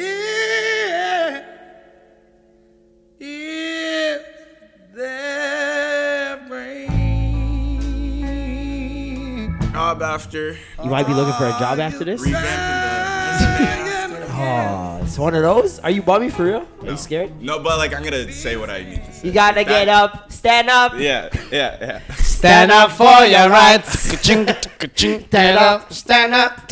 If, if there rain, job after You might be looking for a job after this. revamping the Oh, it's one of those. Are you bummy for real? Are you scared? No, but like I'm gonna say what I need to say. You gotta That- get up, stand up. Yeah, yeah, yeah. Stand up for your rights. Stand up, stand up.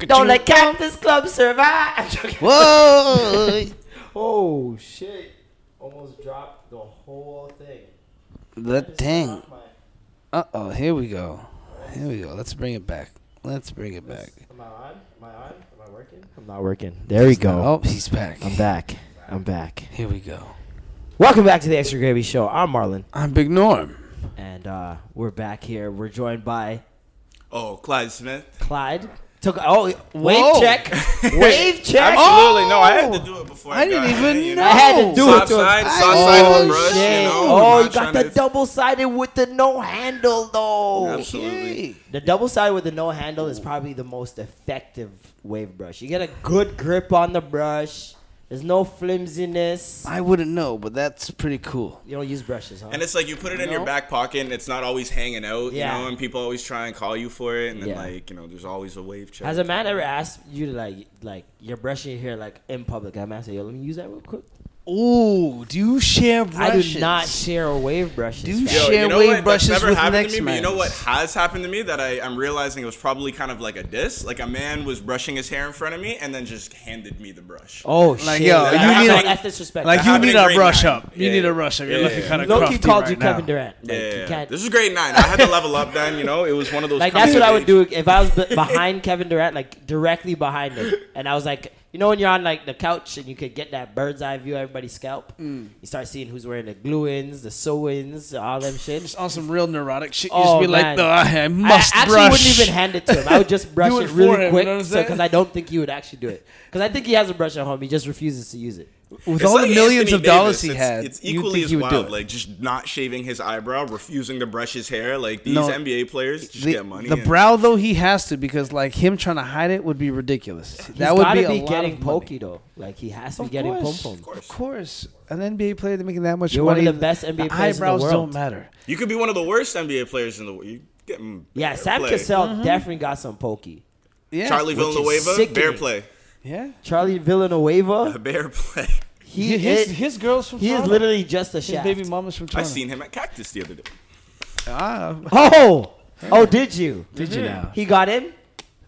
Don't let Cactus Club survive. I'm joking. Whoa! Oh shit! Almost dropped the whole thing. The thing. Uh oh, here we go. Here we go. Let's bring it back. Let's bring it back. Am I on? Am I on? Am I working? I'm not working. There we go. Oh, he's back. I'm back. I'm back. Here we go. Welcome back to the Extra Gravy Show. I'm Marlon, I'm Big Norm. and uh, we're back here. We're joined by Oh, Clyde Smith. Clyde. Took oh wave Whoa. check, wave check. Absolutely. Oh, No, I had to do it before. I, I didn't got even here, you know. I had to do Soft it. To side, him. soft I- side with oh, the brush, you shit. know, I'm oh, you not got trying the to- double sided with the no handle though. Absolutely. The double side with the no handle is probably the most effective wave brush. You get a good grip on the brush. There's no flimsiness. I wouldn't know, but that's pretty cool. You don't use brushes, huh? And it's like you put it in No. your back pocket, and it's not always hanging out, Yeah. you know. And people always try and call you for it, and then Yeah. like you know, there's always a wave check. Has a man ever asked you to like, like you're brushing your hair like in public? And a man say, "Yo, let me use that real quick." Ooh, do you share brushes? I do not share a wave brushes. Do you fam. Yo, share wave That's brushes with happened next to me, but you know man's. what has happened to me that I, I'm realizing it was probably kind of like a diss. Like a man was brushing his hair in front of me and then just handed me the brush. Oh Like, shit! yo, Like, you that's need not- a- that's disrespectful. like, you happened need in a grade brush nine. up. You Yeah, need yeah. a brush up. You're Yeah, looking yeah. kind of Loki crufty called right you now. Kevin Durant. Like, Yeah, you yeah, yeah. can't. this was grade nine. I had to level up then. You know, it was one of those. like that's coming what of I would age- do if I was be- behind Kevin Durant, like directly behind him, and I was like, you know, when you're on like the couch and you could get that bird's eye view of everybody's scalp, Mm. you start seeing who's wearing the glue-ins, the sew-ins, all them shit. Just on some real neurotic shit. You Oh, just be man. like, "Ugh, I I must actually brush. wouldn't even hand it to him. I would just brush Do it, it for him, really you quick know what I'm because saying? I don't think he would actually do it. Because I think he has a brush at home. He just refuses to use it. With It's all like the millions Anthony of dollars Davis. he it's, had, it's you'd equally think as he would do wild. it. Like just not shaving his eyebrow, refusing to brush his hair. Like these No. NBA players just the, get money. the and- brow though he has to because like him trying to hide it would be ridiculous. that He's would gotta be, a lot getting of money. pokey though. Like he has to be getting pom course. pom. Of course, an NBA player that making that much You're one money. of the best NBA players in the eyebrows world. don't matter. You could be one of the worst NBA players in the world. You get mm, Yeah, bear Sam play. Cassell Mm-hmm. definitely got some pokey. Yeah, Charlie Which is Villanueva, bear sickening. play, Yeah, Charlie Villanueva, bear play. he his, is, his girls from he is Toronto. literally just a his shaft. baby mama's from I Toronto. seen him at Cactus the other day. Ah, Oh, oh, did you? did you now? He got in.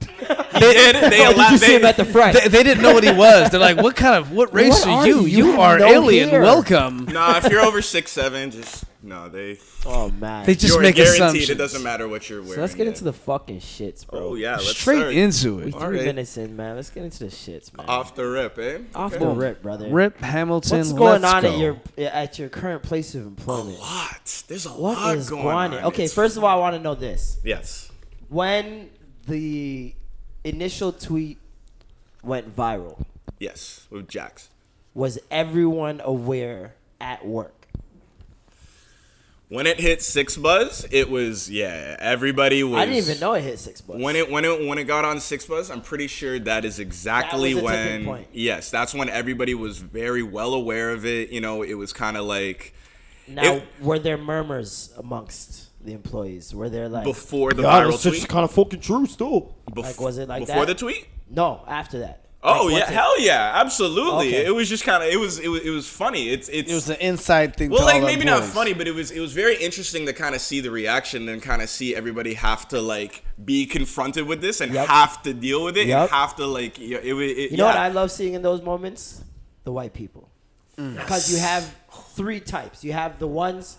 They did. They Oh, allowed. did you see they- him at the front? They, they didn't know what he was. They're like, "What kind of what race What are, are you? you? You have are no alien. hair." Welcome." Nah, if you're over six seven, just no. They oh man. They just you're make guaranteed. assumptions. It doesn't matter what you're wearing. so let's get yeah. into the fucking shits, bro. Oh yeah, let's Straight start. into We it. three right. minutes in, man. Let's get into the shits, man. off the rip, eh? Off Okay. the rip, brother. Rip Hamilton. What's going let's on go. at your at your current place of employment? Lot. There's a What lot is going, going on? on. Okay, It's- first of all, I want to know this. Yes. When the initial tweet went viral, Yes. With Jax. was everyone aware at work? When it hit six buzz, it was yeah. Everybody was. I didn't even know it hit six bucks. When it when it when it got on six buzz, I'm pretty sure that is exactly That was a tipping when. point. Yes, that's when everybody was very well aware of it. You know, it was kind of like now, it- were there murmurs amongst the employees? Were there like before the "God, viral that's tweet. kind of fucking true still? Bef- like, was it like before the that? tweet? No, after that. Oh Like, yeah, once it- hell yeah, absolutely. Okay. It was just kind of it was, it was it was funny. It's it's It was an inside thing. well to like all maybe not employees. funny but it was it was very interesting to kind of see the reaction and kind of see everybody have to like be confronted with this and Yep. have to deal with it Yep. and have to like yeah, it, wa- it You know what yeah. I love seeing in those moments? The white people. Mm. Because you have three types. You have the ones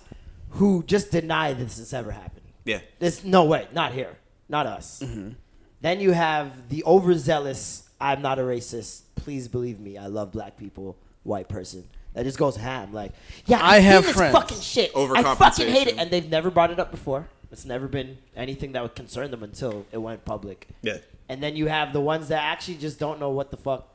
who just deny this has ever happened. yeah Mm-hmm. There's no way, not here, not us. Then you have the overzealous, I'm not a racist. Please believe me, I love black people, white person. That just goes ham. Like, yeah, I I've seen have this friends. fucking shit. I fucking hate it. Overcompensation. And they've never brought it up before. It's never been anything that would concern them until it went public. Yeah. And then you have the ones that actually just don't know what the fuck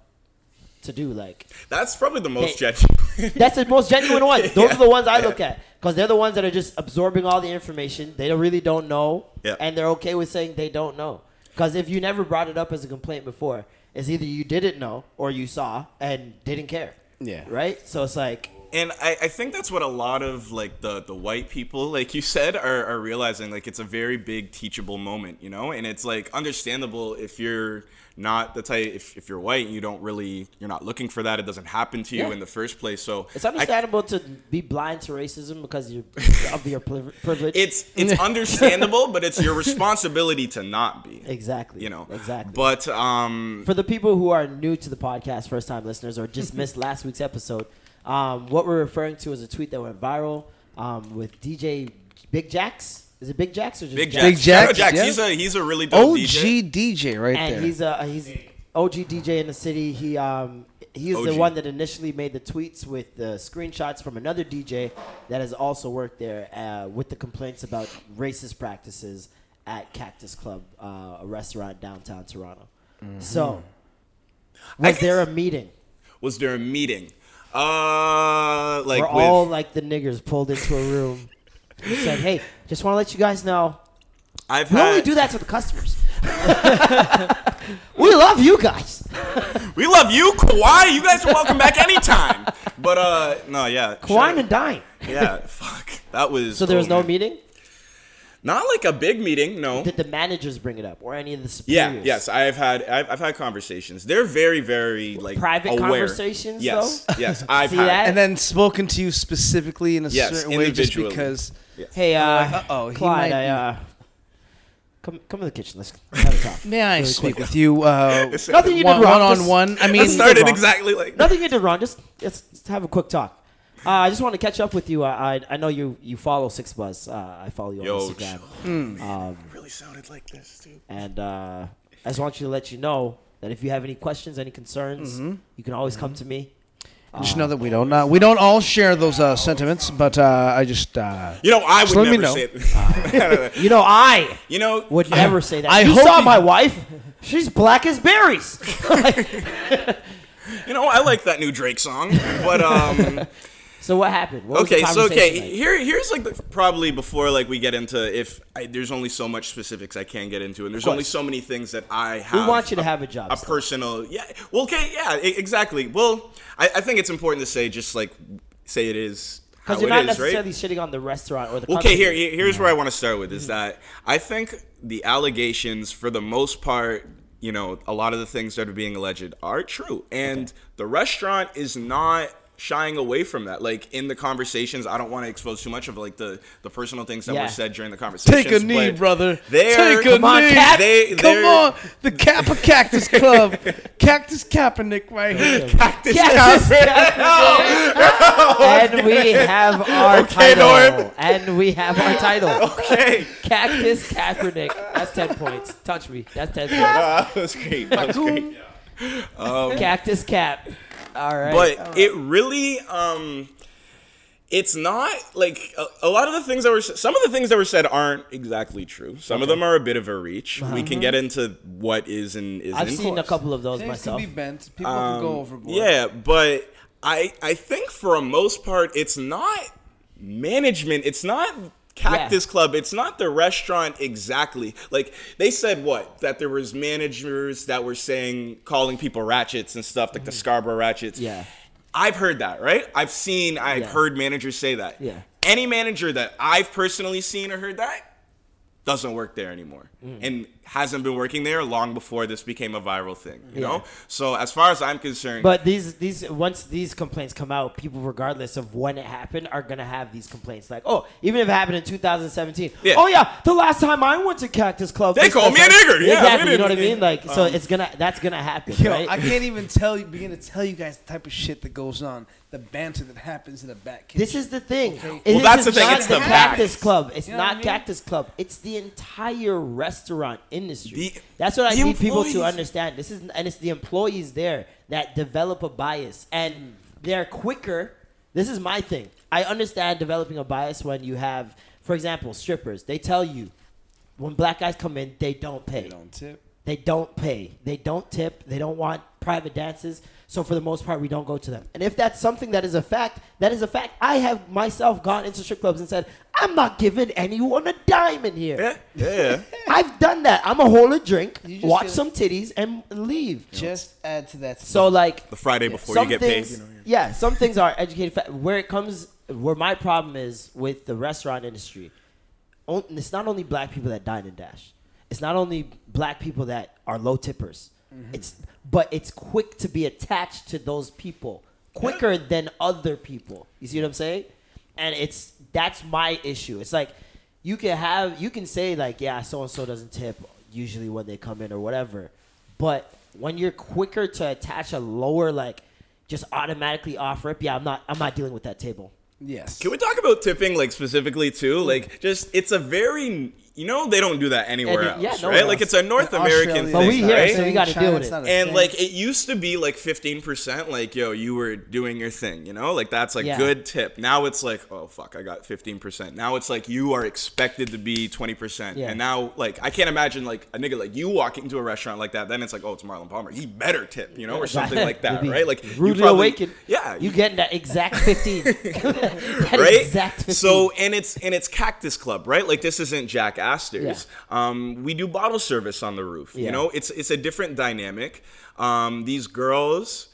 to do. Like, That's probably the most Hey. judging. that's the most genuine ones. Those Yeah. are the ones I Yeah. look at because they're the ones that are just absorbing all the information. They don't- really don't know, Yeah. and they're okay with saying they don't know. Because if you never brought it up as a complaint before, it's either you didn't know or you saw and didn't care. Yeah. Right. So it's like and I, I think that's what a lot of like the the white people like you said are, are realizing like it's a very big teachable moment you know and it's like understandable if you're not the type if, if you're white you don't really you're not looking for that it doesn't happen to you Yeah. in the first place so it's I- understandable to be blind to racism because you're of your priv- privilege. it's it's understandable but it's your responsibility to not be exactly. you know Exactly. but um for the people who are new to the podcast, first time listeners, or just missed last week's episode, um, what we're referring to is a tweet that went viral um, with DJ Big Jax. Is it Big Jax or just Big Jax? Jax, Big Jax, Jax, yeah. he's a he's a really dope OG DJ. DJ, right and there. he's a he's OG DJ in the city. He um he is the OG. one that initially made the tweets with the screenshots from another DJ that has also worked there uh, with the complaints about racist practices at Cactus Club, uh, a restaurant downtown Toronto. Mm-hmm. So, was guess- there a meeting? Was there a meeting? Uh, like We're with, all like the niggers pulled into a room. and said, "Hey, just want to let you guys know, I've we had, only do that to the customers. we love you guys. We love you, Kawhi. You guys are welcome back anytime. But uh, no, yeah, Wine shout- and dine." yeah, fuck, that was. So there was oh, no man. meeting. Not like a big meeting, no. Did the managers bring it up or any of the Yeah, superiors? yes, I've had I've, I've had conversations. They're very, very like Private aware. conversations, Yes, though? yes, I've See had. that? and then spoken to you specifically in a Yes, certain way just individually. because Hey, uh, uh-oh, he Clyde, might I, be- uh, come come to the kitchen. Let's have a talk. may I speak with you uh, Nothing you did one, wrong. one on Just- one? I mean, It started wrong. exactly like Nothing you did wrong. Just let's, let's have a quick talk. Uh, I just want to catch up with you. uh, I I, I know you, you follow Six Buzz. Uh, I follow you on Yo, Instagram. it really sounded like this too. And uh, I just want you to let you know that if you have any questions, any concerns, Mm-hmm. you can always come to me. just know that we don't uh, we don't all share those uh, sentiments, but uh, I just uh, You know, I would Just let me never know. say it. You know, I you know, would never say that. I you hope saw you- my wife. She's black as berries. you know, I like that new Drake song, but um. so what happened? What was the okay so okay conversation like? here here's like the, probably before like we get into if I, there's only so much specifics i can get into and there's only course. so many things that i We have want you to have a job. a still. personal yeah well okay yeah e- exactly well I, I think it's important to say just like say it is how Because you're it not is, right? necessarily shitting on the restaurant or the Okay, here company. here- here's where I want to start with is Mm-hmm. that I think the allegations for the most part, you know, a lot of the things that are being alleged are true. And the restaurant is not shying away from that. Like in the conversations, I don't want to expose too much of like the the personal things that Yeah. were said during the conversations. take a knee, but brother. They're, Take a Come on, knee. Cap. They- Come they're- on, the Kappa Cactus Club, Cactus Kaepernick right here. Cactus Cactus Cafe. Cafe. and we have our Okay, title. Norm. And we have our title. Okay. Cactus Kaepernick. That's 10 points. Touch me. That's 10 points. Ah, that was great. That was great. Cactus Cap. All right. Oh. but it really um it's not like a, a lot of the things that were s- some of the things that were said aren't exactly true some of them are a bit of a reach we can get into what is and isn't Mm-hmm. I've seen a couple of those Things myself. can be bent. People can go overboard. yeah but i i think for a most part it's not management it's not cactus club it's not the restaurant exactly like they said what that there was managers that were saying calling people ratchets and stuff like the scarborough ratchets Mm. Yeah. I've heard that, right? I've seen, I've Yeah. heard managers say that. Yeah. Any manager that I've personally seen or heard that doesn't work there anymore Mm. and hasn't been working there long before this became a viral thing, you know? So, as far as I'm concerned, But these these once these complaints come out, people regardless of when it happened are gonna have these complaints. Like, oh, even if it happened in 2017, Yeah. oh yeah, the last time I went to Cactus Club, They this- called this- me a nigger. Yeah, exactly. we You know what I didn't- Um, mean? Like, so it's gonna that's gonna happen, Yo, right? I can't even tell you, begin to tell you guys the type of shit that goes on, the banter that happens in the back kitchen. this is the thing. Well, that's the thing, Not it's the the back. Cactus Club. It's You know not what I mean? Cactus Club. It's the entire restaurant in industry. The- That's what I the need people to employees. understand. This is and it's the employees there that develop a bias and they're quicker. This is my thing. I understand developing a bias when you have, for example, strippers. They tell you when black guys come in, they don't pay. They don't tip. They don't pay. They don't tip. They don't want private dances. So for the most part, we don't go to them. And if that's something that is a fact, that is a fact. I have myself gone into strip clubs and said, I'm not giving anyone a dime in here. Yeah, yeah. I've done that. I'm a hold a drink, You just watch gotta- some titties, and leave. Just add to that. So like the Friday before some you get things, paid. You know, you're- yeah, some things are educated. Fa- where it comes, where my problem is with the restaurant industry, on- it's not only black people that dine and dash. It's not only black people that are low tippers. It's but it's quick to be attached to those people quicker than other people. You see what I'm saying? And it's that's my issue. It's like you can have you can say like yeah, so and so doesn't tip usually when they come in or whatever, but when you're quicker to attach a lower like just automatically off rip, yeah, I'm not I'm not dealing with that table. yes. Can we talk about tipping, like specifically too? Like, just it's a very you know they don't do that anywhere Yeah, else, yeah, nowhere right? Like it's else. a North In American Australia, thing, But we here, right? so we gotta China, deal with it's it. not a and thing. like it used to be like 15% like yo you were doing your thing you know like that's a Yeah. good tip now it's like oh fuck i got 15% now it's like you are expected to be 20% Yeah. and now like i can't imagine like a nigga like you walk into a restaurant like that then it's like oh it's marlon palmer he better tip you know or something like that You'll be right like rudely probably- awakened. yeah you getting that exact fifteen, that right? exact fifteen. So and it's and it's Cactus Club, right? Like this isn't Jack Astor's. Um, we do bottle service on the roof. Yeah. You know, it's it's a different dynamic. Um, these girls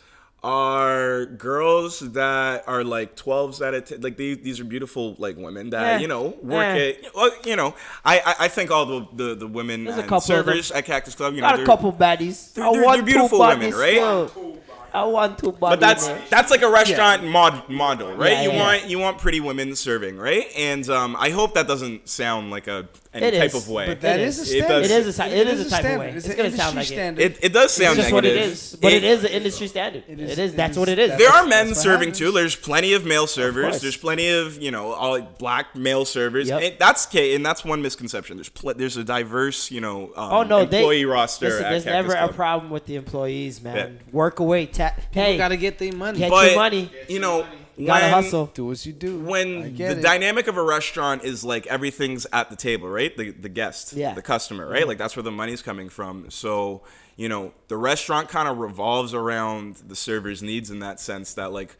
are girls that are like 12s out of 10 like they, these are beautiful like women that Eh. you know work Eh. at well, you know I, I i think all the the, the women There's a and couple of servers at cactus club you know Not a they're- couple baddies. they're- I they're- want they're beautiful two women, bodies, right? yo. I want two bodies. but that's man. that's like a restaurant mod, model, right? Yeah, you yeah, want you want pretty women serving, right? And um, I hope that doesn't sound like a any It type is, of way. But that It is. is, a It standard. does- It is a si- it is a type of way. standard. It's an gonna sound industry like it. standard. it, it does sound It's negative. just what it is. But It- it is an industry standard. It is- is. it that's is- what it is. that's- There are That's men what serving happens. too. There's plenty of male servers. course. There's plenty of you know all black male servers. Yep. And that's okay, and that's one misconception. There's pl- there's a diverse you know um, Oh no, they- employee roster. Listen, at there's Cactus never a Club. problem with the employees, man. Work away. Ta- People hey, gotta get their money. get But your money. you know, Gotta when- hustle. do what you do. I when get the it. dynamic of a restaurant is like everything's at the table, right? The the guest, Yeah. the customer, right? Like that's where the money's coming from. So, you know, the restaurant kind of revolves around the server's needs in that sense that like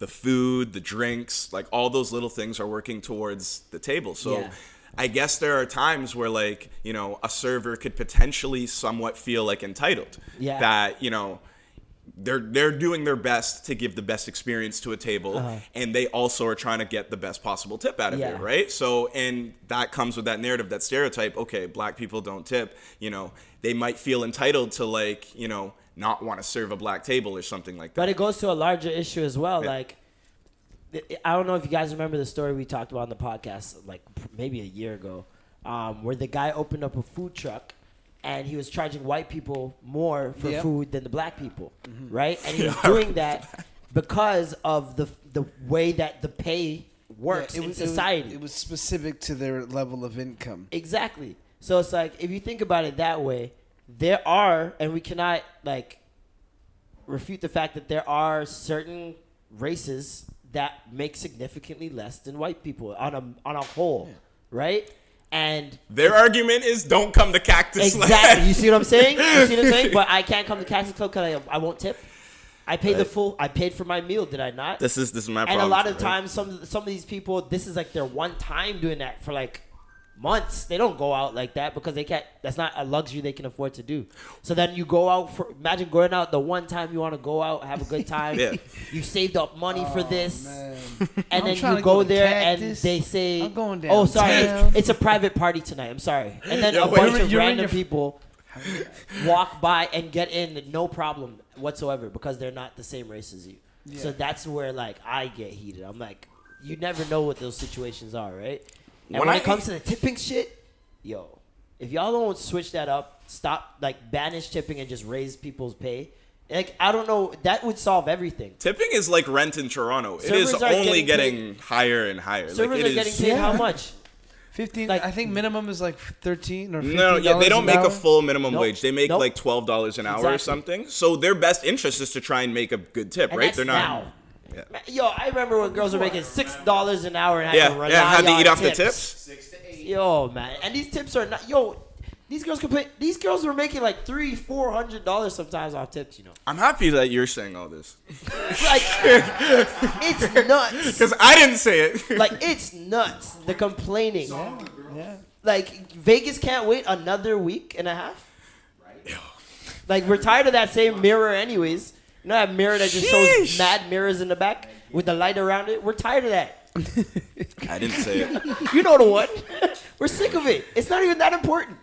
the food, the drinks, like all those little things are working towards the table. So Yeah. I guess there are times where like, you know, a server could potentially somewhat feel like entitled. Yeah. That, you know, they're they're doing their best to give the best experience to a table and they also are trying to get the best possible tip out of Uh-huh. Yeah. it right so and that comes with that narrative that stereotype okay black people don't tip you know they might feel entitled to like you know not want to serve a black table or something like that But it goes to a larger issue as well. Like, th- I don't know if you guys remember the story we talked about on the podcast, like p- maybe a year ago, um, where the guy opened up a food truck and he was charging white people more for Yep. food than the black people, Mm-hmm. right? And he was doing that because of the the way that the pay works Yeah, in was- society. It was, specific to their level of income. Exactly. So it's like if you think about it that way, there are, and we cannot like refute the fact that there are certain races that make significantly less than white people on a on a whole, right? And their argument is don't come to cactus exactly, you Land. see what I'm saying? You see what I'm saying? But I can't come to Cactus Club because I, I won't tip. I paid the full. I paid for my meal. Did I not? this is this is my and problem a lot of right? times some some of these people this is like their one time doing that for like months they don't go out like that because they can't that's not a luxury they can afford to do so then you go out for imagine going out the one time you want to go out have a good time Yeah. you saved up money for this I'm and then trying you to go, go to there and Cactus. they say I'm going oh sorry downtown." it's a private party tonight i'm sorry and then Yo, a wait. bunch You're- of you're in random your- people walk by and get in no problem whatsoever because they're not the same race as you. So that's where like I get heated. I'm like, you never know what those situations are, right? And when, When I- it comes to the tipping shit, yo, if y'all don't switch that up, stop like banish tipping and just raise people's pay. Like I don't know, that would solve everything. tipping is like rent in toronto it Servers is are only getting paid- getting higher and higher Servers like it are getting is- paid how much? Fifteen. Like- I think minimum is like thirteen or. 15 No, yeah, they don't make a full. full minimum Nope. wage. They make Nope. like twelve dollars an hour or Exactly. something. So their best interest is to try and make a good tip, And right? that's They're not. now. Ma- Yo, I remember when girls were making six dollars an hour and had Yeah, to rely yeah. How they on eat off the tips. tips? Yo, man, and these tips are not. Yo, these girls could pay. These girls were making like three, four hundred dollars sometimes off tips. You know, I'm happy that you're saying all this like it's nuts. because I didn't say it. Like it's nuts. The complaining. Yeah. Like Vegas can't wait another week and a half. Like we're tired of that same mirror, anyways. You know that mirror that just shows Sheesh. mad mirrors in the back with the light around it. We're tired of that. I didn't say it. You know the one. We're sick of it. It's not even that important.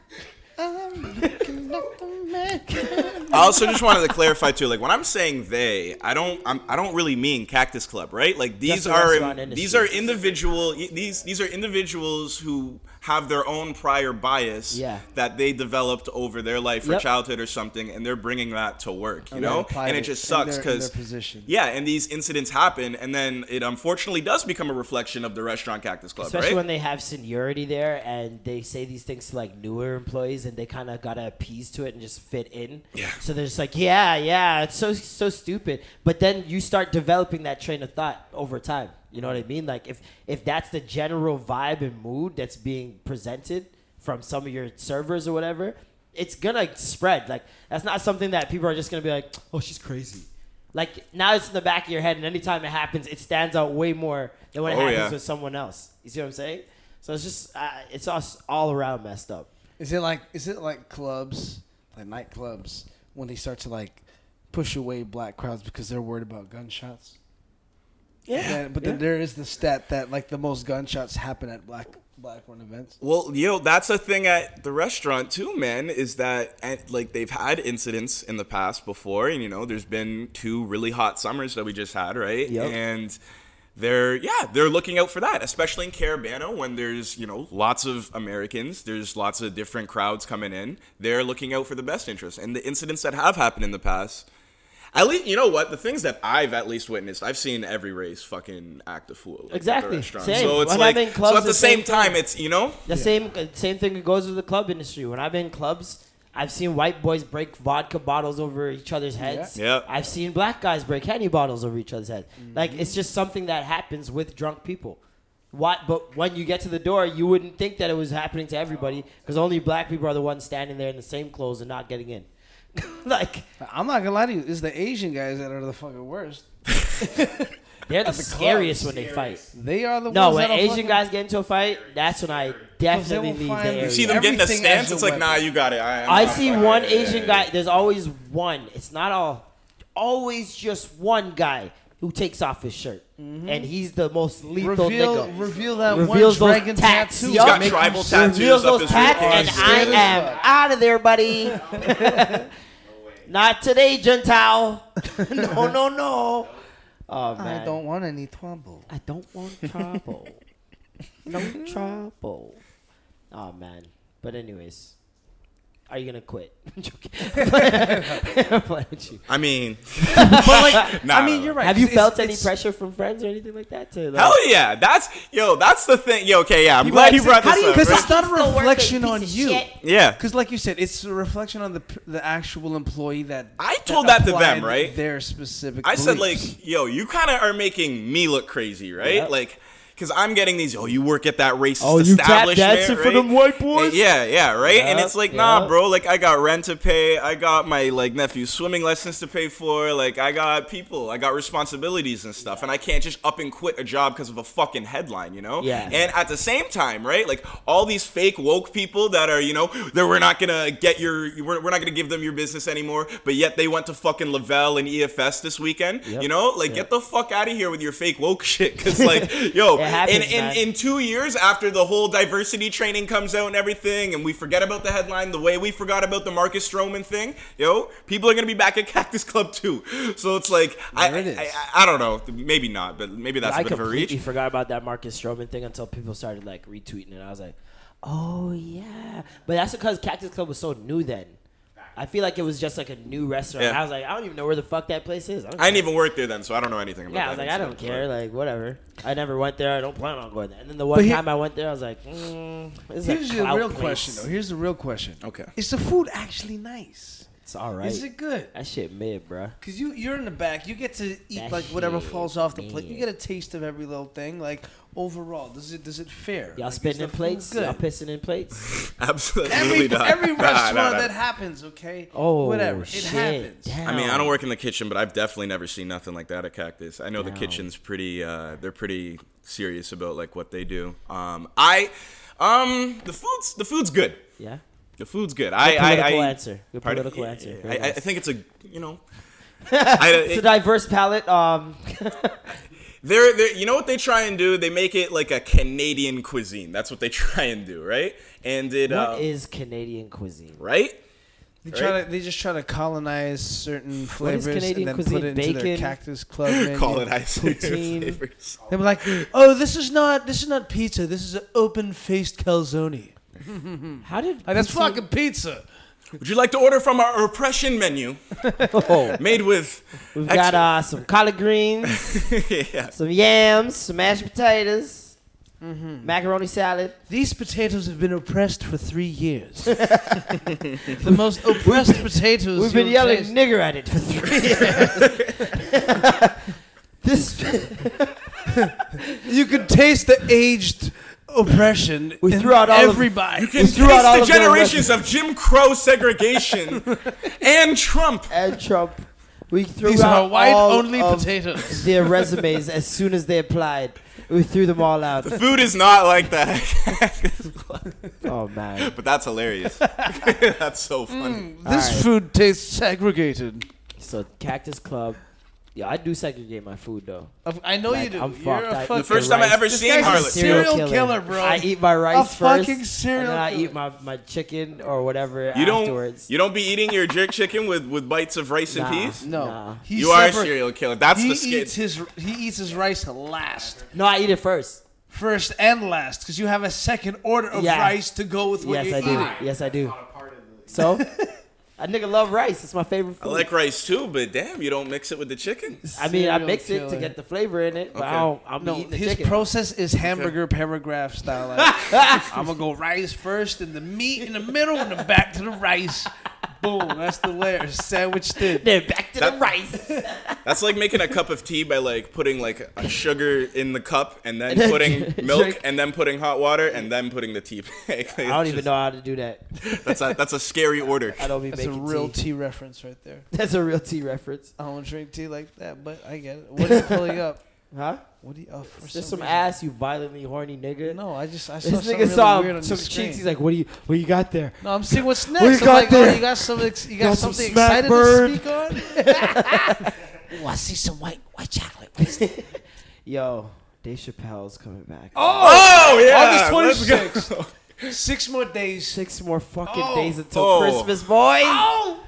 I also just wanted to clarify too, like when I'm saying they, I don't, I'm, I don't really mean Cactus Club, right? Like That's these the are restaurant industry. these are individual these these are individuals who have their own prior bias Yeah. that they developed over their life or Yep. childhood or something, and they're bringing that to work, you And they know? applied And it it just in sucks their- in because their position. yeah, and these incidents happen, and then it unfortunately does become a reflection of the restaurant Cactus Club, Especially right? when they have seniority there and they say these things to like newer employees and they kind of gotta appease to it and just fit in. Yeah. So they're just like, yeah, yeah, it's so so stupid. But then you start developing that train of thought over time. You know what I mean? Like if if that's the general vibe and mood that's being presented from some of your servers or whatever, it's gonna spread. Like that's not something that people are just gonna be like, oh, she's crazy. Like now it's in the back of your head, and anytime it happens, it stands out way more than when it Oh, happens yeah. with someone else. You see what I'm saying? So it's just uh, it's us all around messed up. Is it like is it like clubs, like nightclubs, when they start to like push away black crowds because they're worried about gunshots? Yeah. but then there is the stat that like the most gunshots happen at black black run events. Well, you know, that's a thing at the restaurant too, man, is that and, like they've had incidents in the past before, and you know, there's been two really hot summers that we just had, right? Yep. And they're yeah, they're looking out for that, especially in Carabana when there's, you know, lots of Americans, there's lots of different crowds coming in. They're looking out for the best interest. And the incidents that have happened in the past at least you know what the things that I've at least witnessed. I've seen every race fucking act a fool. like, at the Exactly. restaurant. Same. So it's When like I'm in clubs, so at the, the same, same thing. time, it's you know The same uh, same thing goes with the club industry. When I'm in clubs, I've seen white boys break vodka bottles over each other's heads. Yeah. Yep. I've seen black guys break henny bottles over each other's heads. Like it's just something that happens with drunk people. What? But when you get to the door, you wouldn't think that it was happening to everybody because only black people are the ones standing there in the same clothes and not getting in. like I'm not gonna lie to you, it's the Asian guys that are the fucking worst. they're the, the clubs. scariest when they fight. They are the No, ones when that Asian guys get into a fight, that's when I definitely will leave the find- area. You see them getting the Everything as stance. a It's like, weapon. nah, you got it. I, I'm I not see fucking- one yeah, yeah, Asian yeah. guy. There's always one. It's not all, always just one guy who takes off his shirt, and he's the most lethal Mm-hmm. reveal nigga. reveal that Reveals one those dragon tats, tattoo. yup. He's got Make you tribal sick. tattoos. Reveals up those his tats, rear and arse. I Shit. am out of there, buddy. not today, Gentile. no, no, no. Oh man, I don't want any trouble. I don't want trouble. no trouble. Oh man. But anyways, are you gonna quit? I'm joking. I'm playing with you. I mean, But like, Nah, I mean, nah, you're nah. right. Have you It's- felt it's- any pressure from friends or anything like that? To like, hell yeah. That's yo. That's the thing. Yo, okay, yeah. I'm People glad like you to- brought this how do you- up. Because right? it's not a Still working, reflection piece on of you. shit. Yeah. Because, like you said, it's a reflection on the p- the actual employee that I told that to them, applied right? Their specific. I said beliefs. like, yo, you kind of are making me look crazy, right? Yep. Like. Cause I'm getting these. Oh, you work at that racist Oh, you tap establishment, dancing right? for them white boys? Yeah, yeah, right. and Yep, it's like, nah, yep. bro. Like, I got rent to pay. I got my like nephew's swimming lessons to pay for. Like, I got people. I got responsibilities and stuff. And I can't just up and quit a job because of a fucking headline, you know? Yeah. And at the same time, right? Like all these fake woke people that are, you know, that we're not gonna get your, we're, we're not gonna give them your business anymore. But yet they went to fucking Lavelle and EFS this weekend. Yep. You know, like Yep. get the fuck out of here with your fake woke shit. Cause like, yo, It happens, in, in, man. in two years after the whole diversity training comes out and everything, and we forget about the headline the way we forgot about the Marcus Stroman thing, yo, people are gonna be back at Cactus Club too. So it's like, I, There it is. I, I, I don't know, maybe not, but maybe that's a I bit of a completely reach. forgot about that Marcus Stroman thing until people started like retweeting it. I was like, oh yeah, but that's because Cactus Club was so new then. I feel like it was just like a new restaurant. Yeah. I was like, I don't even know where the fuck that place is. I, don't I didn't care. even work there then, so I don't know anything about Yeah, I was that. like, I don't care. Like, whatever. I never went there. I don't plan on going there. And then the one But he- time I went there, I was like, mm, this is Here's a the clout real place. question, though. Here's the real question. Okay. Is the food actually nice? It's all right. Is it good? that shit mid, bruh. Cause you you're in the back, you get to eat That like whatever shit, falls off the plate. You man. get a taste of every little thing. Like overall, does it does it fair? Y'all like, is spitting the in food plates. Good. Y'all pissing in plates. Absolutely every not. every Nah, nah, restaurant nah. that happens, okay. Oh, whatever. shit. It happens. Damn. I mean, I don't work in the kitchen, but I've definitely never seen nothing like that at Cactus. I know the No. kitchen's pretty. Uh, they're pretty serious about like what they do. Um, I, um, the food's the food's good. Yeah. The food's good. I, I, political I, answer. Good Pardon? political Yeah, answer. yeah, Very I, I nice. think it's a you know. I, It's a it- diverse palette. Um, they're, they're, you know what they try and do? They make it like a Canadian cuisine. That's what they try and do, right? And it, uh, what is Canadian cuisine? right? They try Right? to they just try to colonize certain flavors Canadian and then cuisine? put it into their Bacon? cactus club. Menu. Call it ice poutine. flavors. They were like, oh, this is not this is not pizza. This is an open faced calzone. How did Like that's poutine- fucking pizza. Would you like to order from our oppression menu Oh, made with? we've got uh, some collard greens, yeah. some yams, some mashed potatoes, Mm-hmm. macaroni salad. These potatoes have been oppressed for three years. the most oppressed potatoes. We've been you'll yelling taste. nigger at it for three years. this You could taste the aged oppression. We in threw out all of- everybody. You can We threw out taste all the of their generations of Jim Crow segregation and Trump. and Trump. We threw These out are white all only of potatoes. Their resumes as soon as they applied. We threw them all out. Food is not like that, Oh man. but that's hilarious. that's Mm, so funny. this right. food tastes segregated. So Cactus Club. Yeah, I do segregate my food though. Of- I know Like, you do. I'm You're fucked. I a eat fucking The first time I rice. ever This seen guy's a Harlem. serial killer, bro. I eat my rice first, fucking serial and then I killer. eat my, my chicken or whatever You don't afterwards. you don't be eating your jerk chicken with, with bites of rice Nah. and peas? no. Nah. He You are a separ- serial killer. That's He the skit. eats his he eats his rice last, no, I eat it first. first and last, because you have a second order of Yeah. rice to go with what yes, you're I eating. do. Yes, I do. So, a nigga love rice. It's my favorite I food. like rice too, but damn, you don't mix it with the chicken. I mean, I Serial mix it to killer. get the flavor in it, but Okay. I don't, I'm No, eating the his chicken. process is hamburger paragraph style. Like, I'm gonna go rice first, and the meat in the middle, and then back to the rice. Boom, that's the layer sandwich thin. then back to the That- rice. That's like making a cup of tea by like putting like a sugar in the cup and then And then putting drink- milk drink. and then putting hot water and then putting the tea bag. I don't even Oh! know how to do that. That's a, that's a scary order. I don't be That's a making real tea. tea reference right there. That's a real tea reference, I don't drink tea like that, but I get it. What are you pulling up? huh? What do you? Oh, for There's some some reason- ass, you violently horny nigga. No, I just I saw this something nigga really saw weird on some the screen. cheeks. He's like, "What do you, what you got there?" No, I'm seeing what's next. you I'm got like, there? Oh, you got some. Ex- you got, Got some something smack excited bird? to speak on? Oh, I see some white white chocolate. Yo, Dave Chappelle's coming back. Oh yeah, August let's go. 26th. Six more days. Six more fucking Oh, days until oh. Christmas, boys. Oh,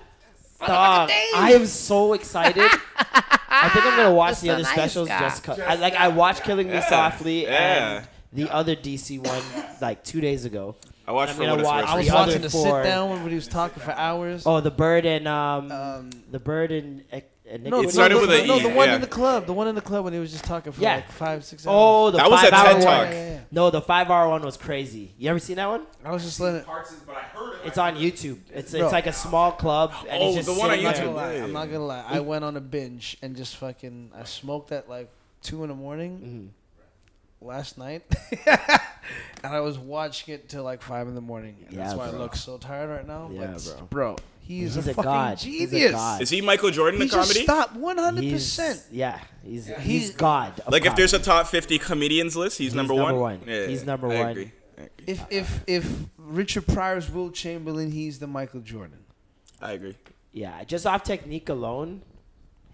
Dog, I am so excited. I think I'm gonna watch the a other nice specials guy. just 'cause- I, like I watched Killing Me Softly yeah. and the other DC one like two days ago. I watched I'm for gonna what it's watch- worth. I was The other watching the four- sit down when he was talking for hours. Oh, the bird and um, Um, the bird and, uh, and no, It the- started no, with the, a no, E, the one yeah. in the club, the one in the club when he was just talking for Yeah. like five, six hours. Oh, the That was a five hour TED one. Talk. Yeah, yeah, yeah. No, the five hour one was crazy. You ever seen that one? I was just letting. it- It's on YouTube. It's Bro. it's like a small club. And Oh, it's just the one on sitting I'm not there. gonna YouTube. lie. Yeah. I'm not gonna lie. I went on a binge and just fucking. I smoked at like two in the morning Mm-hmm. last night, and I was watching it till like five in the morning. And that's Yeah, why I bro. look so tired right now. Yeah, but bro. he's, He's a, a fucking god. He's a genius. god. Is he Michael Jordan He in comedy? just stopped 100. percent He's, yeah, he's He's- he's god. of Like if there's a comedy. top 50 comedians list, he's, number, number one. one. He's number I one. Agree. I agree. If if if Richard Pryor's Will Chamberlain, he's the Michael Jordan. I agree. yeah, just off technique alone,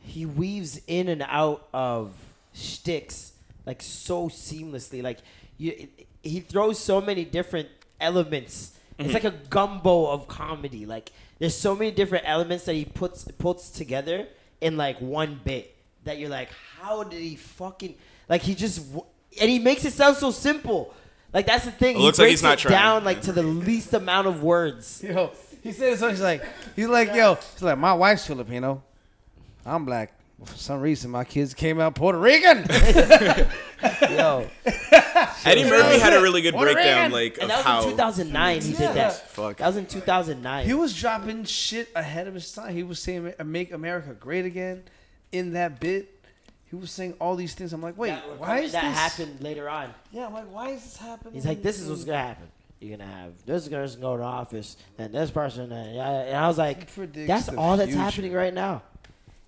he weaves in and out of shticks like so seamlessly. Like you, he throws so many different elements. It's like a gumbo of comedy. Like there's so many different elements that he puts puts together in like one bit that you're like, how did he fucking like he just w- and he makes it sound so simple. Like that's the thing. It looks like he's breaks not it trying. down like to the least amount of words. Yo, He said so. He's like, he's like, yo, he's like, my wife's Filipino, I'm black. Well, for some reason, my kids came out Puerto Rican. Yo. Eddie Murphy had a really good What a breakdown, man. like And of that was how in 2009 he did Yeah. that. Fuck. That was in 2009. He was dropping shit ahead of his time. He was saying "Make America Great Again" in that bit. He was saying all these things. I'm like, wait, that, why is that this? happened later on. Yeah, I'm like, why is this happening? He's like, this is what's gonna happen. You're gonna have this person go to office and this person, and, and I was like, predicts that's the all that's future. happening right now.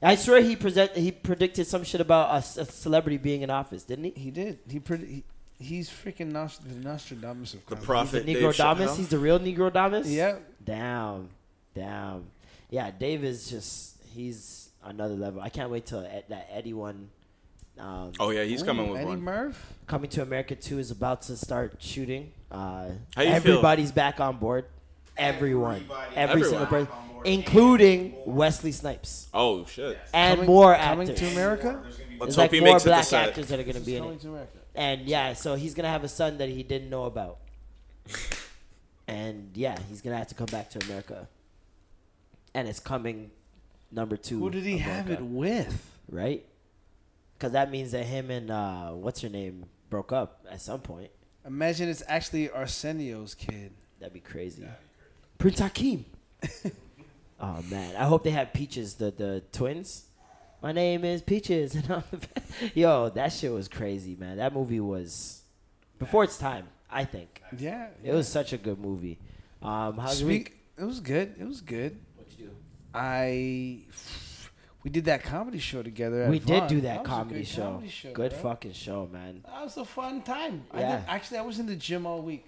I swear he present he predicted some shit about a, s- a celebrity being in office, didn't he? He did. He pretty. He, he's freaking Nost- the Nostradamus of the comedy. prophet Dave Negro Damas, Chappelle. he's the real Negro Damas. Yeah. Damn, damn, yeah. Dave is just he's another level. I can't wait till Ed, that Eddie one. Um, Oh yeah, he's coming Ooh, with Eddie one. Murph. Coming to America 2 is about to start shooting. Uh, How you feel? everybody's back on board. Everyone. Everybody. Every Everyone. single person. Back on board. Including Wesley Snipes. Oh shit. And Coming- more coming actors. to America. There's gonna be Let's There's hope like he more makes it to black set. actors that are going to be in Coming it. to America. And yeah, so he's going to have a son that he didn't know about. and yeah, he's going to have to come back to America. And it's coming number two. Who did he have it America, with? Right? Because that means that him and uh, what's her name broke up at some point. Imagine it's actually Arsenio's kid. That'd be crazy. Prince Hakeem. oh man, I hope they have Peaches, the the twins. My name is Peaches, and I'm yo. That shit was crazy, man. That movie was before its time. I think Yeah. it was such a good movie. Um, how's your Speak. week? It was good. It was good. What'd you do? I we did that comedy show together. At We did Vaughn. do that was a comedy good show. comedy show, Good bro. fucking show, man. That was a fun time. I Yeah. did, actually, I was in the gym all week.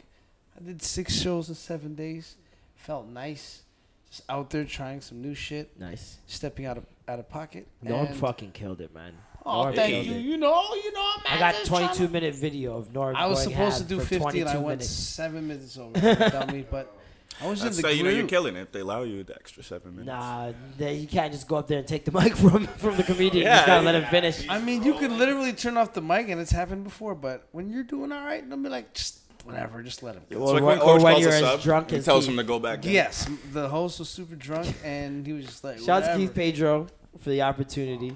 I did six shows in seven days. Felt nice. Just out there trying some new shit, Nice. stepping out of out of pocket. No one and- fucking killed it, man. Oh, Norm thank killed you. it. You know, you know. I'm I out got there 22 trying to- minute video of Norm. I was going supposed half to do for 50, and I 22 went minutes. seven minutes over. Without me, but I was That's in how the you know you're groove. killing it if they allow you the extra seven minutes. Nah, they, you can't just go up there and take the mic from from the comedian. you Yeah, just gotta let him finish. I mean, you could literally turn off the mic, and it's happened before. But when you're doing all right, they'll be like, just whatever, just let him. Go. It's Or like when- when or coach when calls you're us as up, drunk he as tells Keith. him to go back. in. Yes, the host was super drunk, and he was just like, Shout out to whatever. Keith Pedro for the opportunity.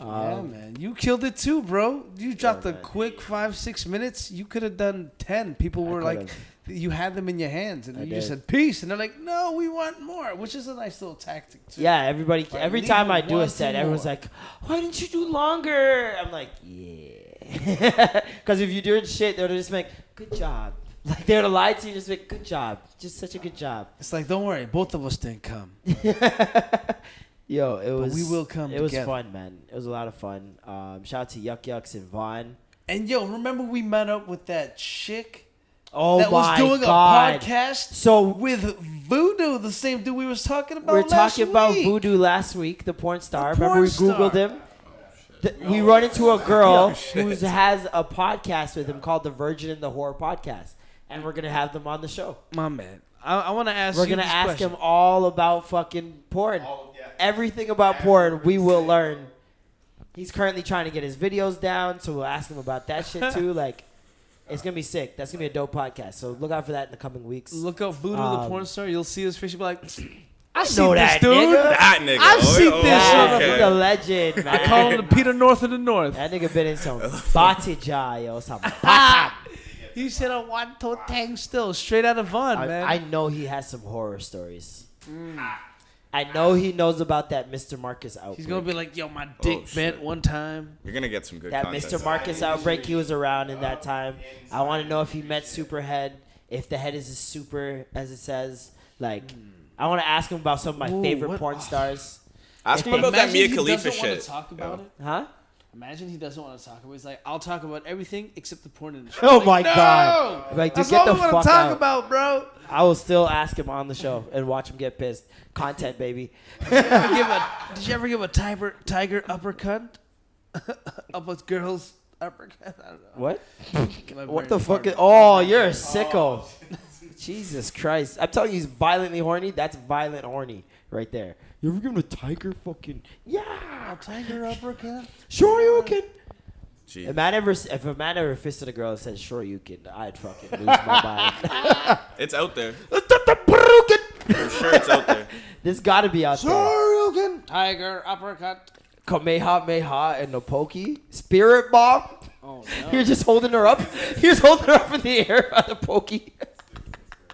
Um, Yeah, man, you killed it too, bro. You dropped a man. quick five, six minutes. You could have done ten. People were like, could've. you had them in your hands, and I you just did. said peace, and they're like, no, we want more, which is a nice little tactic too. Yeah, everybody. Like, every leave time him I do a wanting set, everyone's more. like, "Why didn't you do longer?" I'm like, "Yeah," because if you're doing shit, they're just like, "Good job." Like they're to lie to you, just like, "Good job, just such a good job." It's like, don't worry, both of us didn't come. Yo, it was. we will come It was together. fun, man. It was a lot of fun. Um, shout out to Yuck Yucks and Vaughn. And yo, remember we met up with that chick Oh my that was doing god! a podcast So with Voodoo, the same dude we was talking about. we were last talking about week. Voodoo last week, the porn star. The Remember, we porn googled star. him. Th- we run into a girl who has a podcast with him called the Virgin and the Horror Podcast, and we're gonna have them on the show. My man, I, I want to ask. We're you gonna this ask question. him all about fucking porn, All- yeah. everything about porn. We will learn. He's currently trying to get his videos down, so we'll ask him about that shit too. like, it's gonna be sick. That's gonna be a dope podcast. So look out for that in the coming weeks. Look up Voodoo Um, the porn star. You'll see his face. You'll be like, I I see know this that, dude. nigga. That nigga. I've oh, seen oh, this Yeah, shit. he's a legend, man. Ah, I call him the Peter North of the North. That nigga been in some batija, yo. Some Ah, bata. He said, "I want to tang still, straight out of Vaughn, man." Mm. I, I know he has some horror stories. I know he knows about that Mr. Marcus outbreak. He's gonna be like, "Yo, my Oh, dick shit. bent one time." You're gonna get some good that content. Mr. Marcus outbreak. He was around in that time. I want to know if he met Superhead. If the head is as super as it says, like, I want to ask him about some of my Mm. Ooh, favorite what- porn stars. Ask him about that Imagine Mia he Khalifa doesn't wanna shit. talk about Yeah. it. Huh? Imagine he doesn't want to talk about it. He's like, "I'll talk about everything except the porn industry." Oh Like, my no! god! Like, That's just get the all we want fuck to talk out. about, bro. I will still ask him on the show and watch him get pissed. Content, baby. Ever give a- did you ever give a tiger tiger uppercut? Up a girl's uppercut? I don't know. What? My What brain the is fuck? hard. Is, oh, you're a sicko. Jesus Christ. I'm telling you, he's violently horny. That's violent horny right there. You ever given a tiger fucking. Yeah. A tiger uppercut? Sure you can. Gee. If, man ever, if a man ever fisted a girl and said, sure you can, I'd fucking lose my mind. It's out there. I'm sure it's out there. This gotta be out there. Shoryuken, Tiger, uppercut. Kamehameha and the Pokey. Spirit Bomb. Oh, You're just holding her up. He was holding her up in the air by the Pokey.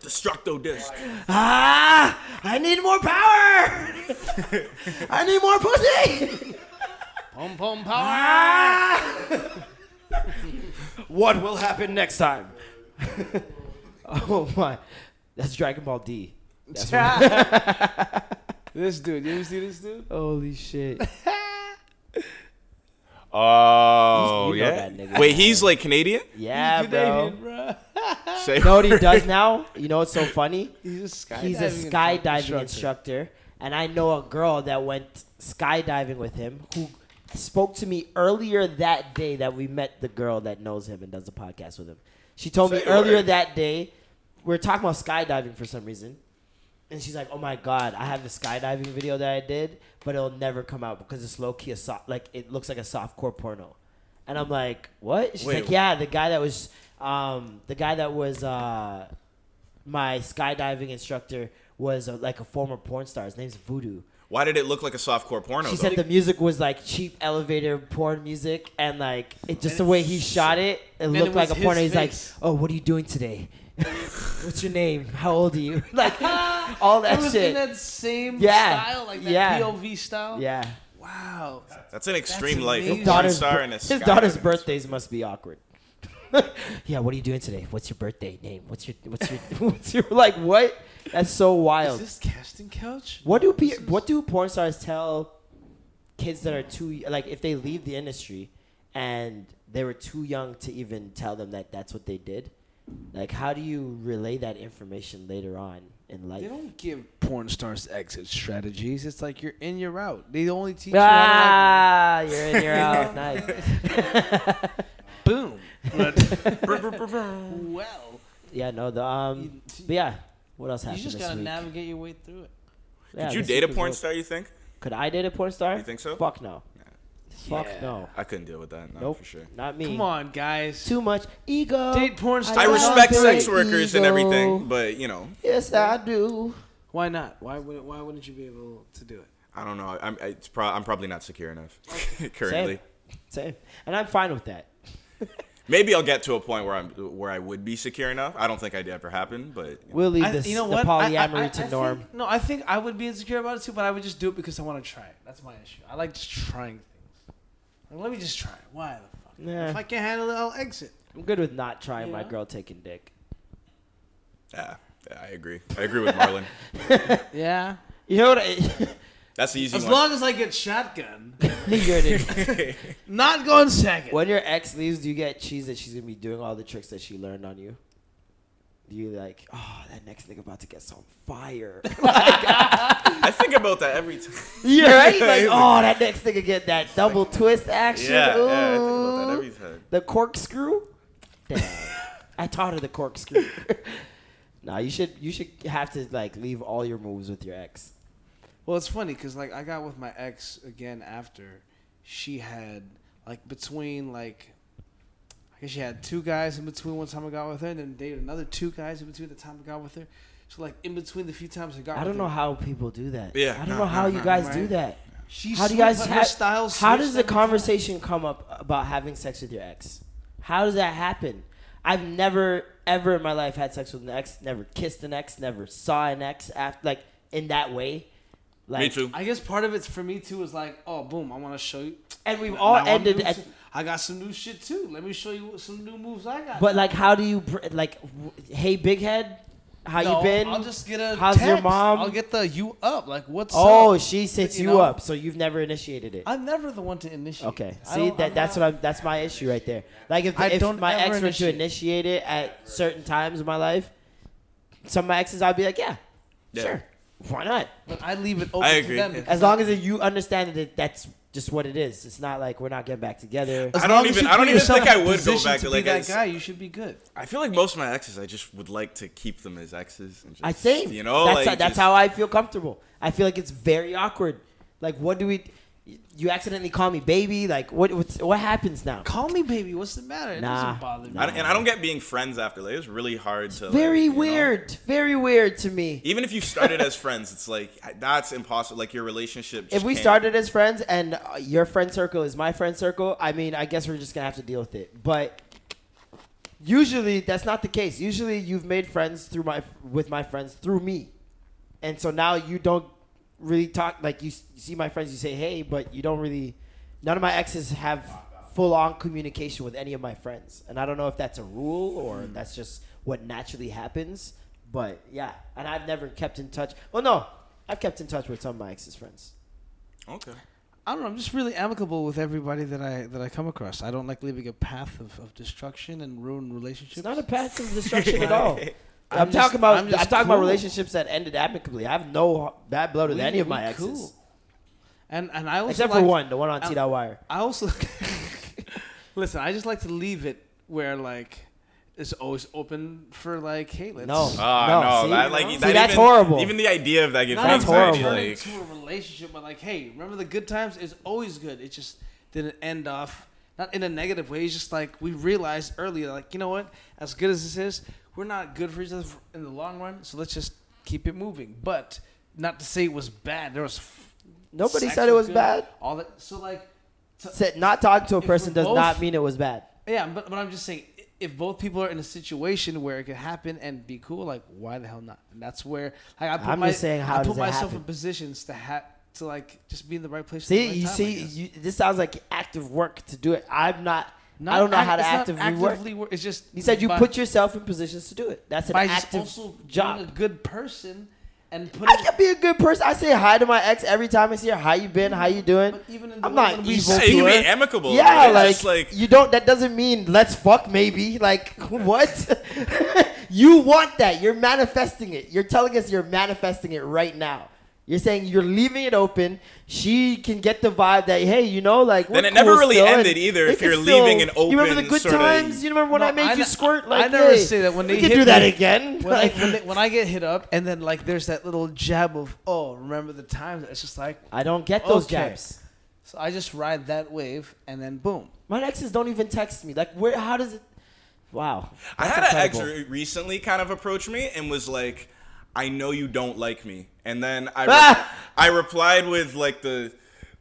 Destructo disc. Ah! I need more power! I need more pussy! Pom pom power. ah! what will happen next time? oh my. That's Dragon Ball D. this dude, you ever see this dude? Holy shit. Oh You know yeah. that nigga. Wait, he's like Canadian. Yeah, bro. Canadian, bruh. Say You know what he does now? You know what's so funny? He's a skydiving, He's a skydiving instructor, and I know a girl that went skydiving with him who spoke to me earlier that day that we met the girl that knows him and does the podcast with him. She told me Say earlier word. that day we were talking about skydiving for some reason. And she's like, "Oh my god, I have a skydiving video that I did, but it'll never come out because it's low key a soft, like it looks like a softcore porno." And I'm like, "What?" She's Wait, like, "Yeah, the guy that was, um, the guy that was uh, my skydiving instructor was uh like a former porn star. His name's Voodoo." Why did it look like a softcore Oh, porno? She though? said the music was like cheap elevator porn music, and like it just the way he shot it, it it looked like a was porn. his He's like, face. "Oh, what are you doing today? What's your name? How old are you?" Like all that it was shit. in that same Yeah. style, like that Yeah. POV style. yeah, Wow. That's an extreme life. Porn amazing. His daughter's star and a his skydiving daughter's instructor. birthdays must be awkward. yeah, what are you doing today? What's your birthday name? What's your what's your what's your like what? That's so Is wild. this casting couch? What do pe- what do porn stars tell kids that are too like if they leave the industry and they were too young to even tell them that that's what they did? Like, how do you relay that information later on in life? They don't give porn stars exit strategies. It's like you're in, you're out. They only teach Ah, you're in, you're out. Nice. Ah. you how to, like, boom. well, Yeah, no, the um, but yeah. What else you happened just this gotta week? navigate your way through it. Yeah, Did you this date a week was porn dope. star? You think? Could I date a porn star? You think so? Fuck no. Fuck Yeah. no. I couldn't deal with that. No, Nope. for sure. Not me. Come on, guys. Too much ego. Date porn I stars. I don't respect date sex workers and ego. everything, but you know, Yes, I do. Why not? Why wouldn't? Why wouldn't you be able to do it? I don't know. I'm, I- it's pro- I'm probably not secure enough currently. Same. Same. And I'm fine with that. Maybe I'll get to a point where I'm where I would be secure enough. I don't think I'd ever happen, but We'll leave I- this, you know the what? I- polyamory I- I- I to think- norm. no, I think I would be insecure about it too, but I would just do it because I want to try it. That's my issue. I like just trying things. Like, let me just try it. Why the fuck? Nah. If I can't handle it, I'll exit. I'm good with not trying my Yeah. girl taking dick. yeah, yeah, I agree. I agree with Marlon. Yeah. You know what? I, That's the easy As one. long as I get shotgun, you're the- not going second. when your ex leaves, do you get cheese that she's going to be doing all the tricks that she learned on you? Do you like, oh, that next nigga about to get some fire? I think about that every time. yeah, right? Like, oh, that next nigga get that double twist action. Yeah, Ooh. yeah, I think about that every time. The corkscrew? Damn. I taught her the corkscrew. nah, you should you should have to like leave all your moves with your ex. Well, it's funny because like I got with my ex again after she had like between like I guess she had two guys in between one time I got with her, and then dated another two guys in between the time I got with her. So like in between the few times I got, I with don't know her, how people do that. Yeah, I don't no, know how no, you no, guys right. do that. she How do you switched, guys like, ha- her style? How switched does the every time. conversation come up about having sex with your ex? How does that happen? I've never ever in my life had sex with an ex, never kissed an ex, never saw an ex after like in that way. Like Me too. I guess part of it's for me too is like, oh, boom, I want to show you. And we've Now all I'm ended new at- to- I got some new shit too. Let me show you some new moves I got. But like, how do you br- like? w- Hey, big head, how No, you been? I'll just get a. How's your text. mom? I'll get the you up. Like what's oh, up? she sets you you, know- up, so you've never initiated it. I'm never the one to initiate. okay, I see don't- that I'm that's not- what I'm. That's my issue right there. Like if, I if don't my ever ex were to initiate initiate. it at certain times in my life, some of my exes I'd be like, yeah, Yeah. sure, why not? But I leave it open I to agree, them. yeah. because As long as you understand that that's just what it is. It's not like we're not getting back together. as I don't long as even- you I don't put even yourself think in I would go position back to to, be like, that it's- guy. You should be good. I feel like most of my exes, I just would like to keep them as exes. And just, I think you know, that's like that's just- how I feel comfortable. I feel like it's very awkward. Like, what do we? You accidentally call me baby. Like what? What's, what happens now? Call me baby. What's the matter? It Nah. doesn't bother me. I don't- and I don't get being friends after. Like it's really hard to. like, Very you know? weird. Very weird to me. Even if you started as friends, it's like that's impossible. Like your relationship. if just we can't- started as friends and uh, your friend circle is my friend circle, I mean, I guess we're just gonna have to deal with it. But usually, that's not the case. Usually, you've made friends through my with my friends through me, and so now you don't really talk. Like you, s- you see my friends, you say hey, but you don't really. None of my exes have full on communication with any of my friends, and I don't know if that's a rule or that's just what naturally happens. But yeah, and I've never kept in touch. Well, no, I've kept in touch with some of my exes' friends. Okay. I don't know. I'm just really amicable with everybody that I that I come across. I don't like leaving a path of, of destruction and ruined relationships. It's not a path of destruction at all. I'm, I'm just- talking about I'm, I'm just talking about cool. relationships that ended amicably. I have no bad blood with We- any of we my exes, cool. And and I also except like- for one, the one on I- T dot wire. I also listen. I just like to leave it where like it's always open for like, hey, let's No. Oh No, no, see? that like See, that that's even- horrible. Even the idea of that gives me That's Not anxiety. horrible. turn Like, into a relationship, but like, hey, remember the good times? It's always good. It just didn't end off not in a negative way. It's just like we realized earlier, like you know what? As good as this is, we're not good for each other in the long run. So let's just keep it moving. But not to say it was bad. There was f- Nobody sex said it was good, bad. All that. So like, to- Said not talking to a Uh, If person we're does both- not mean it was bad. yeah, but, but I'm just saying, i- if both people are in a situation where it could happen and be cool, like why the hell not? And that's where like, I put, I'm my, just saying, how I does put it myself happen? in positions to have to like just be in the right place. at the See, right you time, I see, guess. you, this sounds like active work to do it. I'm not. Not I don't know act- how to it's not actively, work. actively work. It's just He said you by- put yourself in positions to do it. That's an by just active also job. being a good person and I putting. can be a good person. I say hi to my ex every time I see her. How you been? How you doing? But even in the I'm way not when evil. we yeah, say to you can her. be amicable. Yeah, but it's like, just, like you don't. That doesn't mean let's fuck. Maybe like what? you want that? You're manifesting it. You're telling us you're manifesting it right now. You're saying you're leaving it open. She can get the vibe that hey, you know, like we're Then it never cool really still, and ended either we if can you're leaving an You remember the open good sorta- times? You remember when No, I made I you ne- squirt? I Like never hey, say that when we they can hit do that me- again. when, Like- I, when, they, when I get hit up and then like there's that little jab of oh remember the times it's just like I don't get those Okay. jabs. so I just ride that wave and then boom My exes don't even text me. Like, where? How does it? Wow. I That's had incredible. an ex re- recently kind of approach me and was like, "I know you don't like me," and then I re- I replied with like the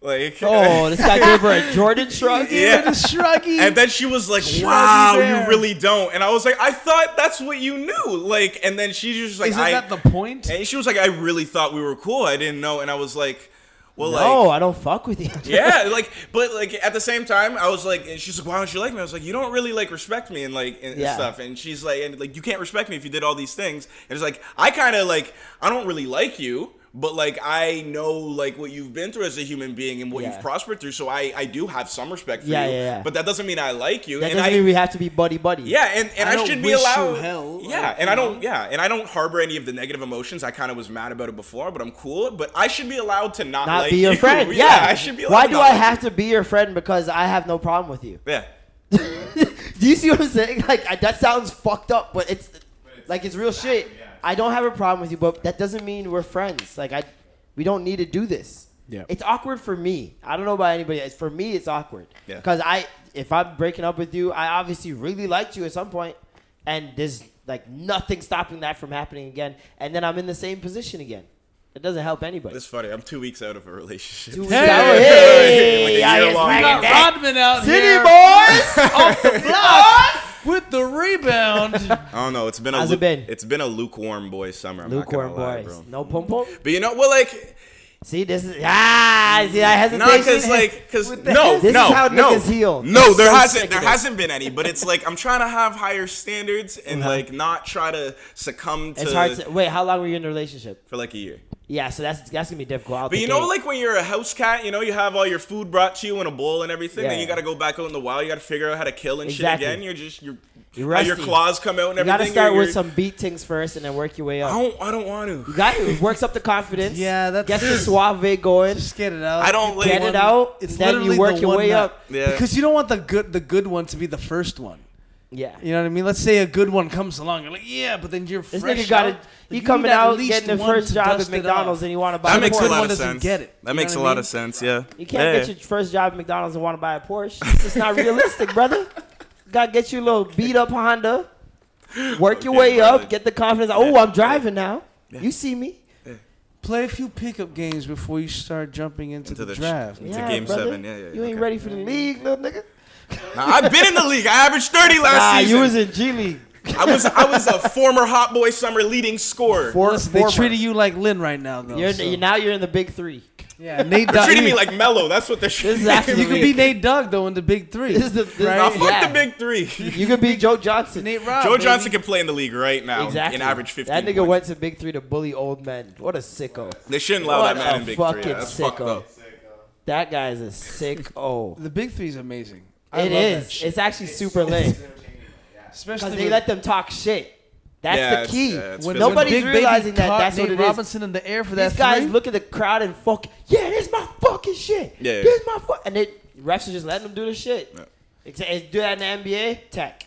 like Ah! Oh, this guy gave her a Jordan shrug. Yeah. shruggy And then she was like, Shruggy "Wow, bear. you really don't." And I was like, "I thought that's what you knew." Like, and then she just like, isn't I, that the point And she was like, "I really thought we were cool. I didn't know." And I was like, "Well, No, like, I don't fuck with you. yeah, like, but like at the same time, I was like, and she's like, why don't you like me? I was like, you don't really like respect me and like and, and Yeah. stuff. And she's like, and like you can't respect me if you did all these things. And it's like I kind of like I don't really like you, but like I know like what you've been through as a human being and what Yeah. you've prospered through, so I I do have some respect for Yeah, you. yeah, yeah. But that doesn't mean I like you. That and doesn't I mean we have to be buddy buddy. yeah, and, and I I, don't should be wish you allowed. hell, yeah, like, and you I don't. know? Yeah, and I don't harbor any of the negative emotions. I kind of was mad about it before, but I'm cool. But I should be allowed to not, Not like be your you. friend. yeah, Yeah. I should be. Allowed Why to do not I like have to be your friend because I have no problem with you? you. Yeah. Do you see what I'm saying? Like I, that sounds fucked up, but it's, like it's real shit. I don't have a problem with you, but that doesn't mean we're friends. Like I, we don't need to do this. Yeah. It's awkward for me. I don't know about anybody else. For me, it's awkward Yeah. because I, if I'm breaking up with you, I obviously really liked you at some point, and there's like nothing stopping that from happening again. And then I'm in the same position again. It doesn't help anybody. It's funny. I'm two weeks out of a relationship. Two weeks Hey! out. Like Hey, a I year just long. We wagging got Bang it that. Rodman out City here boys. off the block with the rebound I don't know. It's been a How's it lu- been? It's been a lukewarm boy summer. I'm not gonna Lukewarm lie, boys. bro. No pom pom. But you know, well, like See, this is ah. See, I hesitation. no, because like, because With the- no, this is no, how no, niggas heal. No, I'm there so sick hasn't, of there this. hasn't been any. But it's like I'm trying to have higher standards and like not try to succumb to, Uh-huh. it's hard to wait. How long were you in a relationship? for like a year. Yeah, so that's that's gonna be difficult. out But the you know, gate. like when you're a house cat, you know, you have all your food brought to you in a bowl and everything. Then Yeah. you got to go back out in the wild. You got to figure out how to kill and Exactly. shit again. You're just you're, You're how your rusty. claws come out and you everything. gotta start you're- with you're- some beatings first, and then work your way I up. don't. I don't want to. You got it works up the confidence. Yeah, that's- gets the suave going. just get it out I don't like. Get it out. It's then you literally work the your one way nut. up. Yeah. because you don't want the good the good one to be the first one Yeah. You know what I mean? Let's say a good one comes along. You're like, yeah, but then you're This fresh nigga got out. it. He Like, you coming need at out least getting the one first to job at dust it McDonald's, off. and you want to buy That makes a Porn Porsche. lot one of doesn't sense. get it. That You makes know a what I lot mean? of sense. Yeah. You can't yeah. get your first job at McDonald's and want to buy a Porsche. It's just not realistic, brother. Got to get you a little beat up Honda. Work your Okay, way brother. up. Get the confidence. Oh, I'm driving now. You see me. Play a few pickup games before you start jumping into, Into the, the ch- draft. It's a game seven. Yeah, yeah, yeah. You ain't Okay. ready for the league, little nigga. Now, I've been in the league. I averaged 30 last Nah, season. you was in G League. I was I was a former Hot Boy Summer leading scorer. Listen, they treating you like Lynn right now, though. You're, so- you now you're in the big three. yeah, Nate They're Dogg- treating me you- like Mello. That's what they're treating E. is me. actually- You could be Nate Dogg though in the big three. This is the- this is right? Nah, fuck Yeah. the big three. You could be Joe Johnson. Nate Rob, Joe baby. Johnson can play in the league right now Exactly. and average 15 That nigga points. went to Big Three to bully old men. What a sicko. They shouldn't allow What that man a in big fucking three. Yeah, that's fucked sicko. up. That guy is a sicko. The big three is amazing. I it love that is. shit. It's actually super lame. especially Because with, they let them talk shit. That's Yeah, the it's- key. yeah, it's when When Nobody's Big Baby realizing that caught that's Nate what it is. Robinson in the air for that These guys three, look at the crowd and fuck. Yeah, this my fucking shit. Yeah. this my fuck. And they refs are just letting them do the shit. Exa- Do that in the NBA. Tech.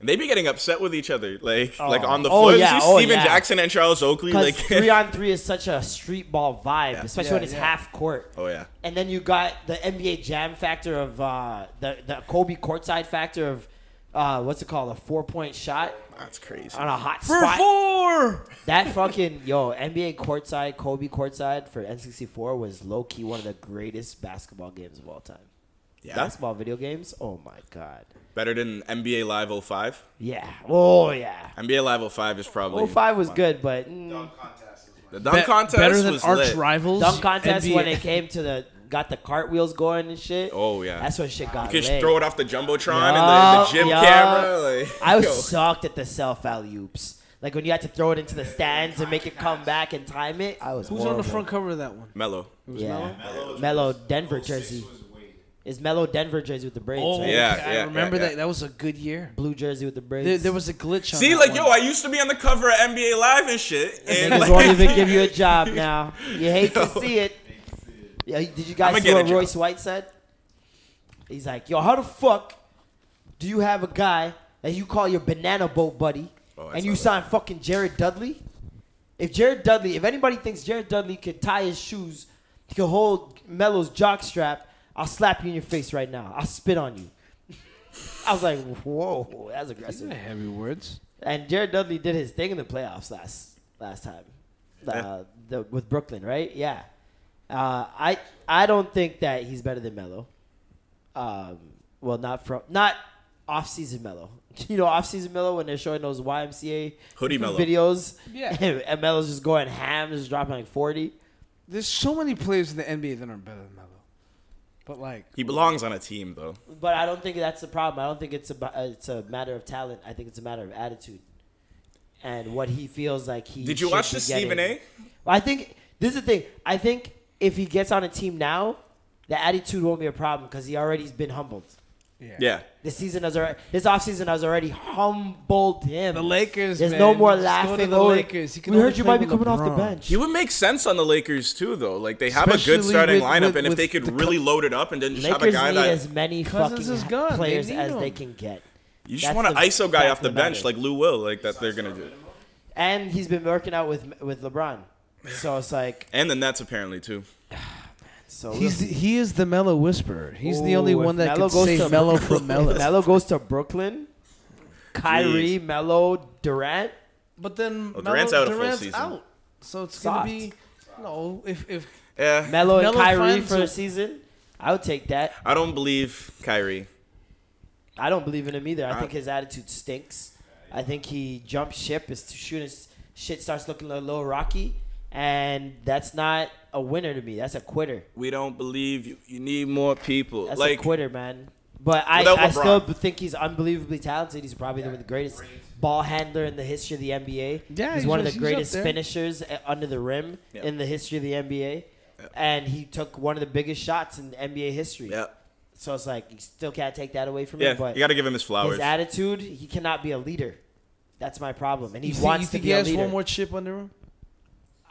And they be getting upset with each other, like Oh. like on the Oh, floor. yeah, You see oh, Steven yeah. Jackson and Charles Oakley, Because like three on three is such a street ball vibe, Yeah. especially Yeah, when it's yeah. half court. Oh, yeah. And then you got the NBA jam factor of uh, the the Kobe courtside factor of uh, what's it called a four point shot that's crazy. on a hot for spot. four. That fucking yo NBA courtside Kobe courtside for N64 was low key one of the greatest basketball games of all time. Yeah, Basketball video games. Oh my god. better than NBA Live 05. Yeah. Oh yeah. NBA Live 05 is probably 05 was good, but mm, The dunk contest better than was arch lit. rivals. dunk contest NBA. when it came to the got the cartwheels going and shit. Oh, yeah. that's when shit got You could lit. throw it off the jumbotron and the, the Yup, gym yup. camera. Like, I was yo. shocked at the self alley oops. Like when you had to throw it into the stands and make it come back and time it. I was Who's on horrible. the front cover of that one? mellow. Yeah, Mellow Denver jersey. Is Mellow Denver jersey with the braids? right? Oh, yeah, okay, I yeah, remember yeah, yeah. that. That was a good year. Blue jersey with the braids. Oh. There, there was a glitch. On See, that like one. yo, I used to be on the cover of NBA Live and shit. And Niggas like, won't even give you a job now. You hate to see it. Yeah, did you guys I'ma see get a what job. Royce White said? He's like, yo, how the fuck do you have a guy that you call your banana boat buddy Oh, I and saw you that. sign fucking Jared Dudley? If Jared Dudley, if anybody thinks Jared Dudley could tie his shoes, he could hold Melo's jock strap, I'll slap you in your face right now. I'll spit on you. I was like, whoa, that's These are aggressive. heavy words. And Jared Dudley did his thing in the playoffs last last time, uh, the, with Brooklyn, right? Yeah. Uh, I I don't think that he's better than Melo. Um, well, not from not off season Melo. You know, off season Melo when they're showing those YMCA Hoodie Melo. videos, Yeah. and Melo's just going ham, just dropping like forty. There's so many players in the NBA that are better than Melo, but like He belongs on a team though. But I don't think that's the problem. I don't think it's a uh, it's a matter of talent. I think it's a matter of attitude and what he feels like he. Did you should watch be the Stephen getting. A? Well, I think this is the thing. I think if he gets on a team now, the attitude won't be a problem because he already's been humbled. Yeah. This season has already, this offseason has already humbled him. The Lakers, There's man. no more Just go to laughing the over. Lakers. He can We only heard you play might be with coming off the LeBron. bench. He would make sense on the Lakers too, though. Like they have a good Especially starting with- lineup, with- and if they with could the really load it up and then just have a Lakers guy need that as many Cousins fucking is gone. They players need as they him. can get. you That's just want an the ISO guy fact off of the matter. bench, like Lou Will, like that they're gonna do. and he's been working out with with LeBron. So it's like And the Nets apparently too. so He's the, he is the Mello whisperer. He's the only Ooh, if one that Melo can goes save to- Mello from If Mello. Melo goes to Brooklyn, Kyrie, Melo, Durant. But then Well, Oh, Melo, Durant's Durant's out out a full season. So it's Soft. gonna be no. If if Yeah. Melo and Melo Kyrie finds for a- a season. I would take that. I don't believe Kyrie. I don't believe in him either. I I- think his attitude stinks. I think he jumped ship. His shooting shit starts looking a little rocky, and that's not a winner to me. That's a quitter. We don't believe you. You need more people. That's like a quitter, man. But I, Without I LeBron. still think he's unbelievably talented. He's probably the greatest ball handler in the history of the NBA. Yeah, he's he's- one of the he's up greatest there. finishers uh, under the rim Yeah. in the history of the NBA. And he took one of the biggest shots in NBA history. yeah, So it's like you still can't take that away from yeah. him. But you got to give him his flowers. his attitude, he cannot be a leader. That's my problem. And he you think, wants you think to be he a has leader. one more chip under him,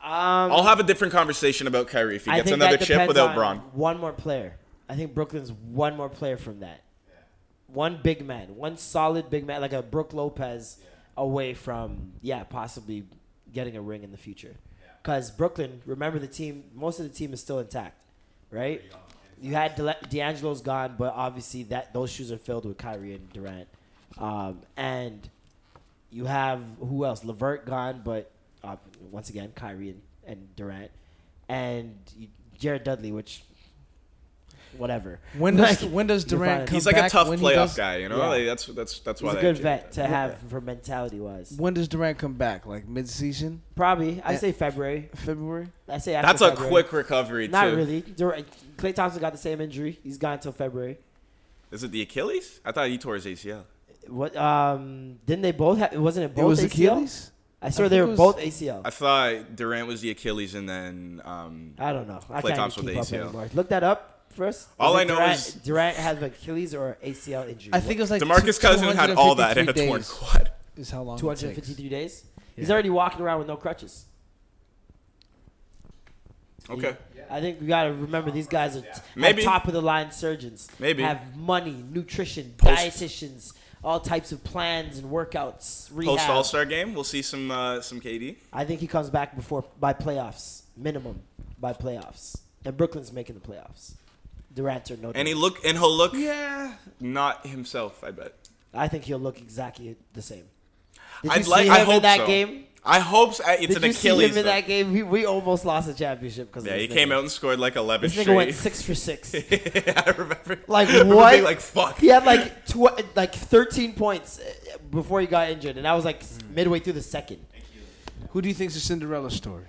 um, I'll have a different conversation about Kyrie if he I gets think another that chip depends without on Bron. One more player. I think Brooklyn's one more player from that. one big man, one solid big man, like a Brooke Lopez, away from yeah, possibly getting a ring in the future. Because Brooklyn, remember the team, most of the team is still intact, right? You had De- D'Angelo's gone, but obviously that those shoes are filled with Kyrie and Durant, um, and you have who else? Levert gone, but uh, once again Kyrie and, and Durant, and you- Jared Dudley, which whatever. When does Like, when does you're Durant fine. come He's like a back? tough When he playoff does- guy, you know. yeah. Like, that's that's that's why He's a they good did vet that. to have for mentality wise. When does Durant come back? Like mid-season, Probably, I Yeah. say February. February? I say after That's a February. quick recovery Not too. really. Durant, Clay Thompson got the same injury. He's gone until February. Is it the Achilles? I thought he tore his ACL. What? Um. Didn't they both? Have, wasn't it both it was ACL? Achilles. I swear I they think were it was- both ACL. I thought Durant was the Achilles, and then um, I don't know. I Klay can't Thompson even with keep up ACL. anymore. Look that up first. All Is it I know Durant, is- Durant has Achilles or ACL injury. I think it was like Demarcus two- Cousins had all that in a 253 torn days quad. Is how long? two it hundred takes. fifty-three days. He's Yeah. already walking around with no crutches. Okay. I think we gotta remember these guys are t- Maybe. top of the line surgeons. Maybe. have money, nutrition, Post- dietitians, all types of plans and workouts. Rehab. Post All Star game, we'll see some uh, some KD. I think he comes back before by playoffs, minimum by playoffs. And Brooklyn's making the playoffs. Durant or no. And he Durant. look and he'll look Yeah. not himself. I bet. I think he'll look exactly the same. Did I'd you like. see him I hope in that so. game? I hope so. it's Did an you Achilles. see him in though. that game? We, we almost lost the championship because yeah, he came out and scored like eleven This straight. nigga went six for six. I remember. Like I remember what? being like fuck. He had like tw- like thirteen points uh, before he got injured, and I was like s- Hmm. midway through the second. Who do you think's a Cinderella story?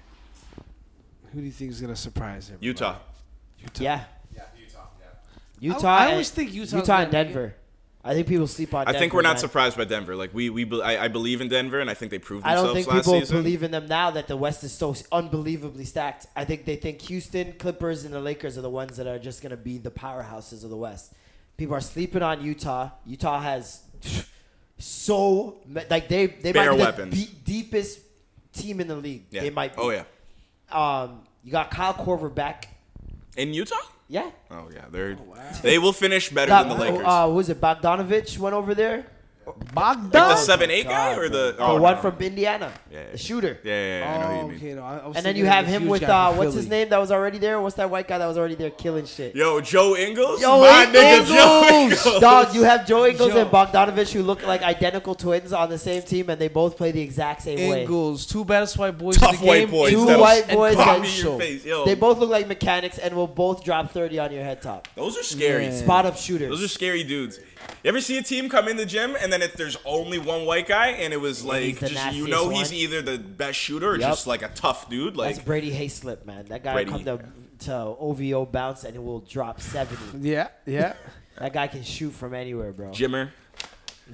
Who do you think is gonna surprise everybody? Utah. Utah. Yeah, Yeah, Utah. Yeah. Utah. I and- always think Utah's Utah and gonna make Denver. I think people sleep on. I think Denver, we're not man. surprised by Denver. Like we, we be- I, I believe in Denver, and I think they proved I themselves don't think last people season. believe in them now that the West is so unbelievably stacked. I think they think Houston, Clippers, and the Lakers are the ones that are just going to be the powerhouses of the West. People are sleeping on Utah. Utah has so ma- like they they Bare might be weapons. the be- deepest team in the league. yeah. They might. Be. Oh yeah. Um, you got Kyle Korver back. In Utah? Yeah. Oh yeah, they're they will finish better Got, than the Lakers. Uh, who was it Bogdanovich went over there? Bogdan. the seven eight guy God, or the The oh, one no. from Indiana, Yeah, yeah, the shooter. yeah, yeah, yeah, I know Oh, who you mean. okay, no, I- I was And then thinking you of the have him huge with guy uh, from what's his Philly. name that was already there? What's that white guy that was already there killing shit? Yo, Joe Ingles, Yo, my Ingles! nigga Joe Ingles. Dog, you have Joe Ingles Joe. and Bogdanovich who look like identical twins on the same team, and they both play the exact same way. Ingles, two baddest white boys. Tough in the white game, boys. Two That'll- white and boys boys. that Pop me in your show. face, yo. They both look like mechanics and will both drop thirty on your head top. Those are scary. Yeah. Spot up shooters. Those are scary dudes. You ever see a team come in the gym and then if there's only one white guy and it was like he's the just you nastiest know he's one. either the best shooter or Yep. just like a tough dude like That's Brady Hayslip, man. That guy Brady, will come to, to OVO bounce and it will drop 70. Yeah, yeah. that guy can shoot from anywhere, bro. Jimmer.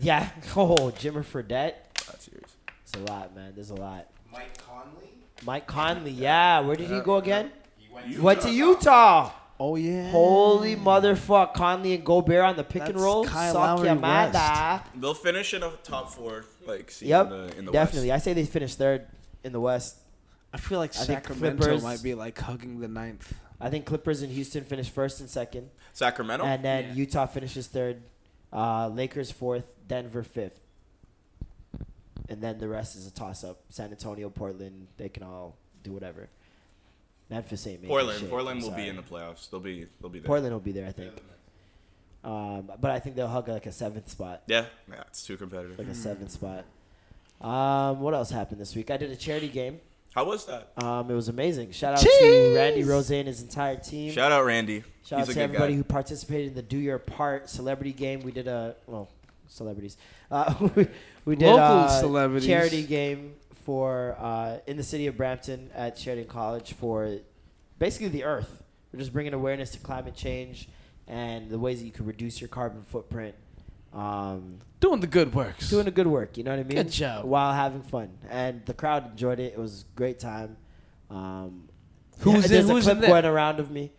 yeah. Oh, Jimmer Fredette. That's yours. It's a lot, man. There's a lot. Mike Conley. Mike Conley, yeah. Where did he go again? He went to Went to Utah. Oh yeah. Holy motherfuck. Conley and Gobert on the pick and That's roll. Kyle Suck Lowry your West. mother. They'll finish in a top 4 like see Yep. in the in the definitely. West. I say they finished third in the West. I feel like I think Sacramento Clippers- might be like hugging the ninth. I think Clippers and Houston finished first and second. Sacramento. And then Yeah. Utah finishes third, uh, Lakers fourth, Denver fifth. And then the rest is a toss up. San Antonio, Portland, they can all do whatever. Memphis ain't making Portland. shit. Portland I'm will be sorry. in the playoffs. They'll be they'll be there. Portland will be there, I think. Um, but I think they'll hug like a seventh spot, Yeah. Nah, it's too competitive. like a seventh spot. Um, what else happened this week? I did a charity game. How was that? Um, it was amazing. Shout out Cheese! to Randy Rose and his entire team. Shout out Randy. He's Shout out a to good everybody guy. who participated in the Do Your Part celebrity game. We did a well, celebrities. Uh, we, we did Local a celebrities. charity game for uh, in the city of Brampton at Sheridan College for basically the Earth. We're just bringing awareness to climate change and the ways that you can reduce your carbon footprint. Um, Doing the good works. doing the good work. You know what I mean? Good job. While having fun, and the crowd enjoyed it. It was a great time. Um, Who was in- there's who a was clip in there? going around of me.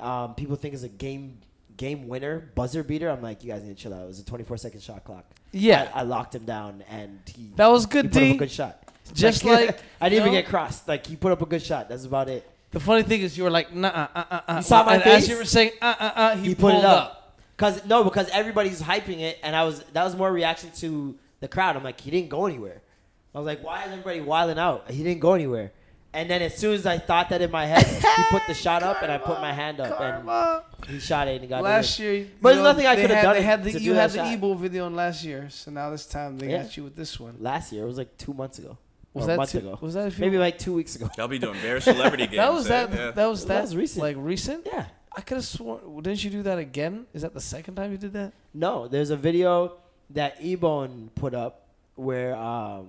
Um, people think it's a game game winner buzzer beater. I'm like, you guys need to chill out. It was a 24 second shot clock. Yeah. I, I locked him down, and he That was good, He put up D. a good shot. Just like, I didn't even you know? get crossed. Like he put up a good shot. That's about it. the funny thing is, you were like, nah, uh, uh, uh. You saw my and As face? you were saying, uh, uh, uh, he, He, put pulled it up. Cause no, because everybody's hyping it, and I was that was more reaction to the crowd. I'm like, he didn't go anywhere. I was like, why is everybody wilding out? He didn't go anywhere. And then as soon as I thought that in my head, he put the shot up, and I put my hand up, Karma. and he shot it and he got Last it. year, But you there's know, nothing I they could've had- done They had to the, do you that had the shot. Ebo video on last year, so now this time they Yeah. got you with this one. Last year, it was like two months ago. Was or that a month two- ago? was that a few- maybe like two weeks ago? Y'all be doing bare celebrity games. That was eh? that. Yeah. That was that. That was recent. Like recent. Yeah. I could have sworn. well, Didn't you do that again? Is that the second time you did that? No, there's a video that Ebone put up where um,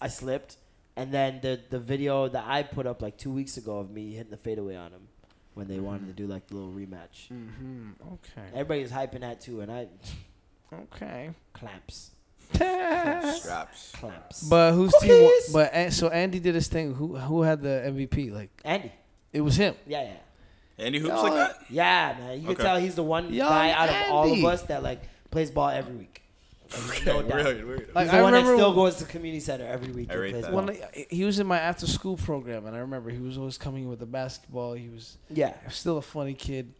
I slipped, and then the the video that I put up like two weeks ago of me hitting the fadeaway on him when they wanted to do like the little rematch. Mm. Okay. Everybody was hyping that too, and I Okay. clamps, Straps. clamps. But whose team? Won? Cookies. But An- so Andy did his thing. Who who had the MVP? Like Andy, it was him. yeah, yeah, Andy hoops Y'all- like that. yeah, man. You Okay. can tell he's the one Yo, guy out of all of Andy. us that like plays ball every week. Okay, No doubt. weird, weird. Like He's the I one that remember still when- goes to community center every week. I and rate plays that. ball. when I- he was in my after school program, and I remember he was always coming with the basketball. He was Yeah. still a funny kid.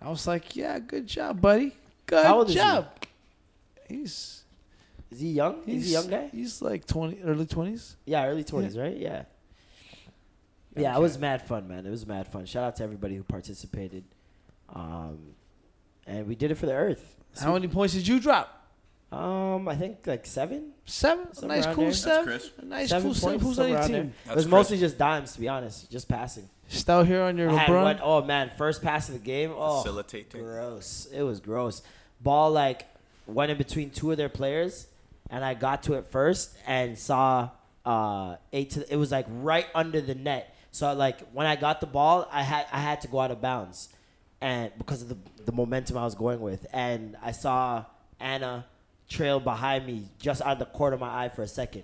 I was like, yeah, good job, buddy. Good How old is he? job. He's Is he young? he's He's a young guy. He's like twenty, early twenties. Yeah, early twenties, right? Yeah. Yeah, it was mad fun, man. It was mad fun. Shout out to everybody who participated. Um, and we did it for the Earth. How many points did you drop? Um, I think like seven. Seven. A Somewhere nice around cool there. That's seven. crisp. A nice seven cool seven. points, Who's on somewhere your around team? there. That's It was crisp. mostly just dimes, to be honest. Just passing. Just out here on your I had one, LeBron. oh man, first pass of the game. Oh, Facilitating. gross. It was gross. Ball like went in between two of their players, and I got to it first and saw uh eight. To, it was like right under the net. So like when I got the ball, I had I had to go out of bounds, and because of the the momentum I was going with, and I saw Anna trail behind me just out of the corner of my eye for a second.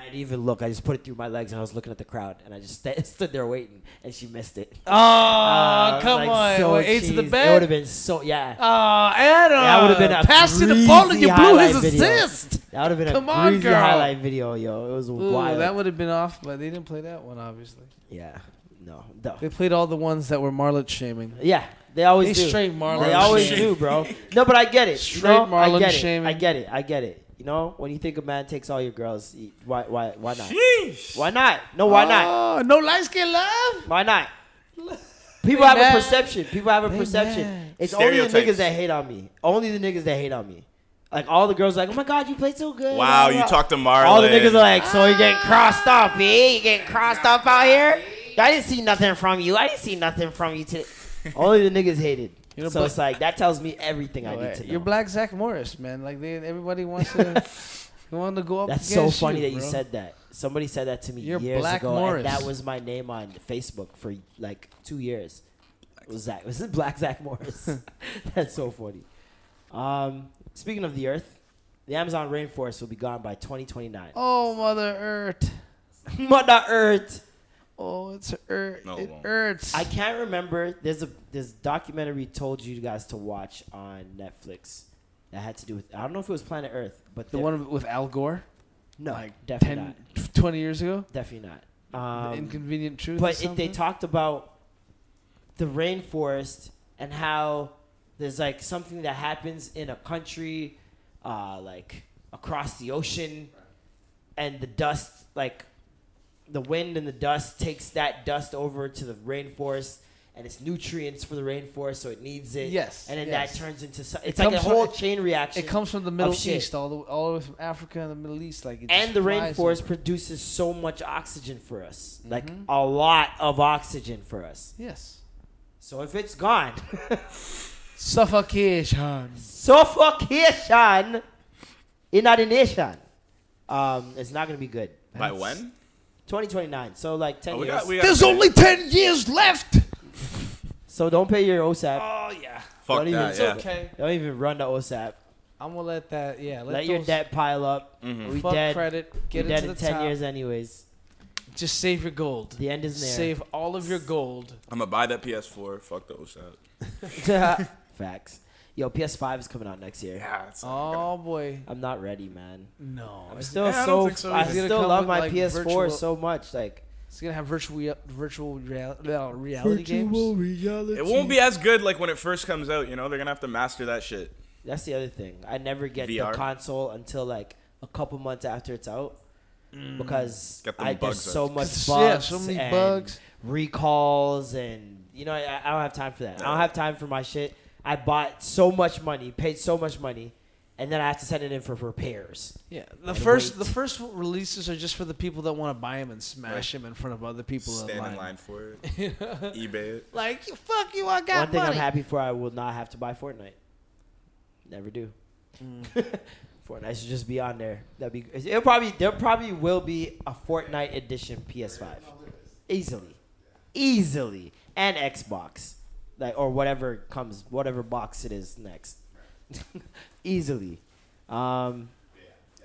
I didn't even look. I just put it through my legs, and I was looking at the crowd, and I just sta stood there waiting, and she missed it. Oh, Ah, it was, come like, on. so What, eight to the cheesed. It would bed. have been so yeah. Oh, Adam. that would have been a pass to the ball and greasy you blew his highlight video. assist. That would have been Come a on, greasy girl. highlight video, yo. It was Ooh, wild. that would have been off, but they didn't play that one. Obviously, yeah, no, no. they played all the ones that were Marlon shaming. Yeah, they always They do. straight Marlon They always do, shaming. bro. No, but I get it. Straight you know? Marlon I get shaming. It. I get it. I get it. You know, when you think a man takes all your girls, you- why, why, why not? Sheesh. Why not? No, why not? Oh, no light skin love. Why not? People have mad. a perception. People have a perception. mad. It's only the Stereotypes. niggas that hate on me. Only the niggas that hate on me. Like all the girls, are like, oh my god, you played so good. Wow, blah, you blah." talked to Marlon. All the niggas are like, so you getting crossed off, B? You getting crossed off out here? I didn't see nothing from you. I didn't see nothing from you today. Only the niggas hated. You know, so but- it's like that tells me everything I Oh, need hey, to know. You're black Zach Morris, man. Like they, everybody wants to, they want to go up. That's so against funny you, that you bro. said that. Somebody said that to me You're years Black ago, Morris. and that was my name on Facebook for like two years. It was Zach? Was it Black Zach Morris? That's so funny. Um, speaking of the Earth, the Amazon rainforest will be gone by 2029. Oh, Mother Earth. Mother Earth. Oh, it's Earth. No, it it won't. hurts. I can't remember. There's a this documentary told you guys to watch on Netflix that had to do with I don't know if it was Planet Earth, but the there- one with Al Gore, no, like definitely 10, not, 20 years ago. definitely not. the Um, inconvenient truth. or but it, they something? talked about the rainforest and how there's like something that happens in a country, uh, like across the ocean, and the dust, like the wind and the dust, takes that dust over to the rainforest. And it's nutrients for the rainforest, so it needs it. Yes, and then yes. that turns into so- it's like a comes from- whole it- chain reaction. It comes from the Middle shit. East, all the all the way from Africa and the Middle East, like it and just the flies rainforest over. produces so much oxygen for us, like Mm-hmm. a lot of oxygen for us. Yes, So if it's gone, suffocation. suffocation in our nation, um, it's not gonna be good. By when? 2029, so like 10 Oh, we years. got, we got There's only ten years left. so don't pay your OSAP. Oh yeah, Fuck don't even- that, it's yeah. okay. Don't even run the OSAP. I'm gonna let that. Yeah, Let, let, your those- debt pile up. Mm-hmm. We Fuck dead. credit. Get we it dead to in the 10 top. years anyways. Just save your gold. The end is near. Save all of your gold. I'm gonna buy that PS4. Fuck those out. Facts. Yo, PS5 is coming out next year. Yeah, it's Oh boy, I'm not ready, man. no. I'm still Yeah, I don't so, think so I either. It's still gonna come love with, my like, PS4 virtual- so much. Like It's gonna have virtual rea- virtual real, uh, reality games. It won't be as good like when it first comes out. You know, they're gonna have to master that shit. That's the other thing. I never get VR? the console until like a couple months after it's out because Get them I, there's bugs so out. much bugs, Mm. Yeah, so many and bugs. recalls, and you know I, I don't have time for that. I don't have time for my shit. I bought so much money, paid so much money, and then I have to send it in for repairs. Yeah, the And first wait. the first releases are just for the people that want to buy them and smash them in front of other people. Stand in line for it. eBay it. Like fuck you, I got One thing money. I'm happy for, I will not have to buy Fortnite. Never do. Mm. Fortnite should just be on there. That'd be. It'll probably there probably will be a Fortnite edition PS5, easily, easily, and Xbox, like or whatever comes, whatever box it is next, easily. Um,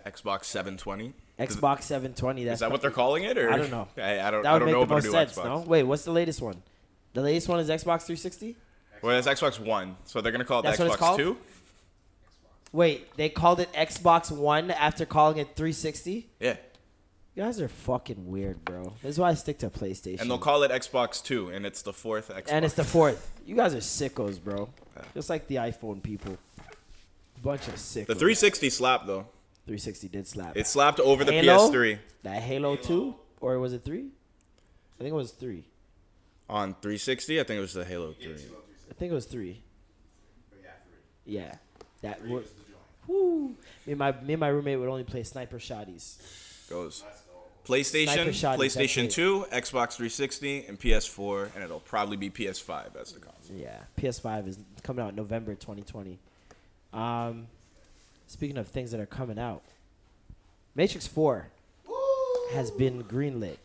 Xbox 720. Xbox 720. That's Is that what they're calling it? Or I don't know. I, I don't. That I would don't make know the about most a new sense. Xbox. No, wait. What's the latest one? The latest one is Xbox 360. Well, that's Xbox One, so they're gonna call it the That's what it's Xbox called? Two. Wait, they called it Xbox One after calling it 360? Yeah, You guys are fucking weird, bro. This is why I stick to PlayStation. and they'll call it Xbox Two, and it's the fourth Xbox. And it's the fourth. You guys are sickos, bro. Just like the iPhone people. Bunch of sickos. the 360 slap though. 360 did slap. It slapped over the Halo? PS3 that Halo, 2? Or was it 3? I think it was 3. on 360. I think it was the Halo 3. I think it was 3. Yeah. That wor- Whew. Me and my me and my roommate would only play sniper shotties. Goes Sniper PlayStation, shot is PlayStation that 2, Xbox 360, and PS4, and it'll probably be PS5 as the console. Yeah, PS5 is coming out November 2020. Um, speaking of things that are coming out, Matrix 4 has been greenlit.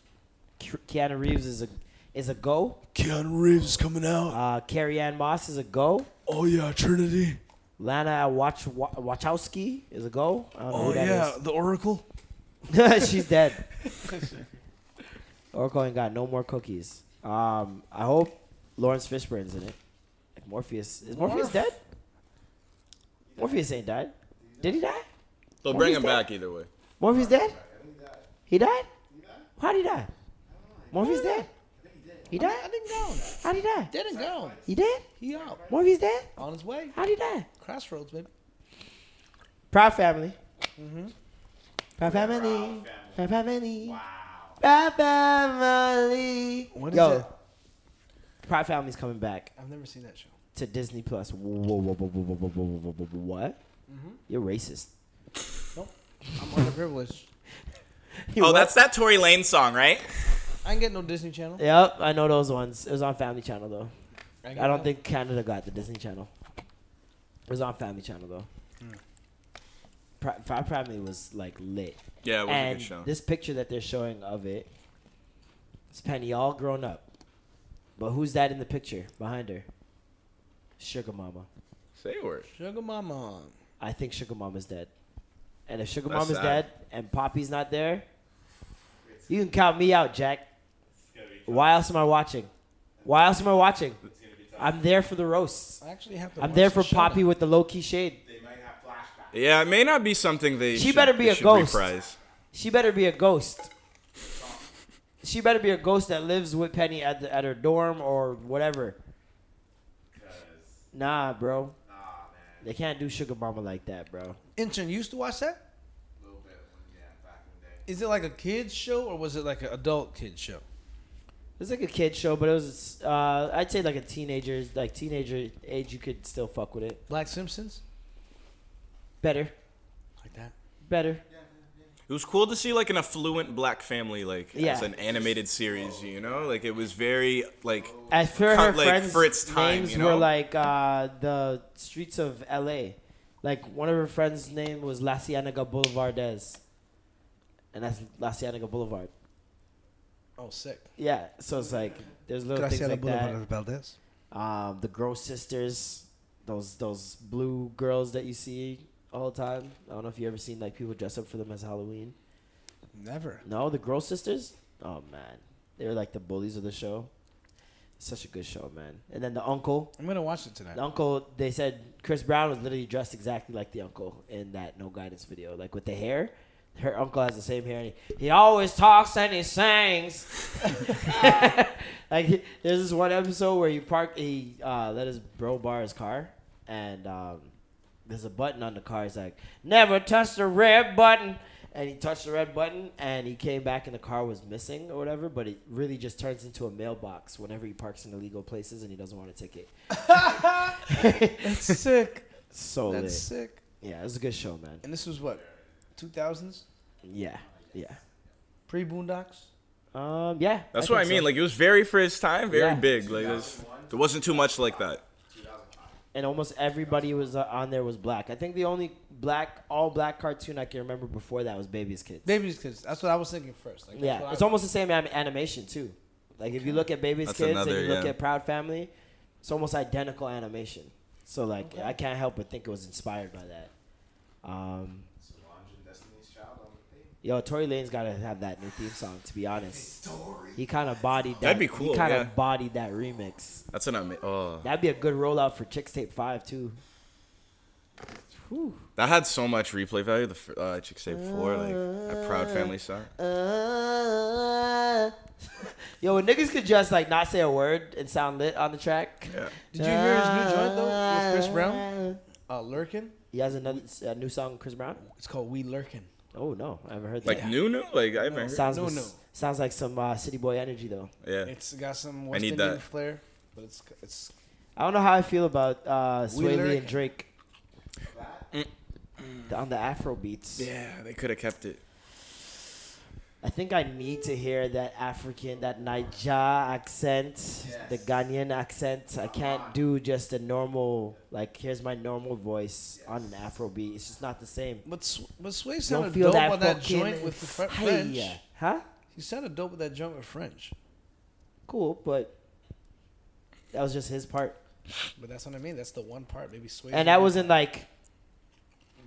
Ke- Keanu Reeves is a is a go. Keanu Reeves is coming out. Uh, Carrie Ann Moss is a go. Oh yeah, Trinity. Lana Wach- Wa- Wachowski is a go. I don't know Oh who yeah, that the Oracle. is. She's dead. Oracle ain't got no more cookies. Um, I hope Lawrence Fishburne's in it. Like Morpheus is Morpheus Morph. dead? Morpheus ain't died. Did he die? They'll What bring is him that? back either way. Morpheus dead? He died? How'd he die? Morpheus dead? He died? I didn't go. How'd he die? Didn't go. He dead? He out Morpheus dead? on his way. How'd he die? Crossroads, baby. Proud family. Mm-hmm. Proud family. Proud family. Proud family. What is Yo, it? Proud family's coming back I've never seen that show. to Disney Plus. Whoa, whoa, whoa, whoa, whoa, whoa, whoa, whoa, whoa, whoa, What? You're racist. I'm underprivileged. You Oh, what? that's that Tory Lane song, right? I ain't getting no Disney Channel. Yep, I know those ones. It was on Family Channel though. I, ain't I don't getting think Canada got the Disney Channel. It was on Family Channel though. Pri- Proud Family was like lit, Yeah, it was a and good show. this picture that they're showing of it, it's Penny all grown up, but who's that in the picture behind her? Sugar Mama. Say a word. that. Sugar Mama. I think Sugar Mama's dead, and if Sugar That's Mama's sad. dead and Poppy's not there, you can count me out, Jack. Why else am I watching? Why else am I watching? I'm there for the roasts. I actually have to. I'm watch there the for show Poppy now. with the low key shade. Yeah, it may not be something they. She should- better be they a should ghost. reprise. She better be a ghost. She better be a ghost that lives with Penny at the, at her dorm or whatever. Nah, bro. They can't do Sugar Mama like that, bro. Intern, you used to watch that? Is it like a kids show or was it like an adult kids show? It's like a kid show, but it was uh, I'd say like a teenager's like teenager age. You could still fuck with it. Black Simpsons, Better, like that. better. It was cool to see like an affluent black family like as Yeah. an animated series, you know? Like it was very like As for her Cut, like, friends, for its time, names you were know? like uh, the streets of L.A. Like one of her friends' name was La Cienega Boulevardes, and that's La Cienega Boulevard. Oh, sick. Yeah, so it's like there's little things like that. Valdez. Um, the Gross Sisters, those those blue girls that you see all the time. I don't know if you ever seen like people dress up for them as Halloween. Never. No, the Girl Sisters. Oh man, they were like the bullies of the show. Such a good show, man. And then the uncle, I'm gonna watch it tonight. the uncle. They said Chris Brown was literally dressed exactly like the uncle in that No Guidance video, like with the hair. her uncle has the same hair. And he, he always talks and he sings. like he- there's this one episode where he parked, he uh, let his bro borrow his car, and um, there's a button on the car. He's like, "Never touch the red button." And he touched the red button, and he came back, and the car was missing or whatever. But it really just turns into a mailbox whenever he parks in illegal places, and he doesn't want a ticket. That's sick. So That's lit. sick. Yeah, it was a good show, man. And this was what, 2000s? Yeah, yeah. Pre Boondocks? Um, yeah. That's I what I think mean. so. Like it was very for its time, very Yeah. big. Like there's, there wasn't too much like that. and almost everybody was uh, on there was black. I think the only black, all black cartoon I can remember before that was Baby's Kids. Baby's Kids. That's what I was thinking first. Like, that's what yeah, I it's was- almost the same anim- animation too. Like if you look at Baby's That's Kids another, and you look yeah. at Proud Family, it's almost identical animation. So like I can't help but think it was inspired by that. Um, Solange and Destiny's Child on the theme. yo, Tory Lane's gotta have that new theme song. To be honest, he kind of bodied that. That'd be He cool, kind of yeah. bodied that remix. That's an amazing. Oh, That'd be a good rollout for Chicks Tape Five too. that had so much replay value. The f- uh, Chick Save Four, like that Proud Family song. Uh, yo, when niggas could just like not say a word and sound lit on the track. Yeah. Did you hear his new joint, though, with Chris Brown? Uh, Lurkin? He has another a new song, with Chris Brown. It's called We Lurkin. Oh no, I haven't heard that. Like new, new. Like I haven't. heard. sounds no, mis- no. sounds like some uh, city boy energy though. Yeah. It's got some West need Indian that. flair, but it's it's I don't know how I feel about uh, Sway Lee lyric- and Drake on the Afro beats. Yeah, they could have kept it. I think I need to hear that African, that Niger accent, the Ghanaian accent. I can't do just a normal, like, here's my normal voice on an Afro beat. It's just not the same. But Sw- but Sway You sounded don't feel dope that on that fucking- joint with the fr- French. Hey, huh? He sounded dope with that joint with French. Cool, but that was just his part. But that's what I mean. That's the one part. Maybe Sway. And that wasn't like,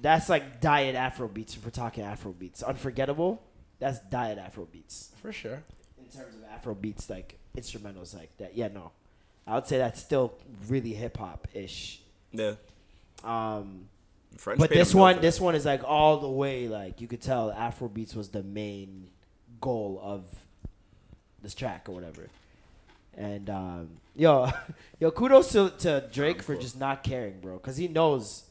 that's like diet Afro beats if we're talking Afro beats. Unforgettable, that's diet Afro beats. for sure. in terms of Afro beats, like instrumentals like that. Yeah, no, I would say that's still really hip hop ish. Yeah. Um, French but paid this them well one, for this one is like all the way. Like you could tell, Afro beats was the main goal of this track or whatever. And um, yo, yo, kudos to, to Drake for just not caring, bro, because he knows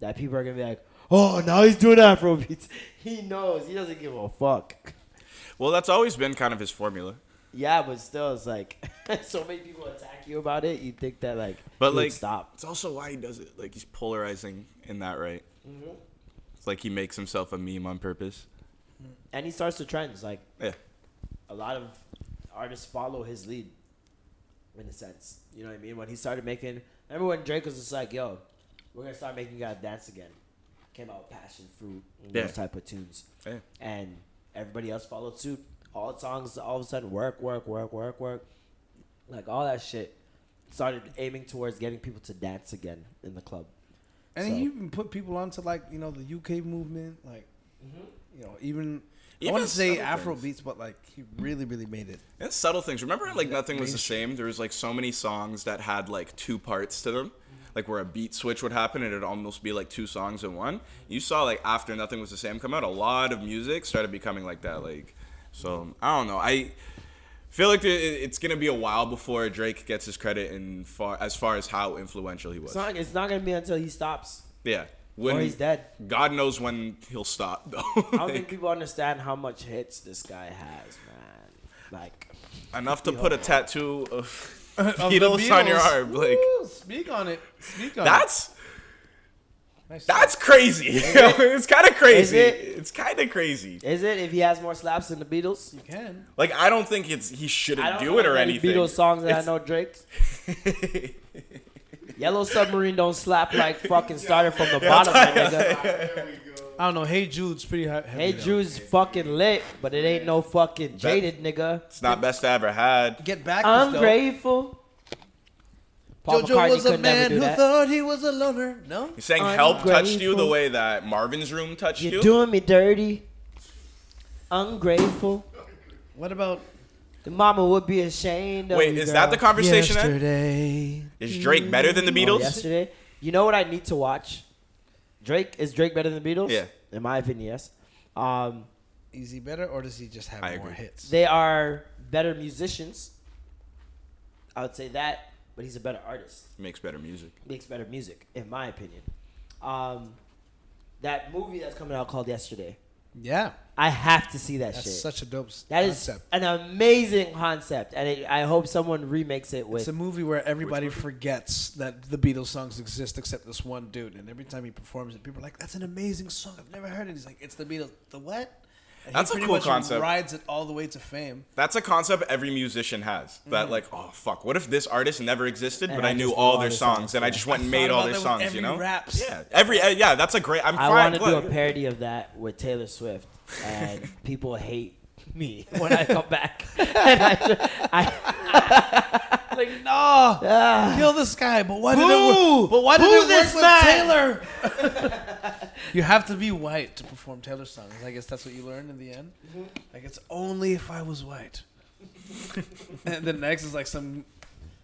that people are gonna be like, oh, now he's doing Afro beats. He knows he doesn't give a fuck. that. Well, that's always been kind of his formula. Yeah, but still, it's like so many people attack you about it. You think that like, But you would like, stop. It's also why he does it. Like he's polarizing in that right. It's like he makes himself a meme on purpose. And he starts the trends. Like Yeah. a lot of artists follow his lead, in a sense. You know what I mean? When he started making, remember when Drake was just like, "Yo, we're gonna start making you guys dance again." Came out with Passion Fruit and Yeah. those type of tunes, Yeah. and everybody else followed suit. All the songs all of a sudden work, work, work, work, work, like all that shit started aiming towards getting people to dance again in the club. And So- he even put people onto like you know the UK movement, like Mm-hmm. you know even. I Even want to say subtle Afro things. beats, but like he really, really made it. And subtle things. Remember, like nothing was the same. There was like so many songs that had like two parts to them, like where a beat switch would happen and it'd almost be like two songs in one. You saw like after nothing was the same come out, a lot of music started becoming like that. Like, so I don't know. I feel like it- it's gonna be a while before Drake gets his credit in far as far as how influential he was. It's not, it's not gonna be until he stops Yeah. When or he's dead. God knows when he'll stop though. I don't think Like, people understand how much hits this guy has, man. Like, enough to put a tattoo of, Of the Beatles on your Beatles. arm. Like Woo, speak on it. Speak on that's it. Nice. that's crazy. it's kind of crazy. it? It's kind of crazy. is it if he has more slaps than the Beatles? you can. Like I don't think it's he shouldn't I don't do know it or any anything. Beatles songs that It's- I know Drake's. Yellow Submarine don't slap like fucking started from the bottom, my nigga. I don't know. Hey Jude's pretty hot. Hey Drew's fucking lit, but it ain't no fucking jaded nigga. It's not best I ever had. Get back. I'm though. grateful. Paul JoJo McCartney was a could never man do who that. thought he was a loner. No. He's saying help touched you the Ungrateful. way that Marvin's room touched you. You're doing me dirty. Ungrateful. What about The mama would be ashamed of Wait, you, is girl. that the conversation? then? yesterday? Is Drake better than the Oh, Beatles? yesterday. You know what I need to watch? Drake is Drake better than the Beatles? Yeah. In my opinion, yes. Um, Is he better, or does he just have I more agree. hits? they are better musicians. I would say that, but he's a better artist. Makes better music. Makes better music, in my opinion. Um, that movie that's coming out called Yesterday. yeah, I have to see that that's shit. such a dope s- That is concept. an amazing concept, and it, I hope someone remakes it with. It's a movie where everybody forgets that the Beatles songs exist except this one dude, and every time he performs it, people are like, "That's an amazing song. I've never heard it." He's like, "It's the Beatles." The what? And That's a he pretty cool much concept. Rides it all the way to fame. That's a concept every musician has. That like, oh fuck, what if this artist never existed, Mm. And but I I, knew just know all all their their songs, songs, and I yeah. just went and thought made all about their that songs. with every you know, raps. yeah, every uh, yeah, that's a great. I'm I fine. want to do look. a parody of that with Taylor Swift, and people hate me when I come back. and I, ju- I, Like, no, kill this guy. But why did it Boo! work? But why did Boo it work Ah. this man! with Taylor? you have to be white to perform Taylor songs. I guess that's what you learn in the end. Mm-hmm. Like, it's only if I was white. and then next is like some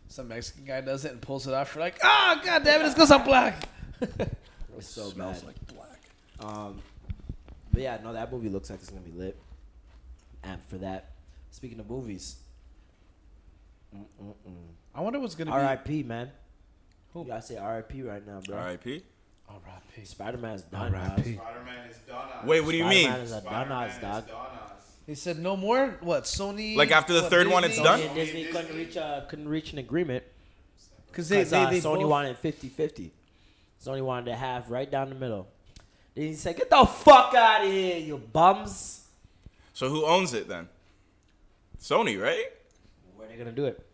some Mexican guy does it and pulls it off. You're like, oh god damn it, it's because I'm black. it's so bad. black. Um, but yeah, no, that movie looks like it's gonna be lit. Amped for that. Speaking of movies, I wonder what's Mm-hmm. gonna R.I.P. Man. Who? I say R.I.p. right now, bro. R.I.P. be. All right, peace. Spider Man's done. R.I.P.. dog. Spider-Man is Donnas. Wait, what do you mean? Spider-Man is a done Spider-Man ass, is dog. Donnas. He said no more. What Sony? Like, after the what, third one, it's Disney? done? Sony and Disney couldn't reach uh, couldn't reach an agreement Because they, because they, they uh, Sony both- wanted 50-50. Sony wanted to have right down the middle. Then he said, "Get the fuck out of here, you bums!" So who owns it then? Sony, right? Where are they gonna do it?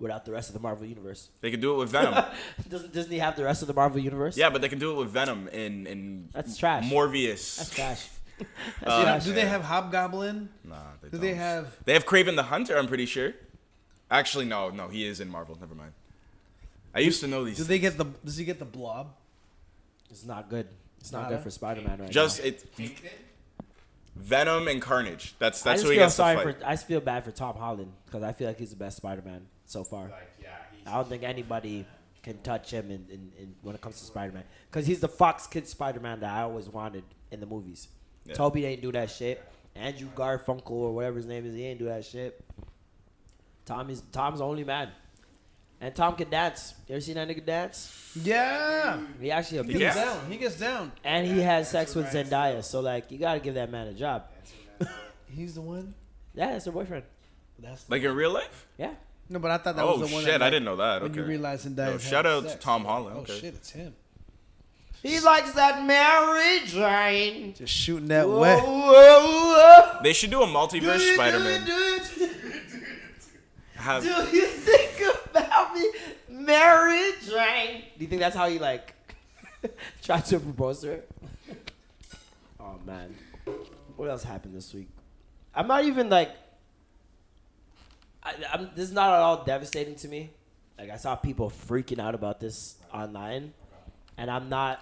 Without the rest of the Marvel universe, They could do it with Venom. doesn't Disney have the rest of the Marvel universe? yeah, but they can do it with Venom and and That's trash. Morbius. that's trash. That's Uh, trash. Do they have Hobgoblin? Nah, they Do they don't. have- They have Craven the Hunter. I'm pretty sure. Actually, no, no, he is in Marvel. Never mind. I used to know these. Do they get the? Does he get the blob? It's not good. It's not Not good a- for Spider Man right Just now. it, Kingpin? Venom and Carnage. That's I that's just who he feel gets to sorry fight. for. I just feel bad for Tom Holland because I feel like he's the best Spider Man so far. Like, yeah, he's I don't think anybody can touch him in, in, in when it comes to Spider Man because he's the Fox Kid Spider Man that I always wanted in the movies. Yeah. Toby didn't do that shit. Andrew Garfunkel or whatever his name is, he ain't do that shit. Tommy's Tom's the only man, and Tom can dance. You ever seen that nigga dance? Yeah. He actually a He gets beast. Yeah. down. He gets down. and he has sex with Zendaya. So like, you gotta give that man a job. He's the one. Yeah, that's her boyfriend. That's Like in real life? Yeah. no, but I thought that oh was the one. shit, that, I didn't know that. When Okay. you realize and No, shout out to Tom Holland. Oh okay. shit, it's him. He likes that Mary Jane. Just shooting that Whoa, wet. whoa, whoa. They should do a multiverse Do you- Spider-Man. Do you, do, you- Have do you think about me, Mary Jane? Do you think that's how he like tried to propose to her? Oh man, what else happened this week? I'm not even like. I, I'm, this is not at all devastating to me. Like I saw people freaking out about this online, and I'm not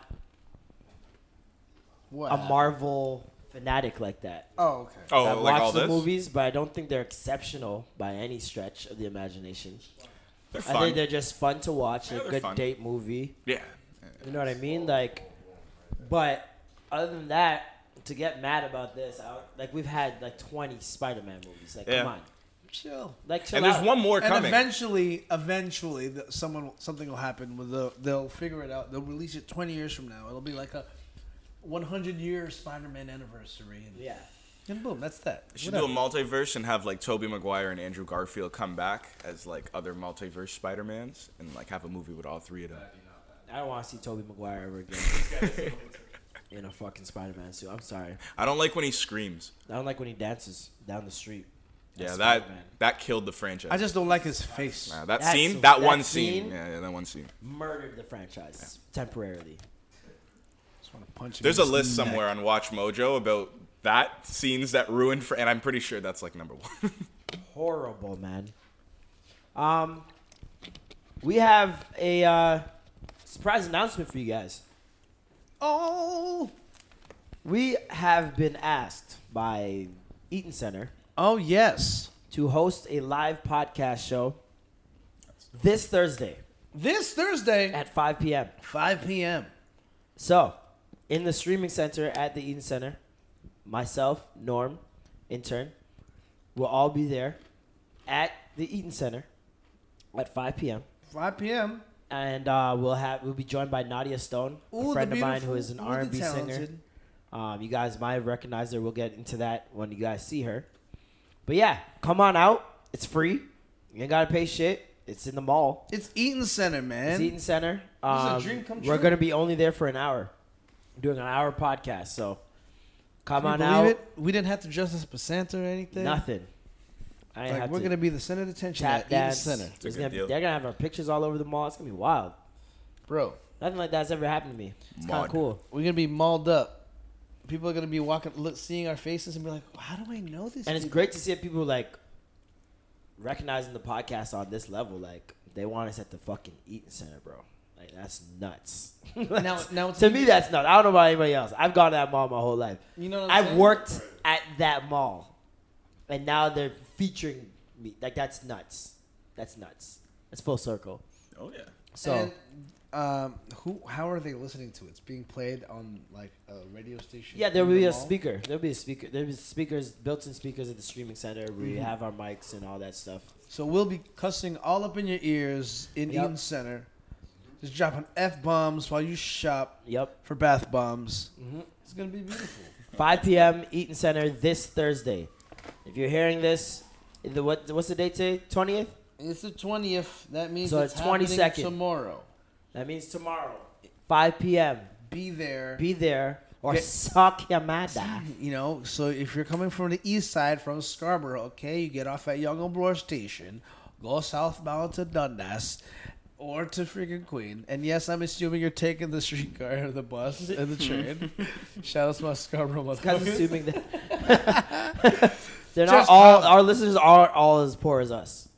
What? a Marvel fanatic like that. oh okay. oh, I've like watched all the this? movies, but I don't think they're exceptional by any stretch of the imagination. They're I fun. think they're just fun to watch, Yeah, a they're good fun. date movie. yeah. You know what I mean? Like, but other than that, to get mad about this, I, don't- like we've had like 20 Spider-Man movies. Like, Yeah. come on, Chill. like chill And there's out. one more And coming. eventually, eventually, the, someone will- something will happen. With the, they'll figure it out. They'll release it 20 years from now. It'll be like a 100 year Spider-Man anniversary. And, Yeah, and boom, that's that. They should do a Whatever. multiverse and have like Toby Maguire and Andrew Garfield come back as like other multiverse Spider-Mans and like have a movie with all three of them. I don't want to see Tobey Maguire ever again in a fucking Spider-Man suit. I'm sorry. I don't like when he screams. I don't like when he dances down the street. as Yeah, that Spider-Man. that killed the franchise. I just don't like his face. Nah, that That's- scene, that, that one scene. scene- Yeah, yeah, that one scene. murdered the franchise temporarily. Just want to punch him There's in a his list neck. somewhere on Watch Mojo about that scenes that ruined, for, and I'm pretty sure that's like number one. horrible, man. Um, we have a uh, surprise announcement for you guys. Oh, We have been asked by Eaton Center oh yes. to host a live podcast show this Thursday This Thursday at 5 p.m. 5 p.m. So, in the streaming center at the Eden Center. Myself, Norm, intern, will all be there at the Eden Center at 5 p.m. 5 p.m. And uh, we'll have we'll be joined by Nadia Stone, Ooh, a friend the of mine who beautiful- is an ooh, the R&B singer. talented. Um, you guys might recognize her. We'll get into that when you guys see her. But yeah, come on out. It's free. You ain't gotta pay shit. It's in the mall. It's Eaton Center, man. It's Eaton Center. is a Um, dream come We're true. gonna be only there for an hour, doing an hour podcast. So come Can you on believe out. it? We didn't have to dress as placenta or anything. Nothing. I ain't Like have we're to gonna be the center of attention tap at Eaton dance. Center, There's a good gonna be- deal. they're gonna have our pictures all over the mall. It's gonna be wild. bro. Nothing like that's ever happened to me. It's kind Mod. of cool. We're gonna be mauled up. People are gonna be walking, look, seeing our faces, and be like, "How do I know this?" And it's people?" great to see people like recognizing the podcast on this level. Like they want us at the fucking Eaton Center, bro. Like that's nuts. That's- now it's to even- me, that's nuts. I don't know about anybody else. I've gone to that mall my whole life. You know what I'm I've saying? worked at that mall, and now they're featuring me. Like that's nuts. That's nuts. That's full circle. Oh yeah. So And, um, who? How are they listening to it? It's being played on like a radio station. Yeah, there in will the be a mall? speaker. There'll be a speaker. There'll be speakers, built-in speakers at the streaming center. We have our mics and all that stuff. So we'll be cussing all up in your ears in Yep. Eaton Center, just dropping f bombs while you shop Yep. for bath bombs. It's gonna be beautiful. 5 p.m. Eaton Center this Thursday. If you're hearing this, the what? What's the date today? 20th. It's the twentieth. That means So it's it's 22nd. happening tomorrow. That means tomorrow. 5 p.m. Be there. Be there or Yeah. suck your mother. you know, so if you're coming from the east side from Scarborough, okay, you get off at Young O'Bloor Station, go southbound to Dundas or to freaking Queen. And yes, I'm assuming you're taking the streetcar or the bus and the train. Shout out to my Scarborough Because motherfuckers. assuming that they're not Just all come. our listeners are all as poor as us.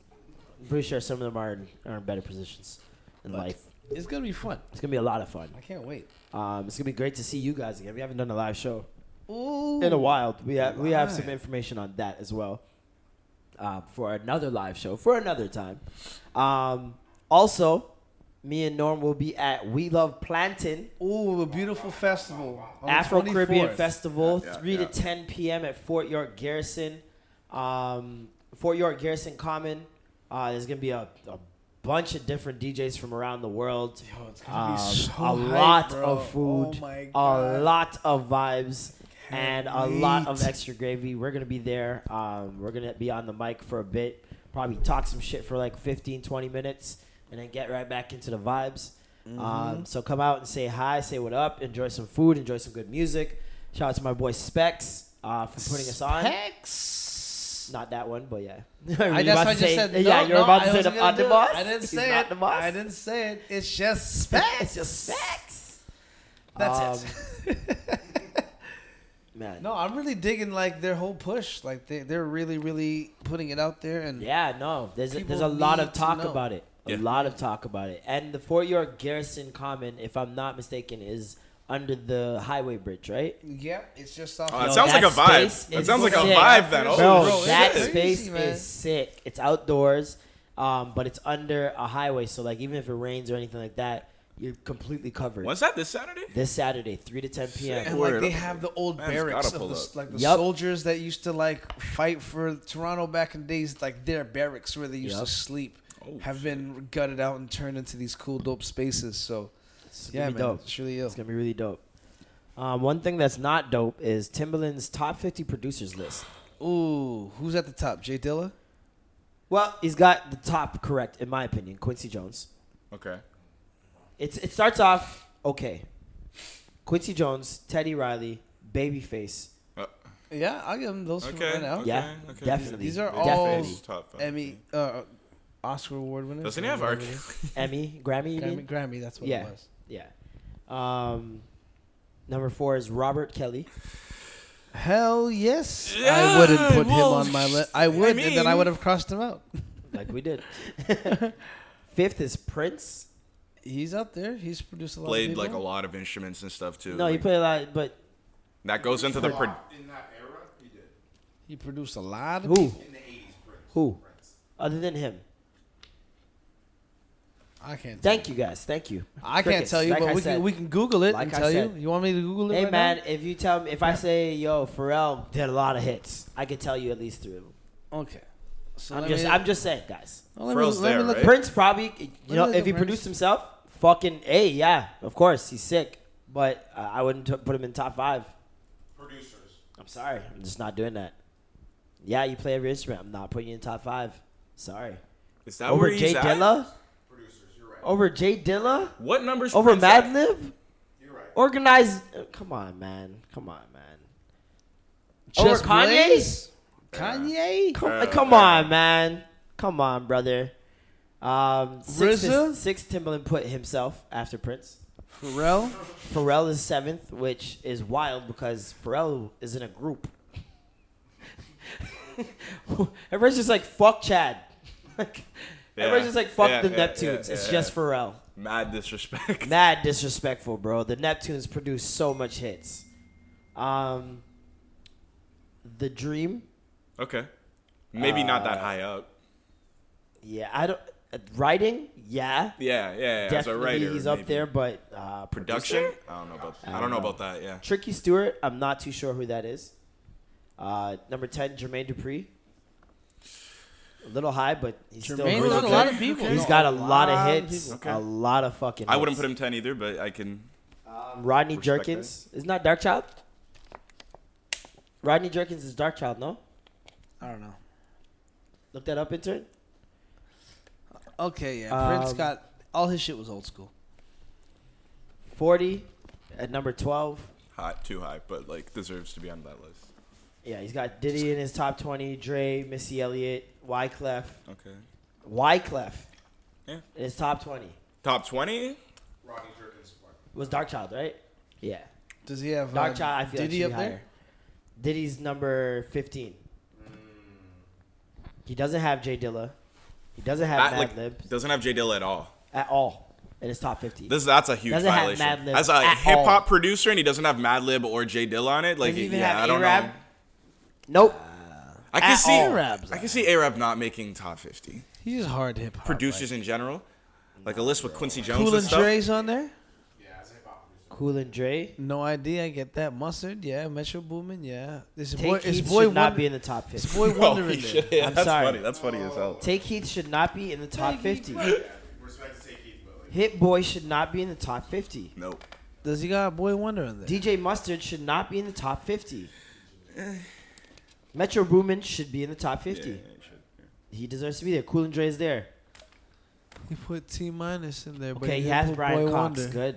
I'm pretty sure some of them are in, are in better positions in life. It's going to be fun. It's gonna be a lot of fun. I can't wait. Um, it's gonna be great to see you guys again. We haven't done a live show Ooh. in a while. We have we have some Live. information on that as well uh, for another live show for another time. Um, also, me and Norm will be at We Love Plantain Ooh, a beautiful festival. on the Afro Caribbean 24th. Festival, Yeah, yeah, three yeah. to ten p.m. at Fort York Garrison, um, Fort York Garrison Common. Uh, there's gonna be a, a bunch of different DJs from around the world. Yo, it's gonna be Um, so a hype, lot bro. of food, Oh my a God. lot of vibes, and Can't a lot of wait. extra gravy. We're gonna be there. Um, we're gonna be on the mic for a bit, probably talk some shit for like 15, 20 minutes, and then get right back into the vibes. Mm-hmm. Um, so come out and say hi, say what up, enjoy some food, enjoy some good music. Shout out to my boy Specs uh, for putting us on. Hex. Not that one, but yeah. I, You're that's about why I to just say- said. Yeah, no, you're no, about I to say wasn't the gonna on the do it. boss. I didn't He's say not it. the boss. I didn't say it. It's just specs. It's just Specs. Um, That's it. Man. no, I'm really digging like their whole push. Like they, they're really, really putting it out there. And Yeah, no. There's a, People there's a lot need of to talk know. about it. A Yeah. lot of talk about it. And the Fort York Garrison Common, if I'm not mistaken, is under the highway bridge, right? yeah, it's just off. Oh, that Yo, sounds that like a vibe. space That is sounds like a sick. vibe. Then Bro, oh Bro, bro, shit. that it's space crazy, man. is sick. It's outdoors, um, but it's under a highway. So like, even if it rains or anything like that, you're completely covered. When's that? This Saturday? This Saturday, three to ten p.m. and like Word. they have the old Man's barracks gotta of pull the, up. like the Yup. soldiers that used to like fight for Toronto back in the days. Like their barracks where they used Yup. to sleep Oh, have been gutted out and turned into these cool, dope spaces. So It's gonna yeah, be man, dope. it's really ill. It's gonna be really dope. Um, one thing that's not dope is Timbaland's top 50 producers list. Ooh, who's at the top? Jay Dilla. Well, he's got the top correct, in my opinion. Quincy Jones. Okay. It's it starts off okay. Quincy Jones, Teddy Riley, Babyface. Uh, Yeah, I'll give him those okay. for right now. okay, Yeah, okay. definitely. These are Babyface all is top five. Emmy, uh, Oscar award winners. Doesn't he have R. Kelly? Emmy, Grammy, you Grammy, mean? Grammy, that's what Yeah. it was. Yeah. Um, number four is Robert Kelly. Hell yes, I Yeah, wouldn't put him well, on my list. I would, and then I mean- would have crossed him out. Like we did. Fifth is Prince. He's out there. He's produced a lot. Played of like a people. lot of instruments and stuff too. No, he Like, played a lot, but that goes into the. Pro- in that era, he did. He produced a lot of. who? In the 80s, Prince. Who? Prince. Other than him. I can't. Tell Thank you guys. Thank you. I can't Crickets. tell you, Like but I we said. can we can Google it Like and I tell said. you. You want me to Google it? Hey right man, if you tell me if I say yo Pharrell did a lot of hits, I could tell you at least three of them. Now? Okay. So I'm let just me- I'm just saying, guys. well, let Pharrell's let there, look- right? Prince probably, you know, What is if the he Prince? produced himself, fucking a yeah, of course he's sick, but uh, I wouldn't t- put him in top five. Producers. I'm sorry, I'm just not doing that. Yeah, you play every instrument. I'm not putting you in top five. Sorry. Is that Over where he's Jay at? Dilla, Producers. You're right. over Jay Dilla, What numbers? over Prince at? Madlib, You're right. organized. uh, Come on, man. Come on, man. over Just Kanye. Blaze? Kanye. Come, Uh, come on, man. Come on, brother. Um, six, RZA? six Timbaland put himself after Prince. Pharrell. Pharrell is seventh, which is wild because Pharrell is in a group. everyone's just like fuck Chad. Like, everyone's Yeah, just like fuck yeah, the yeah, Neptunes. yeah, it's yeah, just yeah. Pharrell. Mad disrespect. Mad disrespectful, bro. The Neptunes produced so much hits. Um, the Dream. okay. Maybe not Uh, that high up. Yeah, I don't. uh, Writing, yeah, Yeah, yeah. yeah as a definitely writer, he's up maybe. there, but uh, Production? producer? I don't know about. I don't know about that. Yeah. Tricky Stewart, I'm not too sure who that is. Uh, number ten, Jermaine Dupri. A little high, but he's Jermaine's still. got a really lot good. of people. He's No, got a a lot lot of of hits. A people. lot of fucking. I wouldn't hits. put him ten either, but I can. Rodney Respect Jerkins. Isn't that Dark Child? Rodney Jerkins is Dark Child, no? I don't know. Look that up, intern. Okay, yeah. Prince Um, got all his shit was old school. 40 at number 12. Hot, too high, but like deserves to be on that list. Yeah, he's got Diddy in his top 20, Dre, Missy Elliott, Wyclef. Okay. Wyclef Yeah. in his top 20. Top twenty. Rodney Jerkins. one. Was Dark Child, right? Yeah. Does he have Dark uh, Child, I feel Diddy like should up be there? higher. Diddy's number 15. He doesn't have Jay Dilla. He doesn't have At, like, Madlib doesn't have J Dilla at all. at all in his top 50. This that's a huge Doesn't have violation. Mad Lib As a at hip all. hop producer, and he doesn't have Madlib or J Dilla on it. Like, Doesn't even yeah, have I don't Uh, A-Rab. know. Nope. I can at see all. A-Rab's I can see Arab not making top fifty. He's just hard hip hop. Producers in general, like a list with Quincy Jones Cool and and stuff. Dre's on there. Yeah, as a hip hop producer. Cool and Dre. No idea. I get that mustard. Yeah, Metro Boomin. Yeah, this Take boy. It's Heath boy should not Wonder. be in the top 50. Boy Oh, Wonder in there. shit. Yeah, I'm that's sorry. funny. That's funny as hell. Take Heath should not be in the top 50. Respect to Take Heath, but like, Hit Boy should not be in the top 50. Nope. Does he got Boy Wonder in there? DJ Mustard should not be in the top 50. Metro Boomin should be in the top 50. He deserves to be there. Cool and Dre is there. he put T minus in there. but Okay, he didn't has put Brian Boy Cox. Wonder. Good.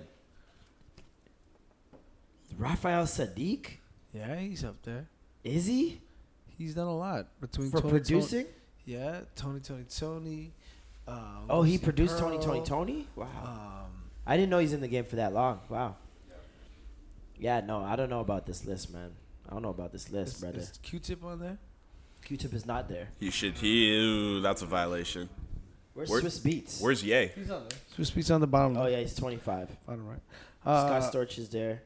Raphael Sadiq? Yeah, he's up there. Is he? He's done a lot between For Tony, producing? Tony, yeah, Tony, Tony, Tony. Um, Oh, he Lucy produced Pearl, Tony, Tony, Tony? Wow. Um, I didn't know he's in the game for that long. Wow. Yeah, no, I don't know about this list, man. I don't know about this list, is, brother. is Q-Tip on there? Q-Tip is not there. He should. He. Ew, that's a violation. Where's Where- Swiss Beats? Where's Ye? He's on there. Swiss Beats on the bottom. Oh left. yeah, he's 25. bottom right. Uh, Scott Storch is there.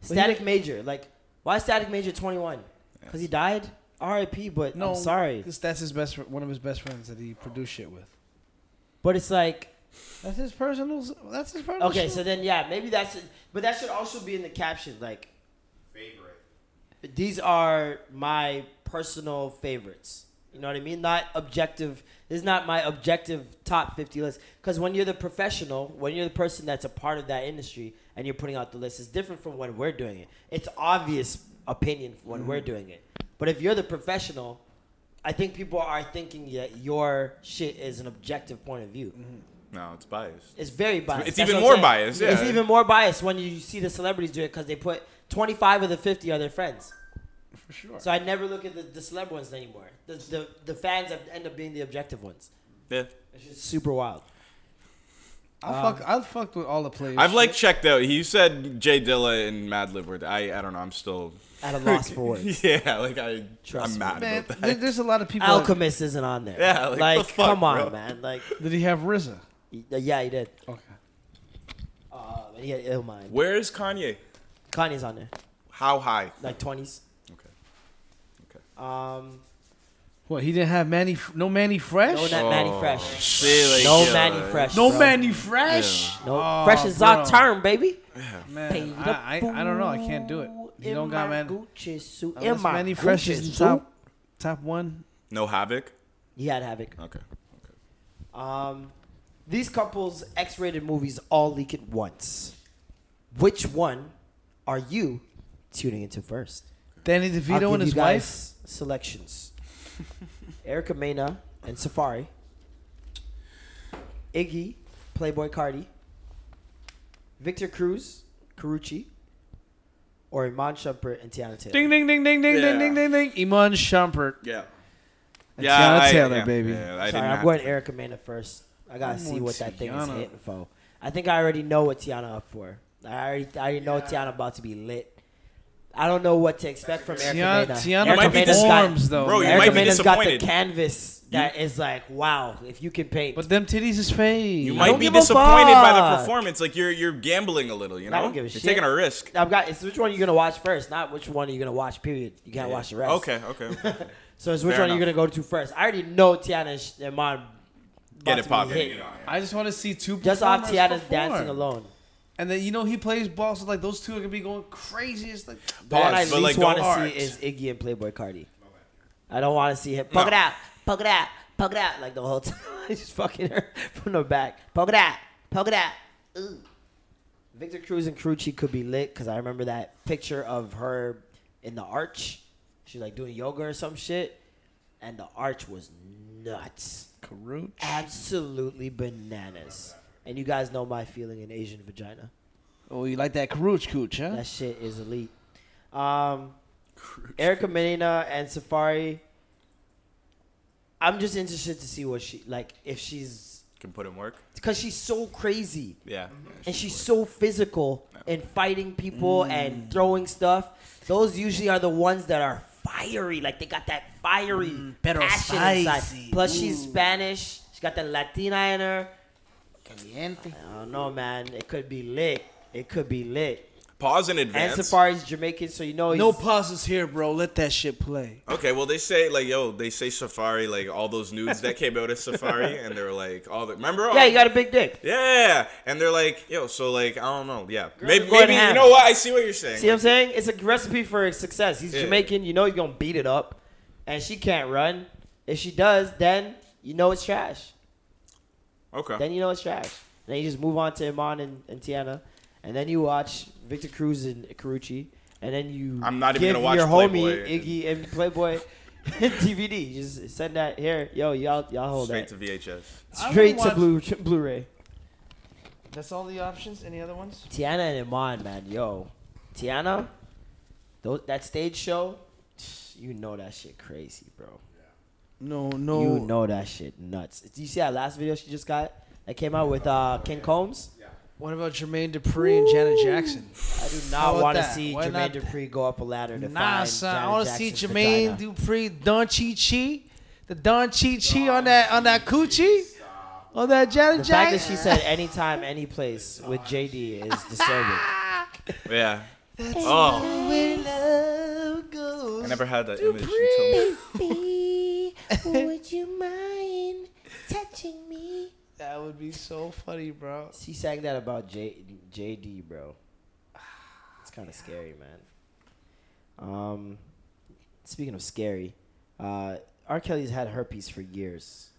he- Static Major, like, why Static Major 21? Because he died. R.I.P. But No, I'm sorry. 'cause that's his best, fr- one of his best friends that he produced shit with. But it's like, That's his personal. s- That's his personal. okay, shit. so then yeah, maybe that's. It. But that should also be in the caption. Like, favorite. these are my personal favorites. You know what I mean? Not objective. This is not my objective top 50 list. Because when you're the professional, when you're the person that's a part of that industry and you're putting out the list, it's different from when we're doing it. It's obvious opinion when we're doing it. But if you're the professional, I think people are thinking that your shit is an objective point of view. No, it's biased. It's very biased. It's That's even what I'm more saying. biased, yeah. It's even more biased when you see the celebrities do it because they put 25 of the 50 are their friends. For sure. So I never look at the, the celeb ones anymore. The, the, the fans have- end up being the objective ones. Yeah. It's just super wild. I fuck. um, I fucked with all the players. I've like shit. checked out. He said Jay Dilla and Madlib were. I. I don't know. I'm still. At a loss for words. yeah. Like I. Trust I'm me. mad man. about there- that. there's a lot of people. that- Alchemist isn't on there. Yeah, like, the fuck, come on, bro? man. Like, did he have RZA? y- yeah, he did. Okay. Uh, and he had ill mind. Where is Kanye? Kanye's on there, How high? like 20s. Okay. Okay. Um, What he didn't have Manny? F- No Manny Fresh. No, not Manny Fresh. See, Oh, like, No yo, Manny Fresh. No bro. Manny Fresh. No, Oh, Fresh is bro. our term, baby. Man, I, I, I don't know. I can't do it. You In don't got my Manny. Gucci suit. In Unless my Manny Fresh Gucci is in suit. top top one. No havoc. You gotta have it. Okay. Um, these couples X-rated movies all leak at once. Which one are you tuning into first? Danny I'll DeVito give and you his wife. guys selections. Erica Mena and Safari. Iggy, Playboy Cardi. Victor Cruz, Carucci. Or Iman Shumpert and Tiana Taylor. Ding ding ding ding ding Yeah. ding ding ding ding. Iman Shumpert. Yeah. And Tiana I- Taylor, yeah, baby. yeah, I Sorry, didn't I'm have- going Erica Mena first. I gotta see on, what that thing is Tiana. hitting for. I think I already know what Tiana up for. I already, I already know Tiana about to be lit. I don't know what to expect from Erica Tiana, Mena. Tiana Eric Erica might be Mena's dis- got- performs though. Bro, you man. might Erica be Mena's got the disappointed. canvas that is like, wow, if you can paint. but them titties is fake. You I might don't be give a disappointed by the fuck. performance. Like you're you're gambling a little. You know, I don't give a you're shit. taking a risk. I've got it's which one you're gonna watch first, not which one you're gonna watch. Period. You can't watch the rest. Okay, okay. okay. So it's which Fair one you're gonna enough. go to first. I already know Tiana and Sh- and Mon. about Get to it be popping. hit. I just want to see two. Just off performers Tiana's perform. dancing alone. And then you know he plays ball, so like those two are gonna be going crazy. It's like All I Pause, least but like want don't. to art. see is Iggy and Playboy Cardi. I don't want to see him poke No. it out, poke it out, poke it out like the whole time. Just fucking her from the back, poke it out, poke it out. Ooh. Victor Cruz and Crucci could be lit because I remember that picture of her in the arch. She's like doing yoga or some shit, and the arch was nuts, Karooch. absolutely bananas. And you guys know my feeling in Asian vagina. Oh, you like that Karooch cooch, huh? That shit is elite. Um, Erica Menina and Safari. I'm just interested to see what she like if she's Can put in work. because she's so crazy Yeah. and she's so physical in fighting people and throwing stuff. Those usually are the ones that are fiery, like they got that fiery Mm, pero passion spicy. inside. Plus, she's Spanish. She got that Latina in her. Caliente. I don't know, man. It could be lit. It could be lit. Pause in And advance. Safari's Jamaican, so you know he's No pauses here, bro. Let that shit play. Okay, well they say like yo, they say Safari like all those nudes that came out of Safari, and they're like all the remember. all- Yeah, you got a big dick. Yeah, and they're like yo, so like I don't know, yeah, maybe, are going maybe you ham. know what I see what you're saying. See what I'm saying? It's a recipe for success. He's Yeah. Jamaican. You know you're going to beat it up. And she can't run. If she does, then you know it's trash. okay, Then you know it's trash. Then you just move on to Iman and, and Tiana. And then you watch Victor Cruz and Carucci. And then you I'm not even give gonna watch your homie Playboy. Iggy and Playboy DVD. Just send that here. Yo, y'all, y'all hold straight that. to VHS. I don't Straight to watch- Blu- Blu-ray. That's all the options. Any other ones? Tiana and Iman, man, yo, Tiana, those, that stage show, you know that shit crazy, bro. No, no. You know that shit nuts. Did you see that last video she just got that came out with uh, Ken Combs? What about Jermaine Dupri and Janet Jackson? I do How not about want to that? see Why Jermaine not- Dupri go up a ladder to Nah, find son. I Janet want to see Jackson's Jermaine vagina. Dupri, Don Chi Chi, the Don Chi Chi on that on that coochie, on that Janet The fact Jackson. that she said anytime, any place with JD is disturbing. Yeah. oh, I never had that image until. Baby, would you mind touching me? that would be so funny, bro. She sang that about J- JD, bro. It's kind of scary, man. Um, speaking of scary, uh, R. Kelly's had herpes for years.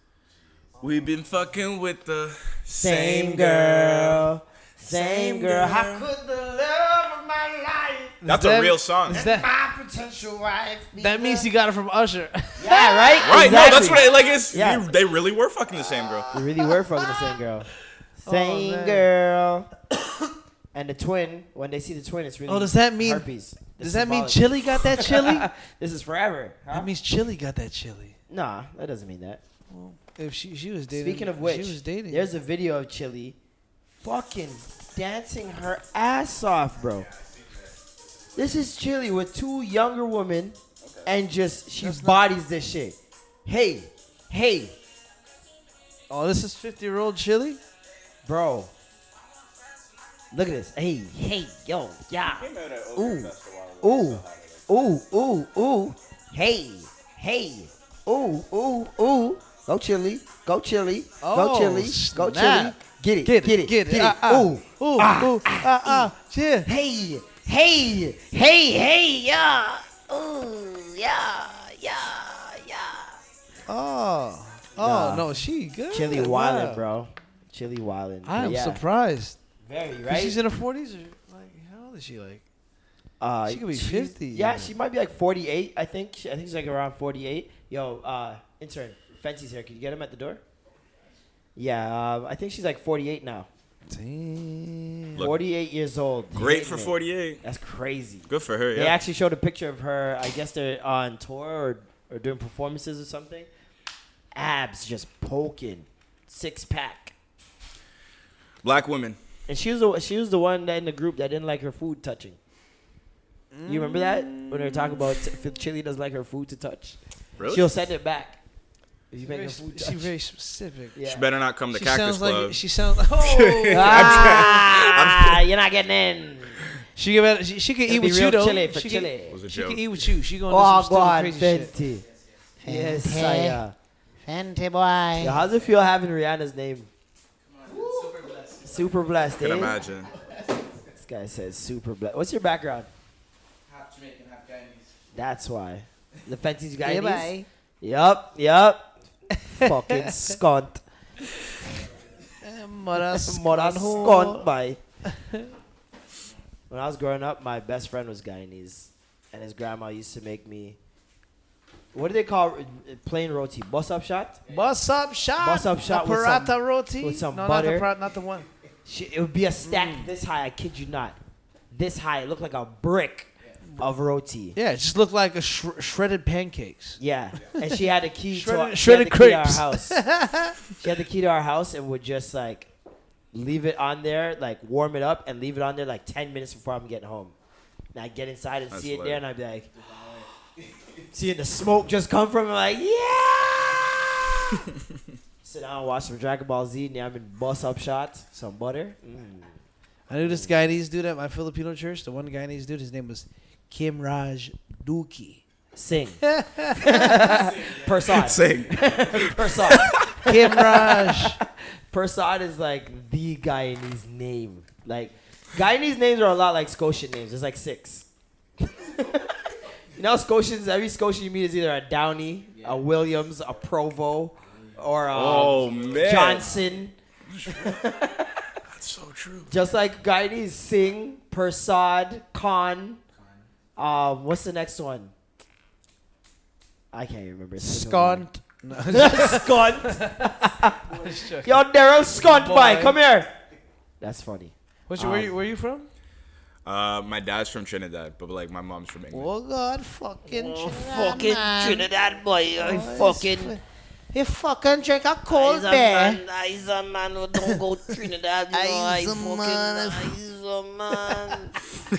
We've been fucking with the same girl. How girl. could the love of my life? That's That- a real song. Is that, My potential wife. be that means the- you got it from Usher. yeah, right. Right, no, that's Exactly. what I like. It's, Yeah. they, they really were fucking the same girl. We really were fucking the same girl. Same Oh, man. girl. And the twin, when they see the twin, it's really Oh, does that mean- herpes. Does that mean Symbolic. Chili got that chili? This is forever. Huh? that means Chili got that chili. Nah, that doesn't mean that. If she she was dating. Speaking of which, she was dating. there's a video of Chili fucking dancing her ass off, bro. This is Chili with two younger women, and just she bodies this shit. Hey, hey, oh, this is fifty year old Chili. bro. Look at this. Hey, hey, yo, yeah. Ooh, ooh, ooh, ooh, ooh. Hey, hey, ooh, ooh, ooh. Go chili, go chili, Oh, go chili, go chili. snap. Get it, get it, get it. Ah, ah. Ooh, ooh, ooh, ah, ah, yeah. hey, hey, hey, hey, yeah. Ooh, yeah, yeah, yeah. Oh, oh Nah. no, she good. Chili wildin', bro. Chili wildin'. I am yeah. surprised. Very 'Cause right. She's in her forties, or like how old is she? Like Uh, She could be she's- 50. Yeah, she might be like 48, I think. She- I think she's like around 48. Yo, uh, intern, Fancy's here. Can you get him at the door? Yeah, um, I think she's like 48 now. damn. Look, 48 years old. Great Hitting for it. 48. That's crazy. Good for her. They Yeah. actually showed a picture of her. I guess they're on tour or, or doing performances or something. Abs just poking, six pack. Black women. And she was the she was the one that in the group that didn't like her food touching. You remember that when they were talking about t- if Chili doesn't like her food to touch, Really? she'll send it back. If you make Very, her sp- food touch, she very specific. yeah. She better not come to She Cactus sounds Club. like she sounds. Oh, ah, you're not getting in. she could better- she, she could It'll eat be with you real though. chili for she chili. was a Could, she could joke. eat with you. She gonna do Oh some still God, crazy shit. Fenty. Yes, Fenty. sire. Fenty boy. Yo, how's it feel having Rihanna's name? Super blessed. Can eh? imagine. This guy says super blessed. What's your background? Half Jamaican, half Guyanese. That's why. The Fenty's guy. Fenty boy. Yep, yep. Fucking scunt. Eh, mother Mother scorn whore. scunt, boy. when I was growing up, my best friend was Guyanese, and his grandma used to make me. What do they call r- r- plain roti? Bus up shot? Bus up shot. Bus up shot A with some- Paratha roti. with some no, butter. Not the, parat- not the one. Shit, it would be a stack Mm. this high. I kid you not. This high. It looked like a brick of roti. Yeah, it just looked like a shre- shredded pancakes. Yeah, and she had a key to our, Shredded- she had the shredded key to our crepes. house. she had the key to our house and would just like leave it on there, like warm it up, and leave it on there like ten minutes before I'm getting home. And I get inside and That's see it lit. there, and I'd be like, seeing the smoke just come from it, like yeah. Sit down, and watch some Dragon Ball Z. Now I'm in bus up shot, some butter. Mm. I knew this Guyanese dude at my Filipino church. The one Guyanese dude, his name was Kim Raj Duki. Sing. Persod. Sing. Persod. Kim Raj. Persad is like the Guyanese name. Like Guyanese names are a lot like Scotian names. There's like six. you know, Scotians. Every Scotian you meet is either a Downey, a Williams, a Provo, or a Oh man. Johnson. That's so true. Just like Guyanese, Singh, Persad, Khan. Um, what's the next one? I can't remember. Scont. No, Scunt. Yo, Daryl Scunt, boy, Boy. come here. That's funny. What's your, where, you, where you from? Uh, my dad's from Trinidad, but like my mom's from England. Oh, God, fucking. Oh, fucking Trinidad boy. I fucking. You fucking drink a cold He's a beer. man. He's a man oh, who don't go Trinidad. You know, I He's a fucking. man. He's a man.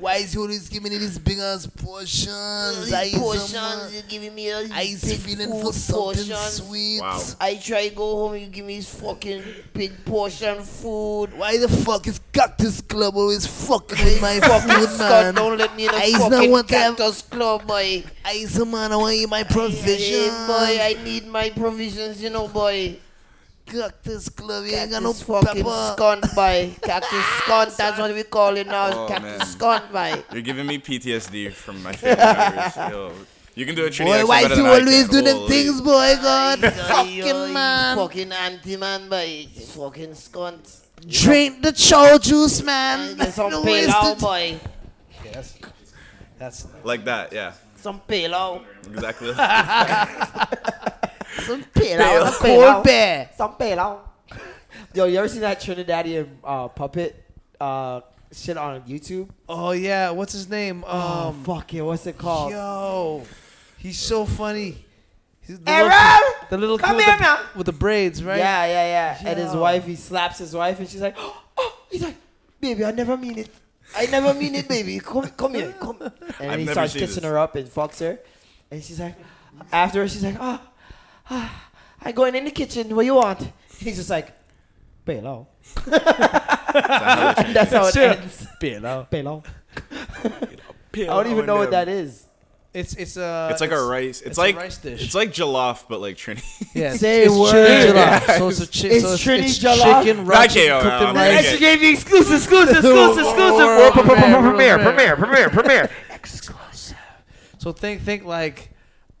Why is he always giving me these big ass portions? These portions, you giving me a big food portions. sweet. Wow. I try go home, you give me fucking big portion food. Why the fuck is Cactus Club always fucking with my Fucking food, Scott, man? don't let me in a I just don't fucking want to have- cactus club, boy. Ice man, I want to eat my provision. Yeah, boy, I need my provisions, you know, boy. Cactus Club, you ain't got no Cactus fucking pepper. scunt, boy. Cactus scunt, that's what we call it now. Oh, cactus scunt, boy. You're giving me PTSD from my family members. Yo, you can do a Trinidad Boy, accent why better you than I always can. do them Holy. things, boy? God, Ay, fucking ay, man. Fucking anti man, boy. Fucking scunt. Drink the chow juice, man. Get some No pale out, wasted- boy. That's Like that, yeah. Some pale out. Exactly. Some pale out. Some Cold pelo. bear. Some pelo. Yo, you ever seen that Trinidadian uh, puppet uh, shit on YouTube? Oh yeah, what's his name? Oh, Um, fucking, what's it called? yo, he's so funny. He's the Errol, little, the little come kid here with, the, now. with the braids, right? Yeah, yeah, yeah, And his Yo. wife, he slaps his wife, and she's like, oh, he's like, baby, I never mean it. I never mean it, baby. Come, come here, come. And then I've he never starts seen kissing this. her up and fucks her, and she's like, afterwards, she's like, ah, ah, I going in the kitchen. What you want? He's just like, Belo. That's how it Sure. ends. Below. Belo. I don't even know what that is. It's it's uh, a. It's like a rice. It's, Oh, it's a like rice dish. It's like jollof, but like Trini. Yeah, it's, Say it's word. Trini jollof. So it's a chi- It's so it's, Trini it's jollof. chicken, Not raw KO, chicken cooked no, in no, rice. okay. She gave me exclusive, exclusive, exclusive, exclusive. World premiere, world premiere, premiere, premiere. premiere, premiere. Exclusive. So think think like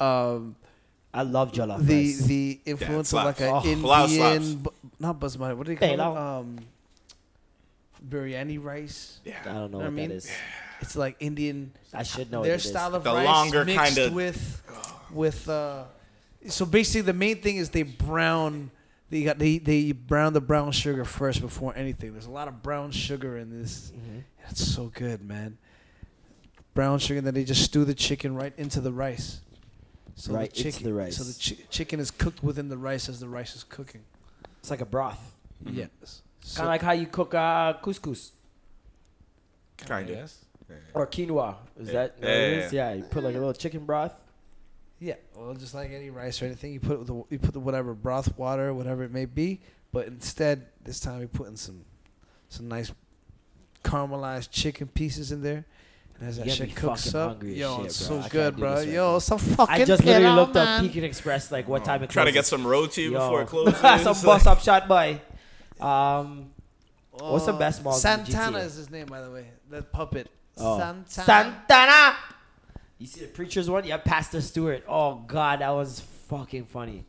um, I love jollof the rice. the influence slaps. of like an Oh, Pulao slaps. Indian, bu- not basmati. What do you call it? Pulao. Um, biryani rice. I don't know I what mean- that is. It's like Indian. I should know what their it is. style of The rice longer mixed kinda- with with uh, so basically the main thing is they brown they got they they brown the brown sugar first before anything. There's a lot of brown sugar in this. Mm-hmm. It's so good, man. Brown sugar, then they just stew the chicken right into the rice. So Right into the rice. So the chi- chicken is cooked within the rice as the rice is cooking. It's like a broth. Mm-hmm. Yes. So, Kind of like how you cook uh, couscous Kind of. or quinoa. Is that what it is? Yeah, you put like a little chicken broth. yeah, well, just like any rice or anything, you put the you put the whatever broth, water, whatever it may be, but instead this time we put in some some nice caramelized chicken pieces in there. And as that You got me shit cooks fucking up, hungry as yo, shit, it's bro. I so can't good, do bro. this right yo, now. it's so fucking. I just literally good, looked man. up Peking Express like what time it Trying Oh, to get closes. some road to you Yo. before it closes. some bus up shot boy. Um, what's the best mall? Oh, Santana in the is his name, by the way. That puppet. Oh. Santana. Santana. You see the preacher's one? Yeah, Pastor Stewart. Oh God, that was fucking funny.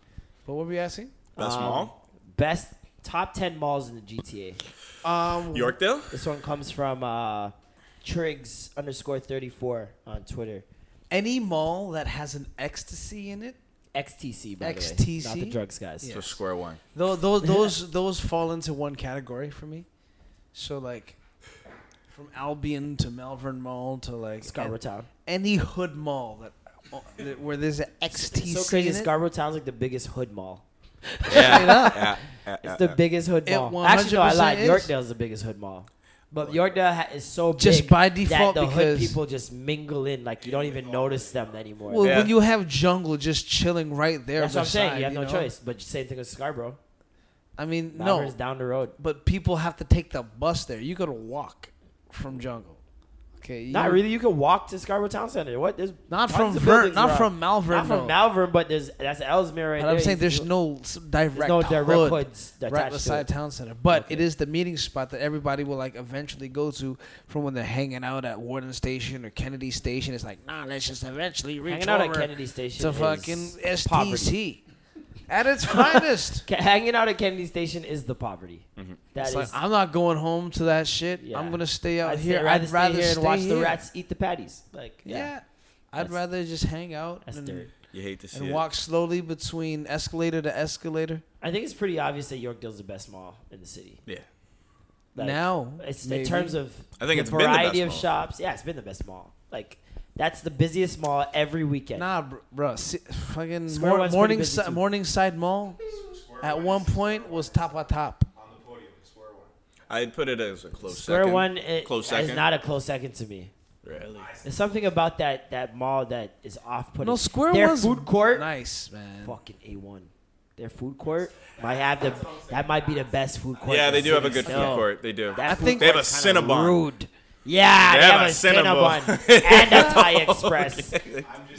But what were we asking? Best Um, mall? Best top ten malls in the GTA. Um, Yorkdale? This one comes from uh, Triggs underscore thirty four on Twitter. any mall that has an ecstasy in it, XTC by the way, not XTC? the drugs guys. So square one. Tho- those those those fall into one category for me. So like, from Albion to Malvern Mall to like Scarborough an- Town. any hood mall that, uh, that where there's an XTC. It's so crazy. in it, Scarborough Town's like the biggest hood mall. Yeah. yeah, yeah, It's the biggest hood It mall. Actually, no, I 100% lied. is. Yorkdale's the biggest hood mall. But Yorkdale ha- is so big Just by default that the hood because- people just mingle in, like you don't even notice them anymore. Well, Yeah. when you have jungle just chilling right there, That's what I'm saying. beside, you have no know? choice. But same thing with Scarborough. I mean, Malvern's no, down the road. but people have to take the bus there. You got to walk from jungle. Okay, you- Not really. You can walk to Scarborough Town Center. What? There's Not tons from of Vern- buildings not around. from Malvern, Not from no. Malvern, but there's that's Ellesmere. Right But there. I'm saying You there's can- no s- direct, no direct hood hoods attached right to beside it. town center, but it is the meeting spot that everybody will like eventually go to from when they're hanging out at Warden Station or Kennedy Station. It's like nah, let's just eventually reach hanging out at over Kennedy Station. to is fucking Poverty. STC at its finest. Ca- Hanging out at Kennedy Station is the poverty. That Mm-hmm. It's is. like, I'm not going home to that shit. yeah. I'm gonna stay out I'd here. Stay, I'd rather stay here and watch the here. rats eat the patties. Like Yeah, yeah, I'd That's- rather just hang out that's dirt. and, You hate to see and it. walk slowly between escalator to escalator. I think it's pretty obvious that Yorkdale's the best mall in the city. Yeah. Like, now, it's maybe. in terms of I think the it's been the variety best of mall. shops. Yeah, it's been the best mall. Like that's the busiest mall every weekend. Nah, br- bro. si- fucking Square mor- One's pretty morning busy si- too. Morningside Mall. At one point was top on top. I'd put it as a close Square second. One it, close is second. not a close second to me. really. There's something about that that mall that is off-putting. No, Square Their One's food court, Nice man. fucking a one. Their food court might have the that might be the best food court. Yeah, in they the do have a city good still. food court. They do. That I food think- They have a court's kinda Cinnabon. Rude. Yeah, they, have, a Cinnabon, and a Thai Express.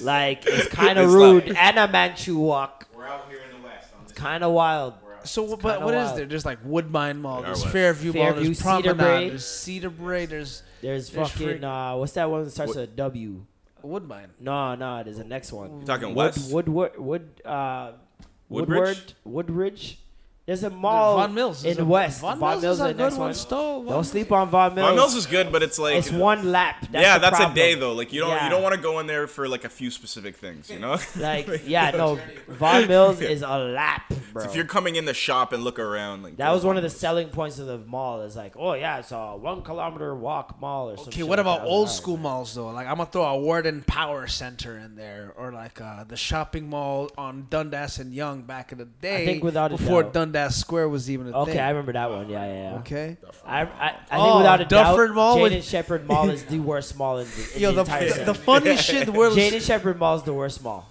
like it's kind of It's rude like- and a Manchu Walk. We're out here in the West. On this Kind of wild. So wh- but kinda what is wild. there? There's like Woodbine Mall. There's was. Fairview, Mall. Fairview, There's Cedar Promenade. Brae. There's Cedar Bray. There's There's There's fucking freak- uh, what's that one that starts with a W? Woodbine. No, no, there's a next one. Talking Wood, West? Wood, Wood, Wood, uh, Woodward, Woodbridge? Woodridge. There's a mall Von Mills is in a- West. Von Mills is the a good next one. Stole Don't one. sleep on Von Mills. Von Mills is good, but it's like it's one lap. That's yeah, the that's a problem. day though. Like you don't Yeah. you don't want to go in there for like a few specific things, you know? Like yeah, no, Von Mills is a lap, bro. if you're coming in the shop and look around, like that was one of the selling points of the mall. Is like, oh yeah, it's a one kilometer walk mall or something. Okay, what about old school malls though? Like I'm gonna throw a Warden Power Center in there, or like uh, the shopping mall on Dundas and Young back in the day. think without a before doubt. Dundas Square was even a Okay, thing. I remember that one. Yeah, yeah. yeah. okay. I, I, I think Oh, without a Dufferin doubt, Mall Jaden with- Shepherd Mall is the worst mall in the, in Yo, the, the, entire the, city. the funny shit. The world Jaden Shepherd Mall is the worst mall.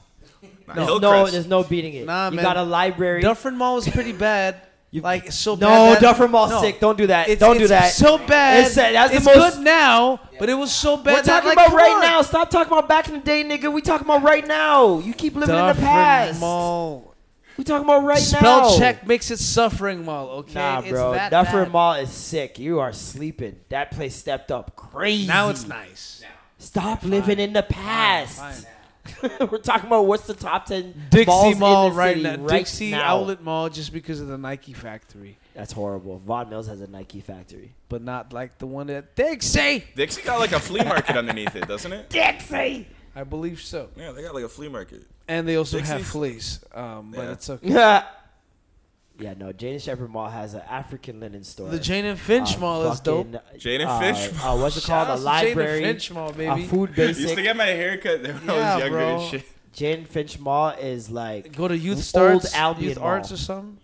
Nah, No, Hillcrest. there's no beating it. Nah, you man. got a library. Dufferin Mall was pretty bad. You- Like it's so no, bad. that- Duffer Mall no. sick. Don't do that. It's- don't do it's that. So bad. It's, uh, that's the It's most- good now, but it was so bad. We're that, talking like, about come right on. now. Stop talking about back in the day, nigga. We talking about right now. You keep living in Duffer the past. Mall. We talking about right now. Spell check makes it suffering mall. Okay, Nah, It's bro. that Duffer bad. Mall is sick. You are sleeping. That place stepped up crazy. Now it's nice. Stop living in the past. Fine. We're talking about what's the top ten malls Dixie in Mall the right city now. right Dixie now. Outlet Mall just because of the Nike factory, That's horrible. Von Mills has a Nike factory. but not like the one at Dixie. Dixie got like a flea market underneath it, doesn't it? Dixie. I believe so. Yeah, they got like a flea market. And they also have Dixie's- fleas, um, but Yeah. it's okay. yeah, no. Jaden Shepherd Mall has an African linen store. The Jane and Finch Uh, Mall is dope. fucking, uh, Jane and uh, Finch Uh, what's it Shout called? A out to Jane and library. Finch Mall, A baby. food Used to basic. get my hair cut there when I Yeah, was younger bro. and shit. Jane and Finch Mall is like Go to Youth old Starts, Albion Youth Mall. Arts or something.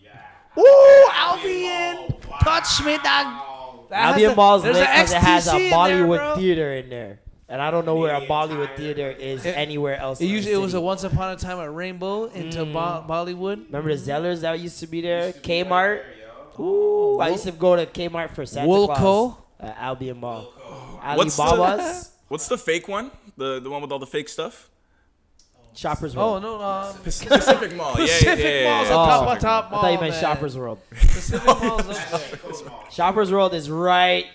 Ooh, Albion, touch me, dog. That has Albion the- Mall's lit there's a because it has a XTC in there, Bollywood bro. theater in there, and I don't know where a Bollywood theater is It- anywhere else. It in the used it was city. Mm. a once upon a time at Rainbow into Bo- Bollywood. Remember the Zellers that used to be there? Kmart. Ooh, I used to go to Kmart for Santa Woolco. Claus. Uh, Albion Mall. What's the- Alibaba's. What's the fake one? The the one with all the fake stuff? Shoppers Oh World. no, uh, Pacific Mall. Yeah, Pacific yeah, yeah, yeah, Mall's yeah. on top Oh. of top I mall. thought you meant man. Shoppers World. Pacific Mall's up there. Shoppers World is right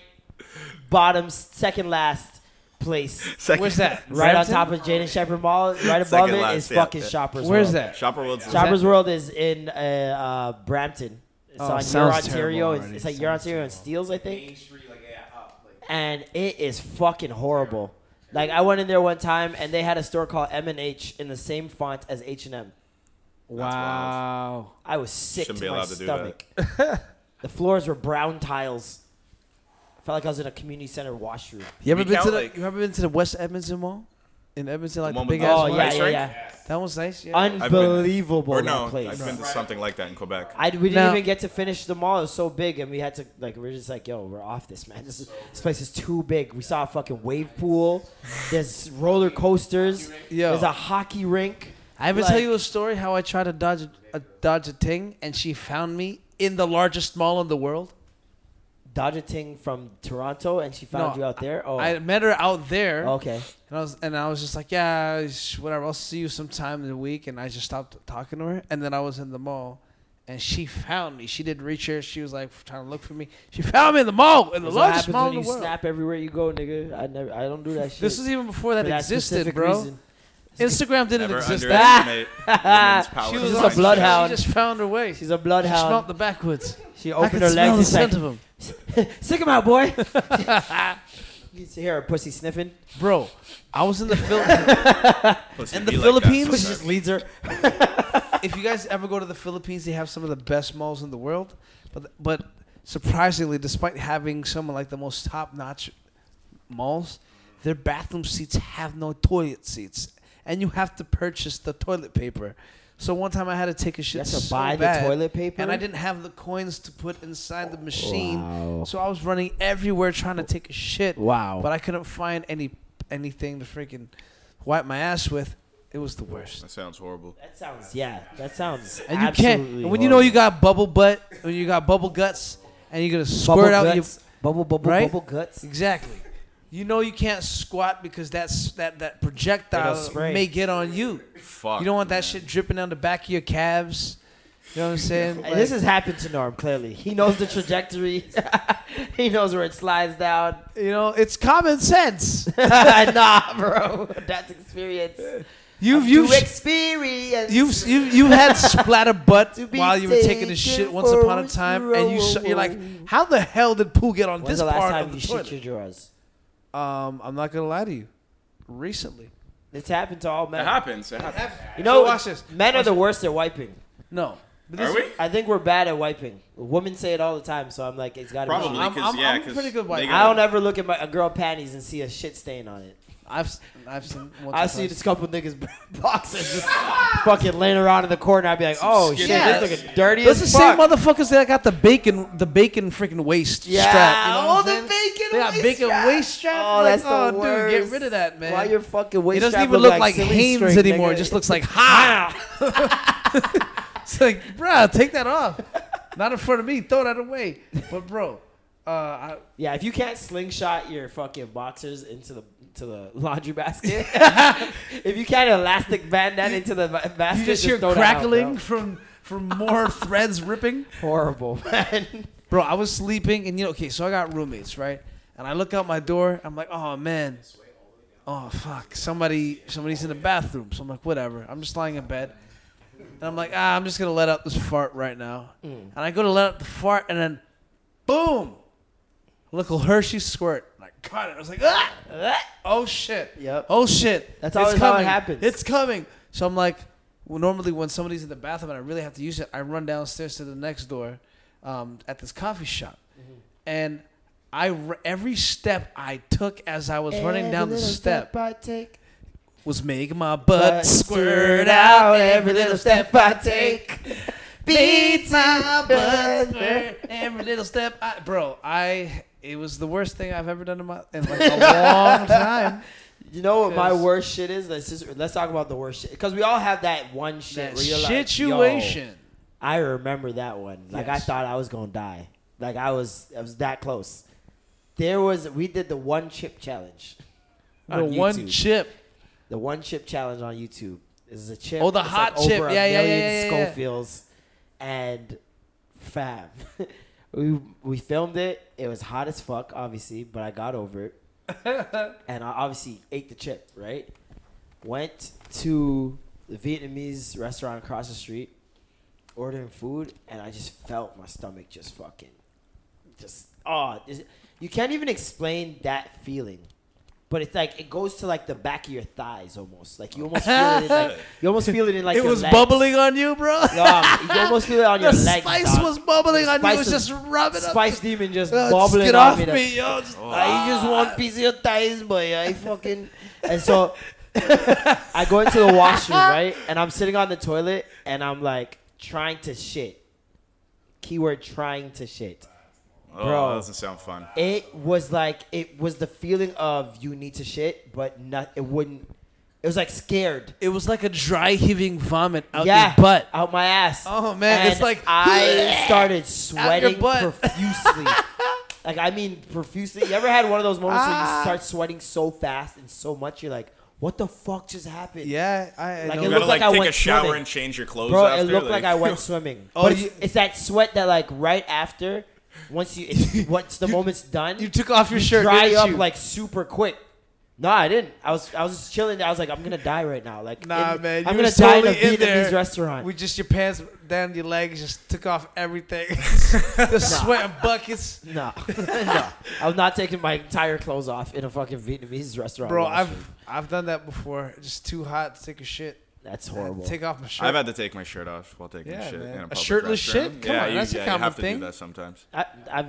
bottom, second last place. Second- Where's that? Right on Brampton? top of Jane and Shepherd Mall. Right above Second it last, is yeah, fucking yeah. Shoppers Where's World. that? Shopper World's that- Shoppers World is in uh, uh, Brampton. It's Oh, on your sounds Ontario. terrible It's, it's like already. your Ontario and Steeles, I think. Main Street, like yeah, up, like and it is fucking horrible. Like I went in there one time and they had a store called M and H in the same font as H and M. Wow. I was sick Shouldn't to be my allowed to do that. stomach. the floors were brown tiles. I felt like I was in a community center washroom. You ever We been to count, the? like- you ever been to the West Edmonton Mall? In Edmonton, like the, one with big the ass Oh one. yeah, ice yeah, Oh, rink? yeah. That one's nice. Yeah. Unbelievable Or that no, place. I've been to something like that in Quebec. I, we didn't Now- even get to finish the mall. It was so big, and we had to like we are just like, yo, we're off this man. This, is, this place is too big. We saw a fucking wave pool. There's roller coasters. Yo. There's a hockey rink. I ever Like- tell you a story how I tried to dodge a, a dodge a ting and she found me in the largest mall in the world. Dodger Ting from Toronto, and she found No, you out there. Oh, I met her out there. okay. And I was and I was just like, yeah, sh- whatever. I'll see you sometime in the week. And I just stopped talking to her. And then I was in the mall, and she found me. She didn't reach here. She was like trying to look for me. She found me in the mall, in That's the what largest happens mall when in the you world. snap everywhere you go, nigga. I never, I don't do that shit. This was even before that, for that existed, specific bro. reason. Instagram didn't Never exist. underestimate women's power. She to She's was find a like, shit. bloodhound. She just found her way. She's a she smelled bloodhound. the backwoods. She I opened could her smell the legs. scent and of him, like, Sick him out, boy. you can hear her pussy sniffing. bro. I was in the Philippines. Pussy And the be like that Philippines Pussy sometimes. just leads her. if you guys ever go to the Philippines, they have some of the best malls in the world. But but surprisingly, despite having some of like the most top notch malls, their bathroom seats have no toilet seats, and you have to purchase the toilet paper. So one time I had to take a shit. You have to so buy the bad, toilet paper? Oh, and I didn't have the coins to put inside the machine. So I was running everywhere trying to take a shit. Wow. But I couldn't find any anything to freaking wipe my ass with. It was the worst. That sounds horrible. That sounds, yeah, that sounds. And you can't. absolutely And when you know you horrible. got bubble butt, when you got bubble guts, and you're gonna bubble squirt out your guts, bubble, bubble, right? bubble guts. exactly. You know you can't squat because that's that that projectile It'll spray. may get on you. Fuck. You don't want that man. shit dripping down the back of your calves. You know what I'm saying? And this Like, has happened to Norm clearly. He knows the trajectory. he knows where it slides down. you know it's common sense. nah, bro. That's experience. You've You you've experience. you've you you had splatter butt To be while you were taking taken a shit once for upon a a time, and you saw, you're like, how the hell did poo get on When's this the last part time of you the shit your toilet? drawers? Um, I'm not gonna lie to you. Recently. It's happened to all It men. happens. It happens. You know, So watch this. men are the worst at wiping. No. But Are we? I think we're bad at wiping. Women say it all the time, so I'm like, it's got to Probably. be. I'm- 'cause, I'm- yeah, I'm 'cause pretty good white. they I got- don't ever look at my, a girl panties and see a shit stain on it. I've s- I've seen. Once I or see twice. this couple niggas boxers just fucking laying around in the corner. I'd be like, oh shit, Yeah. this looking dirty Those the as fuck. same motherfuckers that got the bacon, the bacon freaking waist Yeah, strap. You know what oh, I'm the saying? bacon They got waist bacon strap. waist strap. Oh, Like, that's the oh, dude, worst. get rid of that, man. Why your fucking waist it doesn't strap even look like, silly Hames string, anymore. nigga? It just looks like ha. it's like, bruh, take that off. Not in front of me. Throw that away. But bro, uh, I, Yeah, if you can't slingshot your fucking boxers into the to the laundry basket, if you can't elastic band that into the ba- basket, you just hear throw that out, crackling bro. from from more threads ripping. Horrible, man. Bro, I was sleeping, and you know, okay, so I got roommates, right? And I look out my door. I'm like, oh man, oh fuck, somebody, somebody's in the bathroom. So I'm like, whatever. I'm just lying in bed, and I'm like, ah, I'm just gonna let out this fart right now. And I go to let out the fart, and then, boom, little Hershey squirt. And I caught it. I was like, ah, ah, oh shit, Yep. oh shit. That's It's always how it coming. happens. It's coming. So I'm like, well, normally when somebody's in the bathroom and I really have to use it, I run downstairs to the next door um, at this coffee shop, and I r- every step I took as I was running down the step I take, was make my butt squirt out. Every little step I take beats my butt. squirt. Every little step, I, bro, I it was the worst thing I've ever done in my in like a long time. You know what my 'Cause- worst shit is? Let's just let's talk about the worst shit because we all have that one shit. That where you're like, situation. "Yo, I remember that one. Like I Yes. thought I was gonna die. Like I was, I was that close. There was we did the one chip challenge. the on one YouTube. chip. the one chip challenge on YouTube. This is a chip. Oh, the it's hot chip. Over Yeah, a yeah, yeah, million yeah, yeah, yeah. Schofields and Fab. we we filmed it. It was hot as fuck, obviously, but I got over it. and I obviously ate the chip. Right. Went to the Vietnamese restaurant across the street, ordering food, and I just felt my stomach just fucking, just oh, is- you can't even explain that feeling. But it's like it goes to like the back of your thighs almost. Like you almost feel it. In, like, you almost feel it in like it your was legs. bubbling on you, bro. Um, you almost feel it on the your legs. spice dog. was bubbling on you. It Spice was was- just rubbing up. Spice demon just Uh, just bubbling get on off me. me, Like, yo. Just- I just want piece of your thighs, boy. I fucking. Ah. And so I go into the washroom, right? And I'm sitting on the toilet and I'm like trying to shit. Keyword trying to shit. Oh, Bro. that doesn't sound fun. It was like it was the feeling of you need to shit, but not it wouldn't it was like scared. It was like a dry heaving vomit out yeah, your butt. out my ass. Oh, man, it's And like, I started out your sweating butt. profusely. like I mean profusely. You ever had one of those moments where Ah. you start sweating so fast and so much you're like, what the fuck just happened? Yeah, I, Like, I know it You that. gotta looked like, like I take went a shower swimming. and change your clothes Bro, after. it looked like, I went swimming. Oh, but it's, you- it's that sweat that like right after, once you it's, once the moment's done, you took off your shirt. dry didn't up you? like super quick. No, I didn't. I was I was just chilling. I was like, I'm gonna die right now. Like, nah, in- man. I'm you gonna were die in a totally Vietnamese there restaurant. With just your pants down your legs, just took off everything. the sweat and buckets. no, no, I was not taking my entire clothes off in a fucking Vietnamese restaurant. Bro, washroom. I've I've done that before. Just too hot to take a shit. that's horrible. Take off my shirt. I've had to take my shirt off while taking Yeah, shit man. in a A public shirtless restroom. shit? Come yeah, on, you, that's a yeah, common you have to thing. do that sometimes. I, I've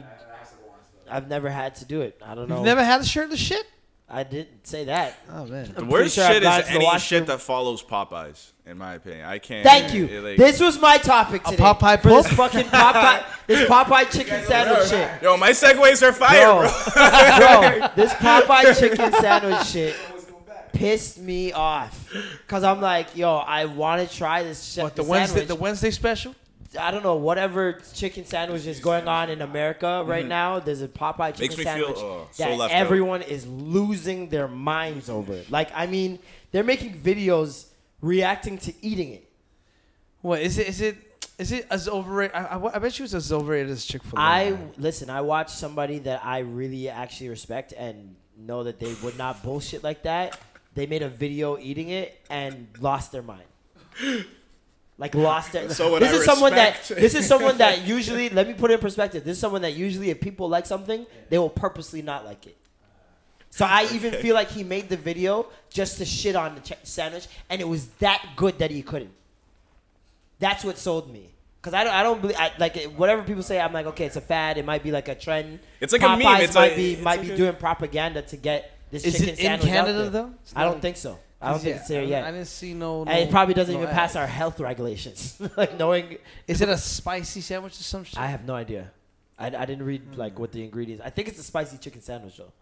I've never had to do it. I don't know. You've never had a shirtless shit? I didn't say that. Oh man. The I'm worst pretty sure I've shit gone is to the any washroom. shit that follows Popeyes, in my opinion. I can't. Thank you. it, like- this was my topic today. Popeye this poop? fucking Popeye, this Popeye chicken sandwich shit. Yo, my segues are fire, Bro, bro. bro, this Popeye chicken sandwich shit pissed me off. Cause I'm like, yo, I want to try this shit. What the, this Wednesday sandwich. the Wednesday special? I don't know whatever chicken sandwich is going on in America right now. There's a Popeye chicken Mm-hmm. Makes me feel, sandwich uh, so that left out. everyone is losing their minds over. Like, I mean, they're making videos reacting to eating it. What is it? Is it is it as overrated? I, I, I bet you it's as overrated as Chick Fil A. I listen. I watched somebody that I really actually respect and know that they would not bullshit like that. They made a video eating it and lost their mind. Like lost their. So what this I is someone that respect. this is someone that usually. Let me put it in perspective. This is someone that usually, if people like something, they will purposely not like it. So I even feel like he made the video just to shit on the ch- sandwich, and it was that good that he couldn't. That's what sold me. Cause I don't, I don't believe, I, like it- whatever people say. I'm like, okay, it's a fad. It might be like a trend. It's like a meme. Popeyes It's might a- be it's might like be a- doing propaganda to get this Is it chicken in sandwich out Canada, there. though? It's I not- don't think so. I don't think it's there I, yet. I didn't see no. and it no- probably doesn't no even pass ads. our health regulations. like knowing, Is it a spicy sandwich or some shit? Hmm. I have no idea. I, I didn't read like what the ingredients. I think it's a spicy chicken sandwich though.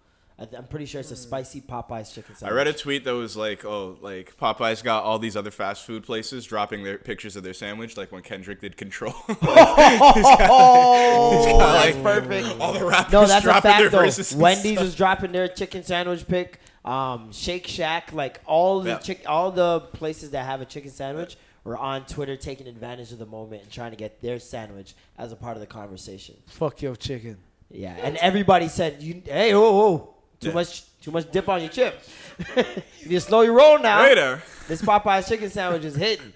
I th- I'm pretty sure it's Hmm. a spicy Popeyes chicken I sandwich. read a tweet that was like, "Oh, like Popeyes got all these other fast food places dropping their pictures of their sandwich, like when Kendrick did Control." Like, he's got- he's got, like, perfect. All the rappers Oh, No, that's a dropping their fact though. verses. and Wendy's stuff. was dropping their chicken sandwich pick. Um, Shake Shack, like all the Yeah. chick, all the places that have a chicken sandwich were on Twitter taking advantage of the moment and trying to get their sandwich as a part of the conversation. Fuck your chicken. Yeah, and everybody said, "You, hey, whoa, whoa, too Yeah. much, too much dip on your chip. you need to slow your roll now. Right there. This Popeye's chicken sandwich is hitting."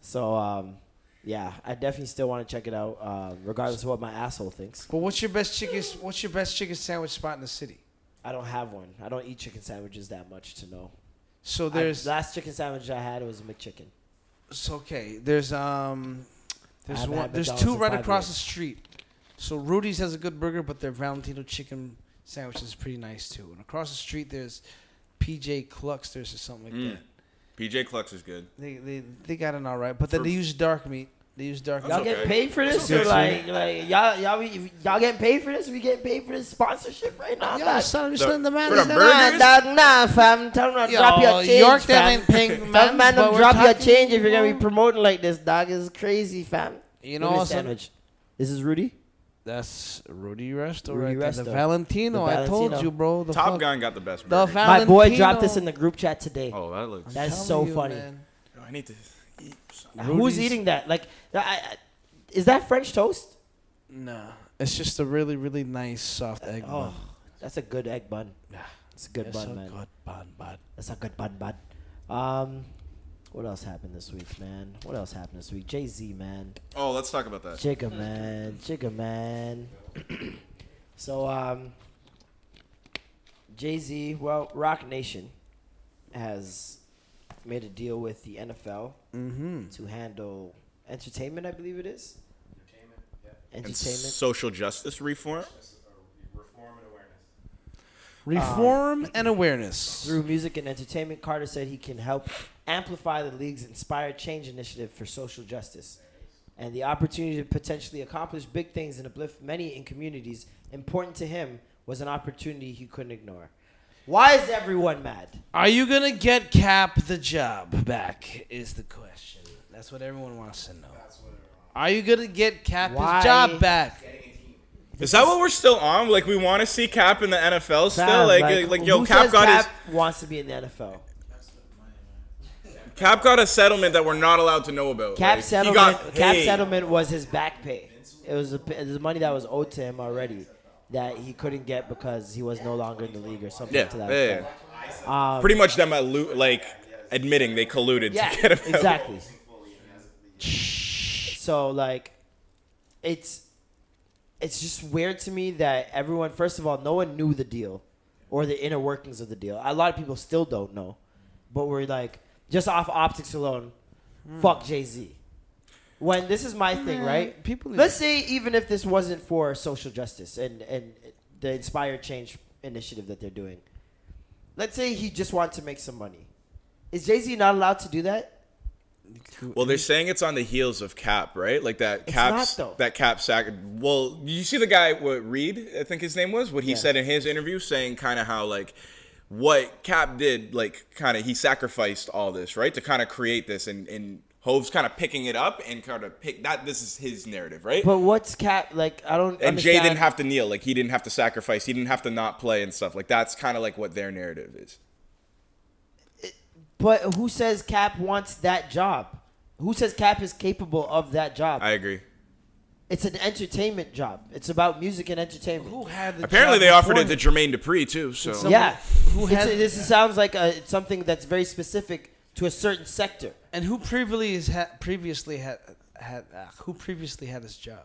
So, um, yeah, I definitely still want to check it out, uh, regardless of what my asshole thinks. But what's your best chicken? What's your best chicken sandwich spot in the city? I don't have one. I don't eat chicken sandwiches that much to know. So There's there's last chicken sandwich I had was a McChicken. so, okay. There's um there's haven't one had there's McDonald's two in right five across years. the street. So Rudy's has a good burger, but their Valentino chicken sandwich is pretty nice too. And across the street there's PJ Cluck's there's or something like that. PJ Clux is good. They they they got it all right, but then they use dark meat. They use dark meat. Y'all okay. get paid for this? okay. Or like, like y'all, y'all, we- y'all getting paid for this? We getting paid for this sponsorship right now? Yo, son, I'm just The- letting the man. for the know. burger? Nah, dog, nah, fam. Tell them to Yo, drop your change, York, that fam. ain't paying Tell man, man but to we're drop your talking, change if you're gonna be bro. promoting like this, dog. It's crazy, fam. You know, Rudy son, sandwich. This is Rudy. That's Rudy Resto Rudy right there. The Resto. Valentino, The I Valentino. told you, bro. The Top fuck- Gun got the best The burger. My Valentino. boy dropped this in the group chat today. oh, that looks. That's Telling so you, funny. man. Yo, I need to. eat some. Now, Rudy's- Who's eating that? Like, I, I, is that French toast? Nah, it's just a really, really nice soft egg Oh, bun. that's a good egg bun. It's a good It's bun, a man. good bun, bud. That's a good bun, bud. Um, what else happened this week, man? What else happened this week? Jay Z, man. Oh, let's talk about that. Jigga, man. Jigga, man. so, um, Jay Z, well, Rock Nation has made a deal with the NFL to handle entertainment, I believe it is. And Entertainment. social justice reform. Reform and awareness. Through music and entertainment, Carter said he can help amplify the league's Inspired Change initiative for social justice and the opportunity to potentially accomplish big things and uplift many in communities important to him was an opportunity he couldn't ignore. Why is everyone mad? Are you gonna get Cap the job back? Is the question. That's what everyone wants to know. Are you gonna get Cap Why? his job back? Is that what we're still on? Like we want to see Cap in the NFL still? Fam, like, like, yo, who Cap says got his Cap wants to be in the NFL. Cap got a settlement that we're not allowed to know about. Like, Cap he settlement. got Cap paid. settlement was his back pay. It was the, it was the money that was owed to him already that he couldn't get because he was no longer in the league or something Yeah, to that yeah, effect. Um, yeah. Pretty much them allu- like admitting they colluded Yeah, to get him. out. exactly. So like, it's it's just weird to me that everyone. First of all, no one knew the deal or the inner workings of the deal. A lot of people still don't know, but we're like just off optics alone. Fuck Jay Z. When this is my thing, right? people- Let's say even if this wasn't for social justice and and the Inspired Change initiative that they're doing, let's say he just wanted to make some money. Is Jay Z not allowed to do that? Well, they're saying it's on the heels of Cap, right? Like that Cap's not, though. that Cap sack. Well, you see the guy what Reed, I think his name was, what he Yeah. said in his interview, saying kind of how like what Cap did, like kind of he sacrificed all this, right, to kind of create this, and and Hove's kind of picking it up and kind of pick that. This is his narrative, right? But what's Cap like? I don't. and Jay didn't understand. have to kneel, like he didn't have to sacrifice, he didn't have to not play and stuff. Like that's kind of like what their narrative is. But who says Cap wants that job? Who says Cap is capable of that job? I agree. it's an entertainment job. It's about music and entertainment. Who had the Apparently, job they offered it before to him? Jermaine Dupri too. So It's a- yeah, Who It's- had- this sounds like a, it's something that's very specific to a certain sector. And who previously has had previously had had uh, who previously had his job?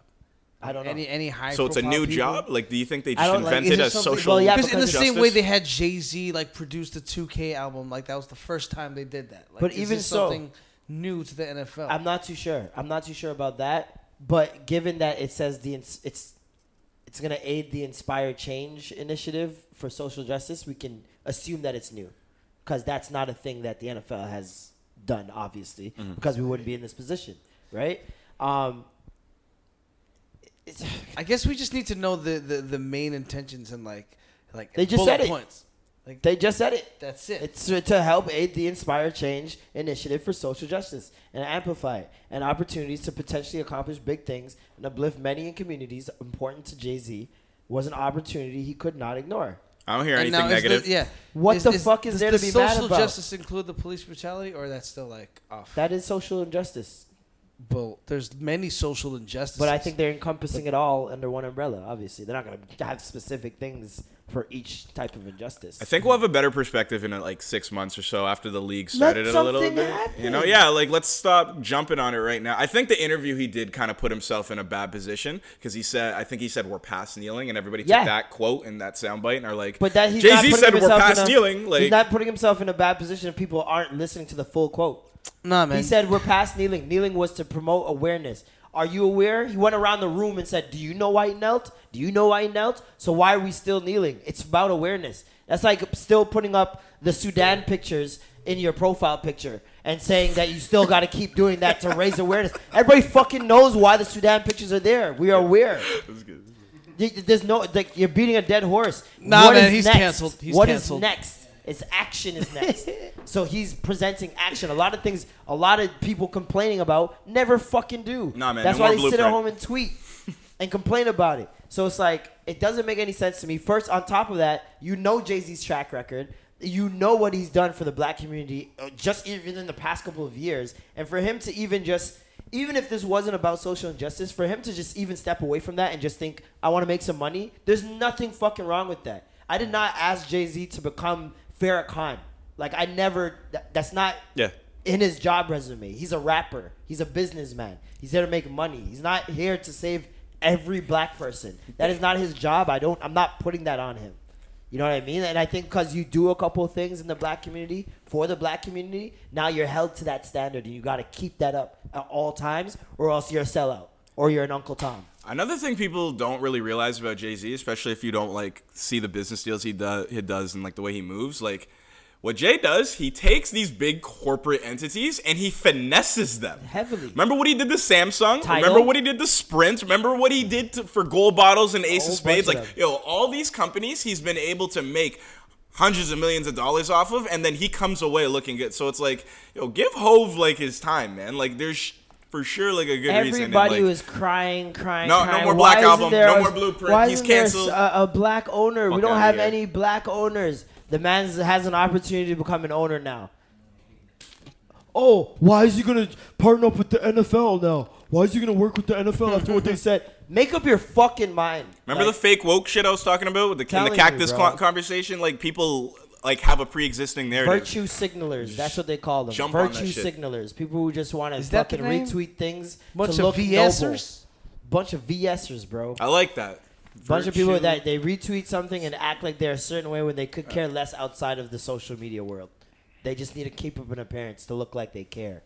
I don't know. Any any high. So it's a profile new people? job? Like, do you think they I just don't, like, invented is it a something- social? well, yeah, Because in the because same way they had Jay Z like produce the 2K album, like that was the first time they did that. Like, But is even this so- something new to the NFL. I'm not too sure. I'm not too sure about that. But given that it says the ins- it's it's going to aid the Inspire Change initiative for social justice, we can assume that it's new because that's not a thing that the NFL has done, obviously, because we wouldn't be in this position, right? Um, it's, I guess we just need to know the, the, the main intentions and like Like They just bullet said it. points. Like They just said it. that's it. It's to- to help aid the Inspire Change initiative for social justice and amplify it and opportunities to potentially accomplish big things and uplift many in communities important to Jay Z was an opportunity he could not ignore. I don't hear And now anything is the- negative. yeah. What the fuck is does there the to be mad Social about? justice include the police brutality, or that's still like off. That is social injustice, Bull. There's many social injustices. but I think they're encompassing it all under one umbrella. Obviously, they're not going to have specific things for each type of injustice. I think we'll have a better perspective in uh, like six months or so after the league started it a little something bit. You know, happen. yeah, like let's stop jumping on it right now. I think the interview he did kind of put himself in a bad position because he said, I think he said we're past kneeling, and everybody Yeah. took that quote and that soundbite and are like, But that he's Jay not Z putting said we're himself in past a- kneeling. Like he's not putting himself in a bad position if people aren't listening to the full quote. Nah, man. He said we're past kneeling. Kneeling was to promote awareness. Are you aware? He went around the room and said, "Do you know why he knelt? Do you know why he knelt? So why are we still kneeling? It's about awareness. That's like still putting up the Sudan pictures in your profile picture and saying that you still got to keep doing that to raise awareness. Everybody fucking knows why the Sudan pictures are there. We are aware. Y- y- There's no like you're beating a dead horse. Nah, What man, is he's next? canceled. He's What is canceled. next? It's action is next. so he's presenting action. A lot of things, a lot of people complaining about never fucking do. Nah, man, That's no why more they sit at blueprint. home and tweet and complain about it. So it's like it doesn't make any sense to me. First, on top of that, you know Jay Z's track record. You know what he's done for the black community, uh, just even in the past couple of years, and for him to even just, even if this wasn't about social injustice, for him to just even step away from that and just think, I want to make some money. There's nothing fucking wrong with that. I did not ask Jay Z to become Farrakhan. Like I never. That, that's not Yeah. in his job resume. He's a rapper. He's a businessman. He's there to make money. He's not here to save every black person. That is not his job. I don't. I'm not putting that on him. You know what I mean? And I think because you do a couple of things in the black community for the black community, now you're held to that standard, and you got to keep that up at all times, or else you're a sellout, or you're an Uncle Tom. Another thing people don't really realize about Jay Z, especially if you don't like see the business deals he, do- he does and like the way he moves, like what Jay does, he takes these big corporate entities and he finesses them Heavily. Remember what he did to Samsung? Tidal? Remember what he did to Sprint? Remember what he did to, for Gold Bottles and Ace whole of Spades? bunch of Like them. yo, all these companies he's been able to make hundreds of millions of dollars off of, and then he comes away looking good. So it's like yo, give Hove like his time, man. Like there's for sure like a good reason. and, Everybody like- was crying, crying. No, no crying. more Black Why isn't Album, there no a- more Blueprint, Why he's isn't there canceled. A, a black owner. we Fuck don't outta have here. any black owners. The man has an opportunity to become an owner now. Oh, why is he gonna partner up with the NFL now? Why is he gonna work with the NFL after what they said? Make up your fucking mind. Remember Like, the fake woke shit I was talking about with the, in the Telling you, cactus bro. con- conversation? Like people like have a pre-existing narrative. Virtue signalers. That's what they call them. Jump on that Virtue shit. signalers. People who just want to Is that the fucking name? retweet things bunch to of look VSers. noble. Bunch of VSers, bro. I like that. bunch of people Virtue. that they retweet something and act like they're a certain way when they could care less outside of the social media world. They just need to keep up an appearance to look like they care.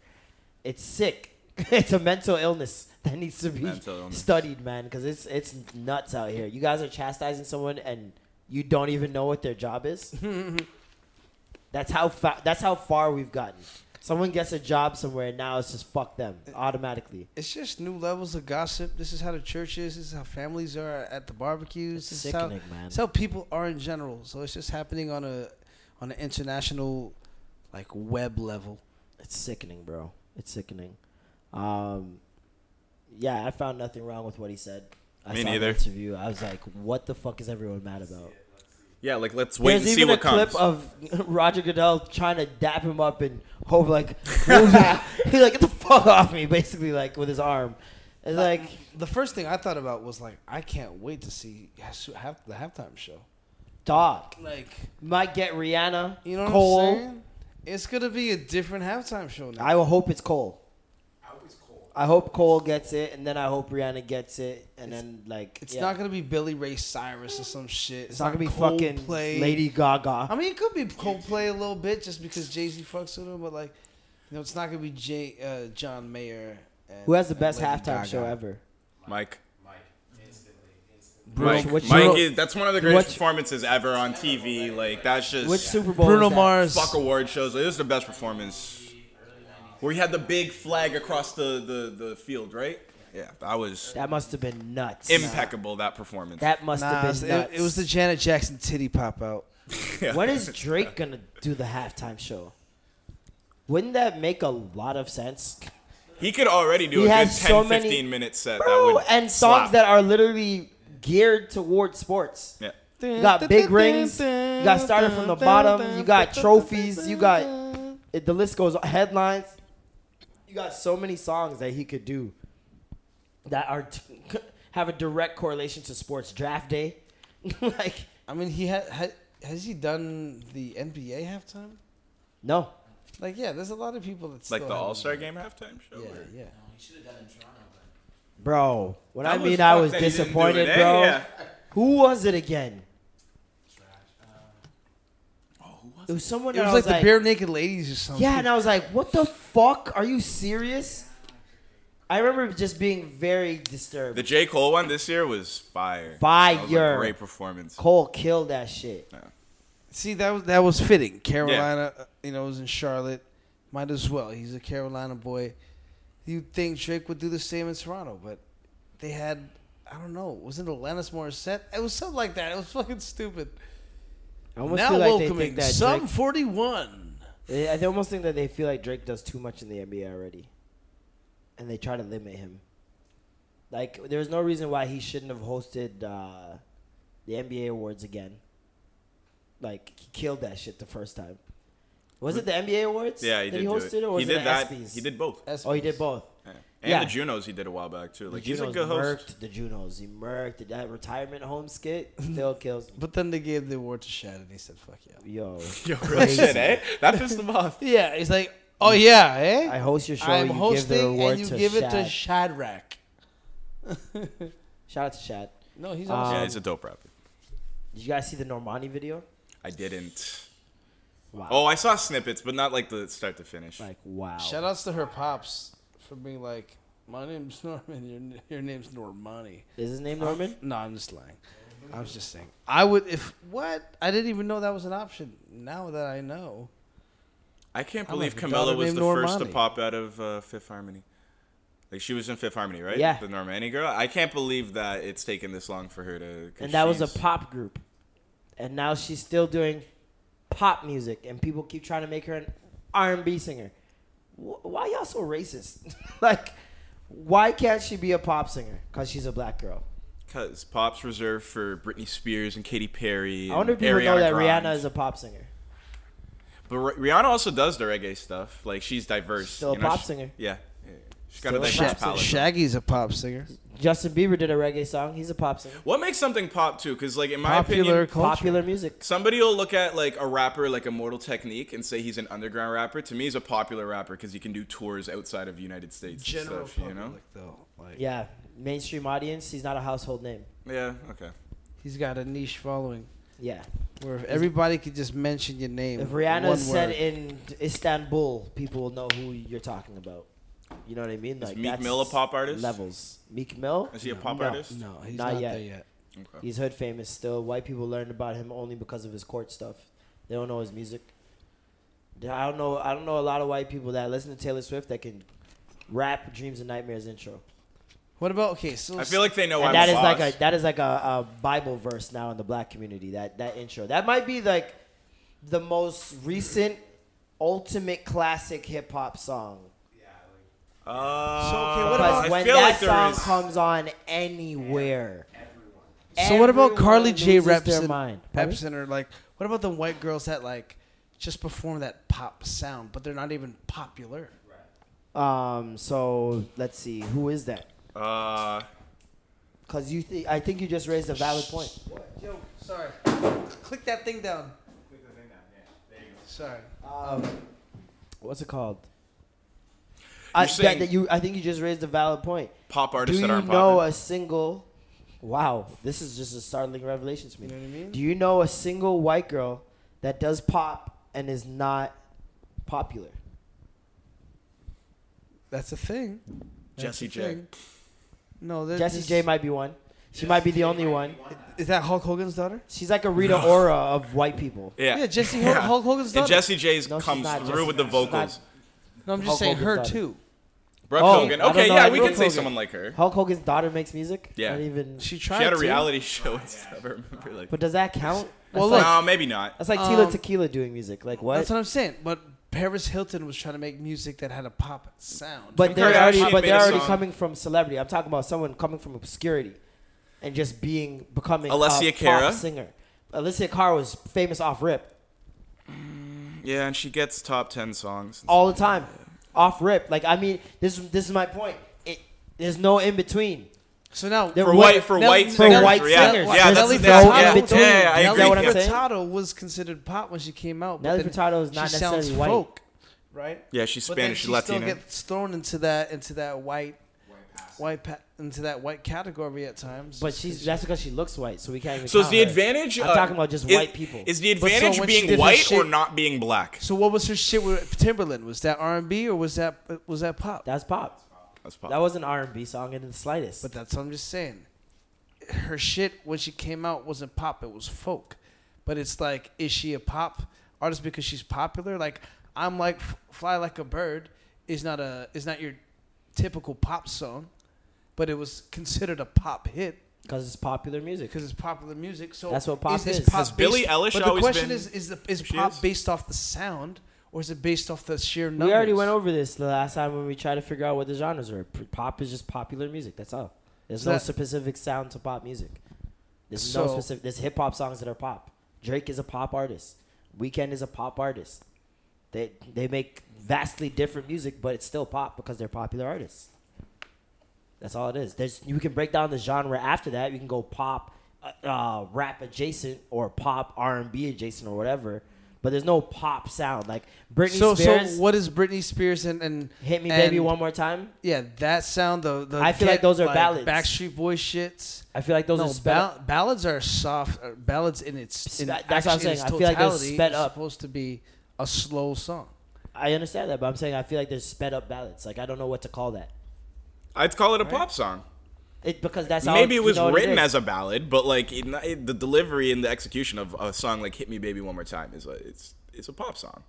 It's sick. it's a mental illness that needs to be Mental illness. studied, man, because it's it's nuts out here. You guys are chastising someone and you don't even know what their job is. that's how fa- that's how far we've gotten. Someone gets a job somewhere and now it's just fuck them automatically. it's just new levels of gossip. This is how the church is. This is how families are at the barbecues. It's this is how, sickening, man. It's how people are in general. So it's just happening on a on an international like web level. It's sickening, bro. It's sickening. Um, yeah, I found nothing wrong with what he said. I Me saw the neither. interview. I was like, what the fuck is everyone mad about? Yeah, like let's wait and There's see even what a clip comes. of Roger Goodell trying to dap him up and hope like move it. he's like, get the fuck off me, basically, like with his arm. It's like The first thing I thought about was like, I can't wait to see half, half- the halftime show. dog. Like, Might get Rihanna. you know Cole. what I'm saying? It's gonna be a different halftime show now. I will hope it's Cole. I hope Cole gets it, and then I hope Rihanna gets it, and then like it's yeah. not gonna be Billy Ray Cyrus or some shit. It's not gonna be fucking Coldplay. Lady Gaga. I mean, it could be Coldplay a little bit just because Jay Z fucks with him, but like, you know, it's not gonna be Jay, uh, John Mayer. And, Who has the and best Lady halftime Gaga. show ever? Mike. Bruno- Mike, which- Mike Bruno- is, that's one of the greatest which- performances ever on TV. Like that's just Which Super Bowl? Bruno was that? Mars. fuck award shows. Like, this is the best performance. Where he had the big flag across the the, the field, right? yeah, that was That must have been nuts. impeccable. That performance. That must Nah, have it, been nuts. it was the Janet Jackson titty pop out. when is Drake gonna do the halftime show? Wouldn't that make a lot of sense? he could already do He a good 10, has so many- 15 minute set. that Bro, would and songs slap. that are literally geared toward sports. Yeah. You got big rings. You got started from the bottom. You got trophies. You got it, the list goes on. headlines. You got so many songs that he could do that are t- have a direct correlation to sports draft day. like I mean, he had ha, has he done the NBA halftime? no, Like, yeah, there's a lot of people that Like still the haven't All Star Game halftime show. done it. or- Yeah, yeah. bro. When I That was mean I fucked was that he didn't do it, disappointed, eh? bro. Yeah. Who was it again? uh, It was someone. It was like the bare naked ladies or something. Yeah, and I was like, what the fuck? Are you serious? I remember just being very disturbed. The J Cole one this year was fire. That was a Fire. great performance. Cole killed that shit. See, that was that was fitting. Carolina, uh, you know, was in Charlotte. Might as well. He's a Carolina boy. You'd think Drake would do the same in Toronto, but they had I don't know. Was it Alanis Morissette? It was something like that. It was fucking stupid. I almost now feel like they welcoming think that some Drake, forty one. they, I almost think that they feel like Drake does too much in the NBA already, and they try to limit him. Like there's no reason why he shouldn't have hosted uh, the NBA awards again. Like he killed that shit the first time. Was it the NBA awards? Yeah, he that did. He do hosted it. or was he did it the that. ESPYs? He did both. Oh, he did both. Yeah. And Yeah. the Junos he did a while back too. Like The he's a Junos good host. murked the Junos. He murked that retirement home skit. Still kills me. But then they gave the award to Shad, and he said, "Fuck yeah." Yo, Yo, real shit, eh? That pissed him off. Yeah, he's like, "Oh yeah, eh? I host your show. I'm you give hosting, the award and you to give it to Shad. Shadrach." Shout out to Shad. No, he's Um, yeah, he's a dope rapper. Did you guys see the Normani video? I didn't. Wow. Oh, I saw snippets, but not like the start to finish. Like wow. Shout outs to her pops for being like, my name's Norman, your, your name's Normani. Is his name Norman? No, I'm just lying. I was just saying. I would, if, what? I didn't even know that was an option. Now that I know. I can't I love believe your daughter Camilla was named the first to Normani. pop out of uh, Fifth Harmony. Like she was in Fifth Harmony, right? Yeah. The Normani girl. I can't believe that it's taken this long for her to. 'cause and that was a she's- pop group, and now she's still doing pop music, and people keep trying to make her an R and B singer. Wh- Why y'all so racist? like, why can't she be a pop singer? Cause she's a black girl. Cause pop's reserved for Britney Spears and Katy Perry. I wonder if and people know Ariana that Grande. Rihanna is a pop singer. But Ri- Rihanna also does the reggae stuff. Like she's diverse. Still a you know, pop she- singer. Yeah. yeah. She's got Still a a diverse pop palette. Shaggy's a pop singer. Justin Bieber did a reggae song. He's a pop singer. What makes something pop too? Because like in my Popular opinion, culture. Popular music. somebody will look at like a rapper like Immortal Technique and say he's an underground rapper. To me, he's a popular rapper because he can do tours outside of the United States. General and stuff, you know? public, though. Like, Yeah, mainstream audience. He's not a household name. Yeah. Okay. He's got a niche following Yeah. where if everybody could just mention your name. If one Rihanna said word. in Istanbul, people will know who you're talking about. You know what I mean? Meek that's Mill a pop artist? Levels. Meek Mill? Is he a pop no, artist? No, he's not not, yet. there yet. Okay. He's hood famous still. White people learned about him only because of his court stuff. They don't know his music. I don't know. I don't know a lot of white people that listen to Taylor Swift that can rap "Dreams and Nightmares" intro. What about, okay, so. I feel like they know. I'm and that a is boss. like a that is like a, a Bible verse now in the black community. That that intro that might be like the most recent ultimate classic hip hop song. Uh, okay, what Because about- when I feel that like there song is- comes on anywhere, So what about everyone Carly J. loses their Repson? mind. Pardon? Repson or like what about the white girls that like just perform that pop sound, but they're not even popular. Um. So let's see. Who is that? Uh, Because you, think I think you just raised a valid point. What? Yo, sorry. Click that thing down. Sorry. What's it called? I, that- saying- that you, I think you just raised a valid point. pop Do artists you that aren't know popular. a single? Wow, this is just a startling revelation to me. You know what I mean? Do you know a single white girl that does pop and is not popular? That's a thing. That's Jesse a J. thing. No, there- Jessie this- J might be one. She might be the only one. Is that Hulk Hogan's daughter? She's like a Rita Ora of white people. Yeah. Yeah, Jesse Hol- Hulk Hogan's And daughter. Jesse J's No, she's comes not through Jesse- with the she's not- vocals. No, I'm just Hulk saying Hogan's her daughter. too. Brooke Oh, Hogan. I don't Okay, know, yeah, like we Brooke can say Hogan. someone like her. Hulk Hogan's daughter makes music. Yeah. Not even. She She tried had a to. reality show and stuff. I remember, like, But does that count? That's Well, like, no, maybe not. that's like Tila um, Tequila doing music. Like what? That's what I'm saying. But Paris Hilton was trying to make music that had a pop sound. But Kim they're already, Kardashian but made they're a already song. coming from celebrity. I'm talking about someone coming from obscurity, and just being becoming Alessia a Cara? pop singer. Alessia Cara was famous off rip Yeah, and she gets top ten songs. all the time, off rip. Like I mean, this this is my point. It, there's no in between. so now There for what- white, for Nell- white, Nell- for singers, white yeah, singers. yeah, that's, Nelly that's- yeah, Furtado- yeah, yeah, I Nelly agree. Furtado- yeah. saying? Furtado was considered pop when she came out. but Nelly then Furtado is not she necessarily sounds white. folk, right? Yeah, she's But then Spanish, she she's Latina. Still gets thrown into that into that white, white, pa- into that white category at times. But she's that's because she looks white, so we can't even. So is count the her. advantage? I'm uh, talking about just is- white people. Is the But so advantage when she did being her white or shit- not being black? So what was her shit with Timberland? Was that R and B or was that was that pop? that's pop. That's pop. That was an R&B song in the slightest. but that's what I'm just saying. Her shit when she came out wasn't pop; it was folk. But it's like, is she a pop artist because she's popular? Like I'm like F- "Fly Like a Bird" is not a is not your typical pop song, but it was considered a pop hit because it's popular music. because it's popular music. So That's what pop is. Has Billie based- Eilish But the always question been is: is the is she pop is? based off the sound or is it based off the sheer numbers? We already went over this the last time when we tried to figure out what the genres are. P- Pop is just popular music. That's all. There's So no that- specific sound to pop music. There's no So- specific. There's hip hop songs that are pop. Drake is a pop artist. Weekend is a pop artist. They they make vastly different music, but it's still pop because they're popular artists. That's all it is. There's you can break down the genre after that. You can go pop, uh, uh, rap adjacent, or pop R and B adjacent, or whatever. But there's no pop sound like Britney So Spears. so what is Britney Spears and and Hit me, and- baby, one more time. Yeah, that sound. The, the I feel like those are ballads. Backstreet Boy shits. I feel like those no, are sped bal- up. ballads are soft. Or ballads in its Spe- in that's what I'm action, in saying. its I feel like those totality sped is up. Supposed to be a slow song. I understand that, but I'm saying I feel like there's sped up ballads. Like I don't know what to call that. I'd call it a pop song. It because that's how Maybe you it was know what written is. as a ballad, but like it, not- it- the delivery and the execution of a song like "Hit Me, Baby, One More Time" is a it's it's a pop song.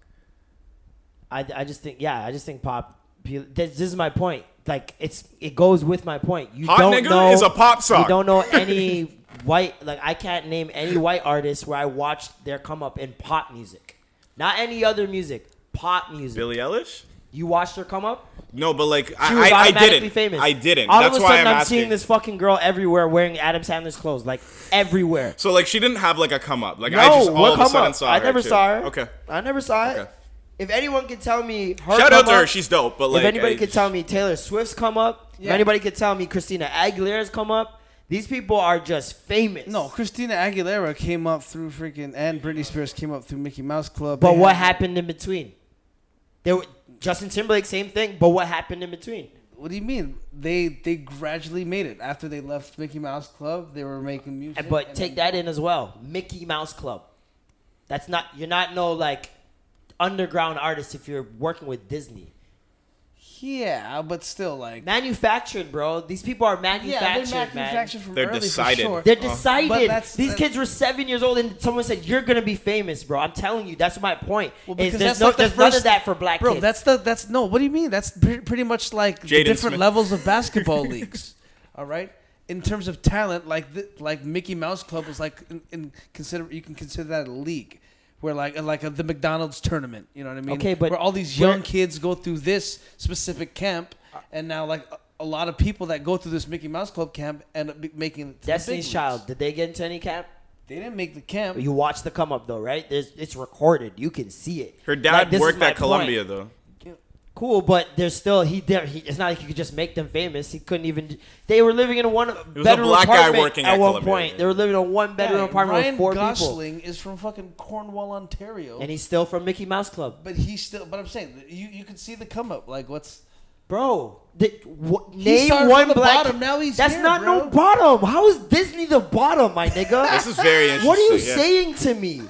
I, I just think yeah I just think pop. This, this is my point. Like it's it goes with my point. You Hot don't Nigga know is a pop song. You don't know any white like I can't name any white artists where I watched their come up in pop music, not any other music. Pop music. Billie Eilish? You watched her come up. No, but like She I, was I, I automatically didn't. famous. I didn't. All That's of a why sudden, I'm, I'm, asking. seeing this fucking girl everywhere wearing Adam Sandler's clothes, like everywhere. So like she didn't have like a come up. Like No, I just all what of a come sudden up? saw I her. never too. saw her. Okay. I never saw it. Okay. If anyone could tell me her Shout out come to her. up, She's dope. But if like anybody I- could tell me Taylor Swift's come up, if Yeah. anybody could tell me Christina Aguilera's come up, these people are just famous. No, Christina Aguilera came up through freaking, and Britney Spears came up through Mickey Mouse Club. but They what had- happened in between? There, were, Justin Timberlake, same thing. But what happened in between? What do you mean? They they gradually made it after they left Mickey Mouse Club. They were making music. And- But and take then- that in as well. Mickey Mouse Club. That's not you're not no like underground artist if you're working with Disney. Yeah, but still, like Manufactured, bro. These people are manufactured, yeah, man. they're manufactured from They're early decided. for sure. They're Uh, decided. But that's- These that- kids were seven years old, and someone said, "You're gonna be famous, bro." I'm telling you, that's my point. Well, is because there's that's no, like the there's none of first- that for black Bro, kids. that's the that's no. What do you mean? That's pre- pretty much like the Jaden different Smith. levels of basketball leagues. All right, in terms of talent, like the, like Mickey Mouse Club was like in, in consider you can consider that a league. Where like uh, like a, the McDonald's tournament, you know what I mean? Okay, but where all these where- young kids go through this specific camp, and now like a, a lot of people that go through this Mickey Mouse Club camp end up be- making it to the big Destiny's leagues. Child. Did they get into any camp? They didn't make the camp. You watch the come up though, right? There's, it's recorded. You can see it. her Like, dad this is worked my at Columbia point. though. Cool, but there's still he there. He, it's not like you could just make them famous. He couldn't even. They were living in a one a bedroom black guy apartment working at, at one Columbia. point. They were living in a one bedroom Yeah, apartment Ryan with four people, Gosling is from fucking Cornwall, Ontario, and he's still from Mickey Mouse Club. But he still. But I'm saying that you you can see the come up. Like what's Bro, the, wh- name started one from the black. bottom, now he's that's here, not bro. no bottom. How is Disney the bottom, my nigga? This is very interesting. what are you yeah. saying to me?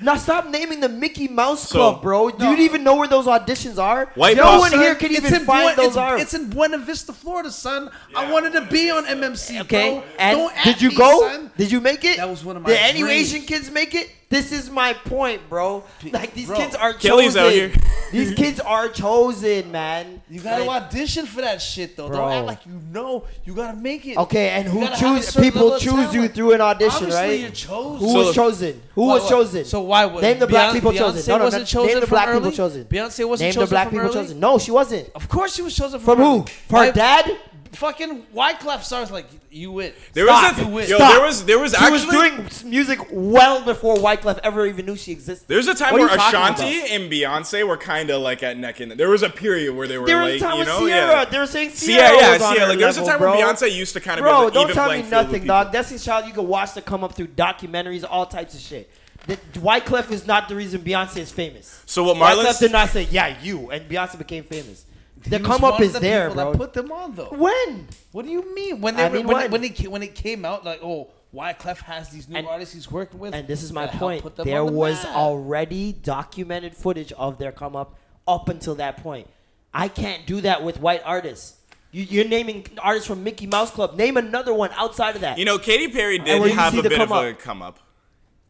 now stop naming the Mickey Mouse So- Club, bro. Do you even know where those auditions are? White no Mouse- one here can It's even in find Buen- those it's, are. It's in Buena Vista, Florida, son. I wanted to be on MMC. okay, bro. and Don't at did you me, go? son. Did you make it? That was one of Did my any dreams. Asian kids make it? This is my point, bro. Like these Bro, kids are chosen. Kelly's out here. these kids are chosen, man. You gotta Like, audition for that shit though. Bro. Don't act like you know. You gotta make it. Okay, and You who gotta have a choose? certain level People of choose you talent. through an audition, Obviously right? You're chosen. Who So- was chosen? Who Why- was why- chosen? So why would name the black Beyonce- people chosen? Beyonce No, no, no, wasn't chosen name the from black people early? chosen. Beyonce wasn't name chosen the black from people early? chosen. No, she wasn't. Of course, she was chosen from From who? early. From her Like, dad? Fucking Wyclef stars like you win. There Stop. was a, Stop. yo, there was there was She actually was doing s- music well before Wyclef ever even knew she existed. There's a time What are where you talking Ashanti and Beyonce were kind of like at neck and there was a period where they were There like, was a time you with know, Sierra. yeah. They were saying Sierra. Sierra, yeah, was on Sierra. her Like, there was a level, time bro. where Beyonce used to kind of Bro, be like don't even tell me playing field with nothing, people. dog. Destiny's Child, you can watch to come up through documentaries, all types of shit. The, Wyclef is not the reason Beyonce is famous. So what Wyclef Marlon's did not say, yeah, you, and Beyonce became famous. The He was come one up of is the there, people bro. That put them on though. when? What do you mean? When they I were- mean, when, when? when it ca- when it came out like oh Wyclef has these new And- artists he's working with And this is my that help point. put them There on the was map. already documented footage of their come up up until that point. I can't do that with white artists. You, you're naming artists from Mickey Mouse Club. Name another one outside of that. You know, Katy Perry did where you have see a the bit come of a up. come up.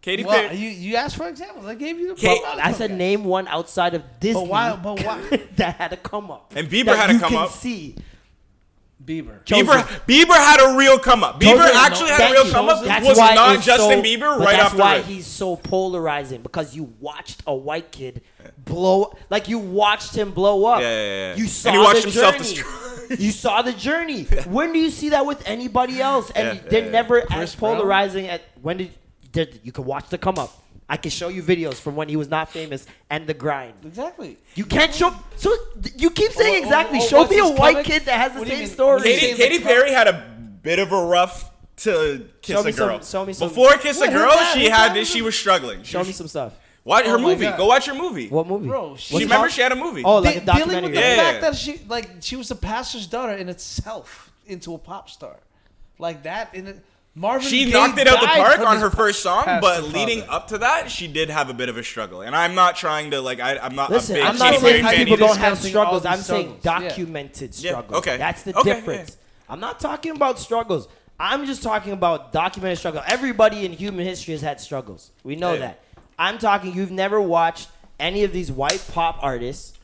Katy Well, Perry. you you asked for examples. I gave you the. Kate- profiles I of said them. name one outside of Disney. why- but why- that had a come up. And Bieber that had a you come can up. See, Bieber, Bieber. Chosen. Bieber had a real come up. Bieber Chosen. actually had a Thank real you. come up. That's was why not it's Justin so- Bieber but right that's off the why rip. he's so polarizing because you watched a white kid blow, like you watched him blow up. Yeah, yeah, yeah. You And saw he watched the himself journey. destroy- you saw the journey. When do you see that with anybody else? And Yeah, yeah, they're yeah. never as Chris Brown? polarizing. At when did, did you can watch the come up? I can show you videos from when he was not famous and the grind. Exactly. You can't show. So th- you keep saying Oh, oh, exactly. oh, show what's me a his white comic? kid that has the What do you same mean? story. What do you Katy, mean? Katy Perry had a bit of a rough to kiss Show a me some- girl. show me some- Before kiss What, a who's girl, that? she Who's had that? this. She was struggling. show me some stuff. Watch her Oh my movie. God. Go watch her movie. What movie? Bro, she- What's She it remember called? she had a movie. Oh, De- like a dealing documentary. with the Yeah. fact that she like she was a pastor's daughter in itself into a pop star, like that. In it, Marvin, she Gaye knocked it out the died park from on his her first song, pastor but father. leading up to that, she did have a bit of a struggle. And I'm not trying to like I, I'm not. Listen, a big I'm not Katy Katy saying Perry Perry people fan fan don't either. have Discussing struggles. all I'm these saying struggles. Yeah. documented Yeah, struggles. okay. That's the Okay, difference. I'm not talking about struggles. I'm just talking about documented struggle. Everybody in human history has had struggles. We know Yeah. that. I'm talking. You've never watched any of these white pop artists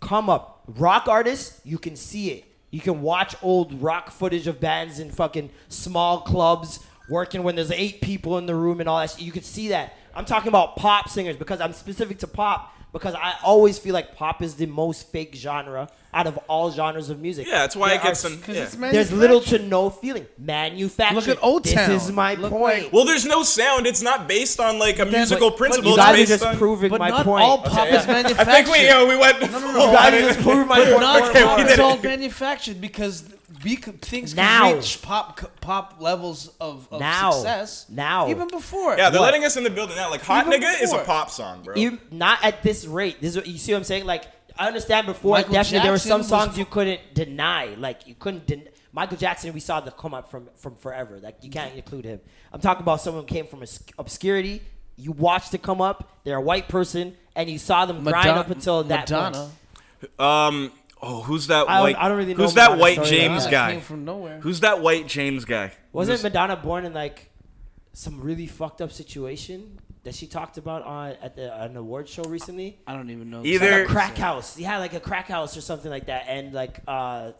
come up. Rock artists, you can see it. You can watch old rock footage of bands in fucking small clubs working when there's eight people in the room and all that shit. You can see that. I'm talking about pop singers because I'm specific to pop because I always feel like pop is the most fake genre out of all genres of music. Yeah, that's why There it gets are- some. 'Cause yeah. it's manufactured. There's little to no feeling. Manufactured. Look at Old Town. This is my Look point. like- Well, there's no sound. It's not based on like a musical but- but principle. you it's guys are based just on, proving But my not point. all pop Yeah. is manufactured. I think we uh, we went. No, You guys just proved my But point. not Okay, all we it's did it. all manufactured because we could, things Now. can reach pop c- pop levels of, of Now. success Now. even before Yeah, they're What? letting us in the building now. Like Hot Even Nigga is a before. pop song, bro. You not at this rate. This is, you see what I'm saying? Like I understand before Michael definitely there were some Jackson songs was- you couldn't deny. Like you couldn't den- Michael Jackson. We saw the come up from from forever. Like you can't include him. I'm talking about someone who came from obs- obscurity. You watched it come up. They're a white person, and you saw them grind Madon- up until that Madonna. point. um, oh, who's that I don't- white? I don't really know Who's about that the white story. James Madonna guy? came from nowhere. Who's that white James guy? Wasn't Who's- Madonna born in like some really fucked up situation that she talked about on at the, an award show recently? I don't even know Either- a crack house. Yeah, like a crack house or something like that. And like, uh,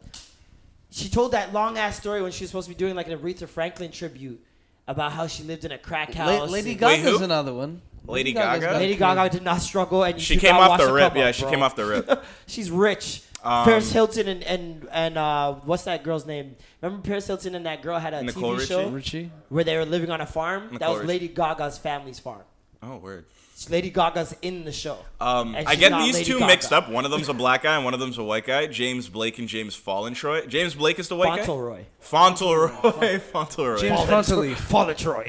she told that long ass story when she was supposed to be doing like an Aretha Franklin tribute about how she lived in a crack house. La- Lady and- Wait, Gaga's who? another one. Lady Gaga's Gaga? got Lady a Gaga did not struggle, and you She do came not off watch the come rip. up, Yeah, she bro. came off the rip. Um, She's rich. Paris Hilton and and and uh, what's that girl's name? Remember Paris Hilton and that girl had a Nicole TV Richie? kid. show Richie. where they were living on a farm. that Nicole was Richie. Lady Gaga's family's farm. Oh, word. Lady Gaga's in the show. Um, And I she's get not these Lady two Gaga. mixed up. One of them's a black guy and one of them's a white guy. James Blake and James Fauntleroy. James Blake is the white Fauntleroy. guy. Fauntleroy. Fauntleroy. James Frontally. Fauntleroy.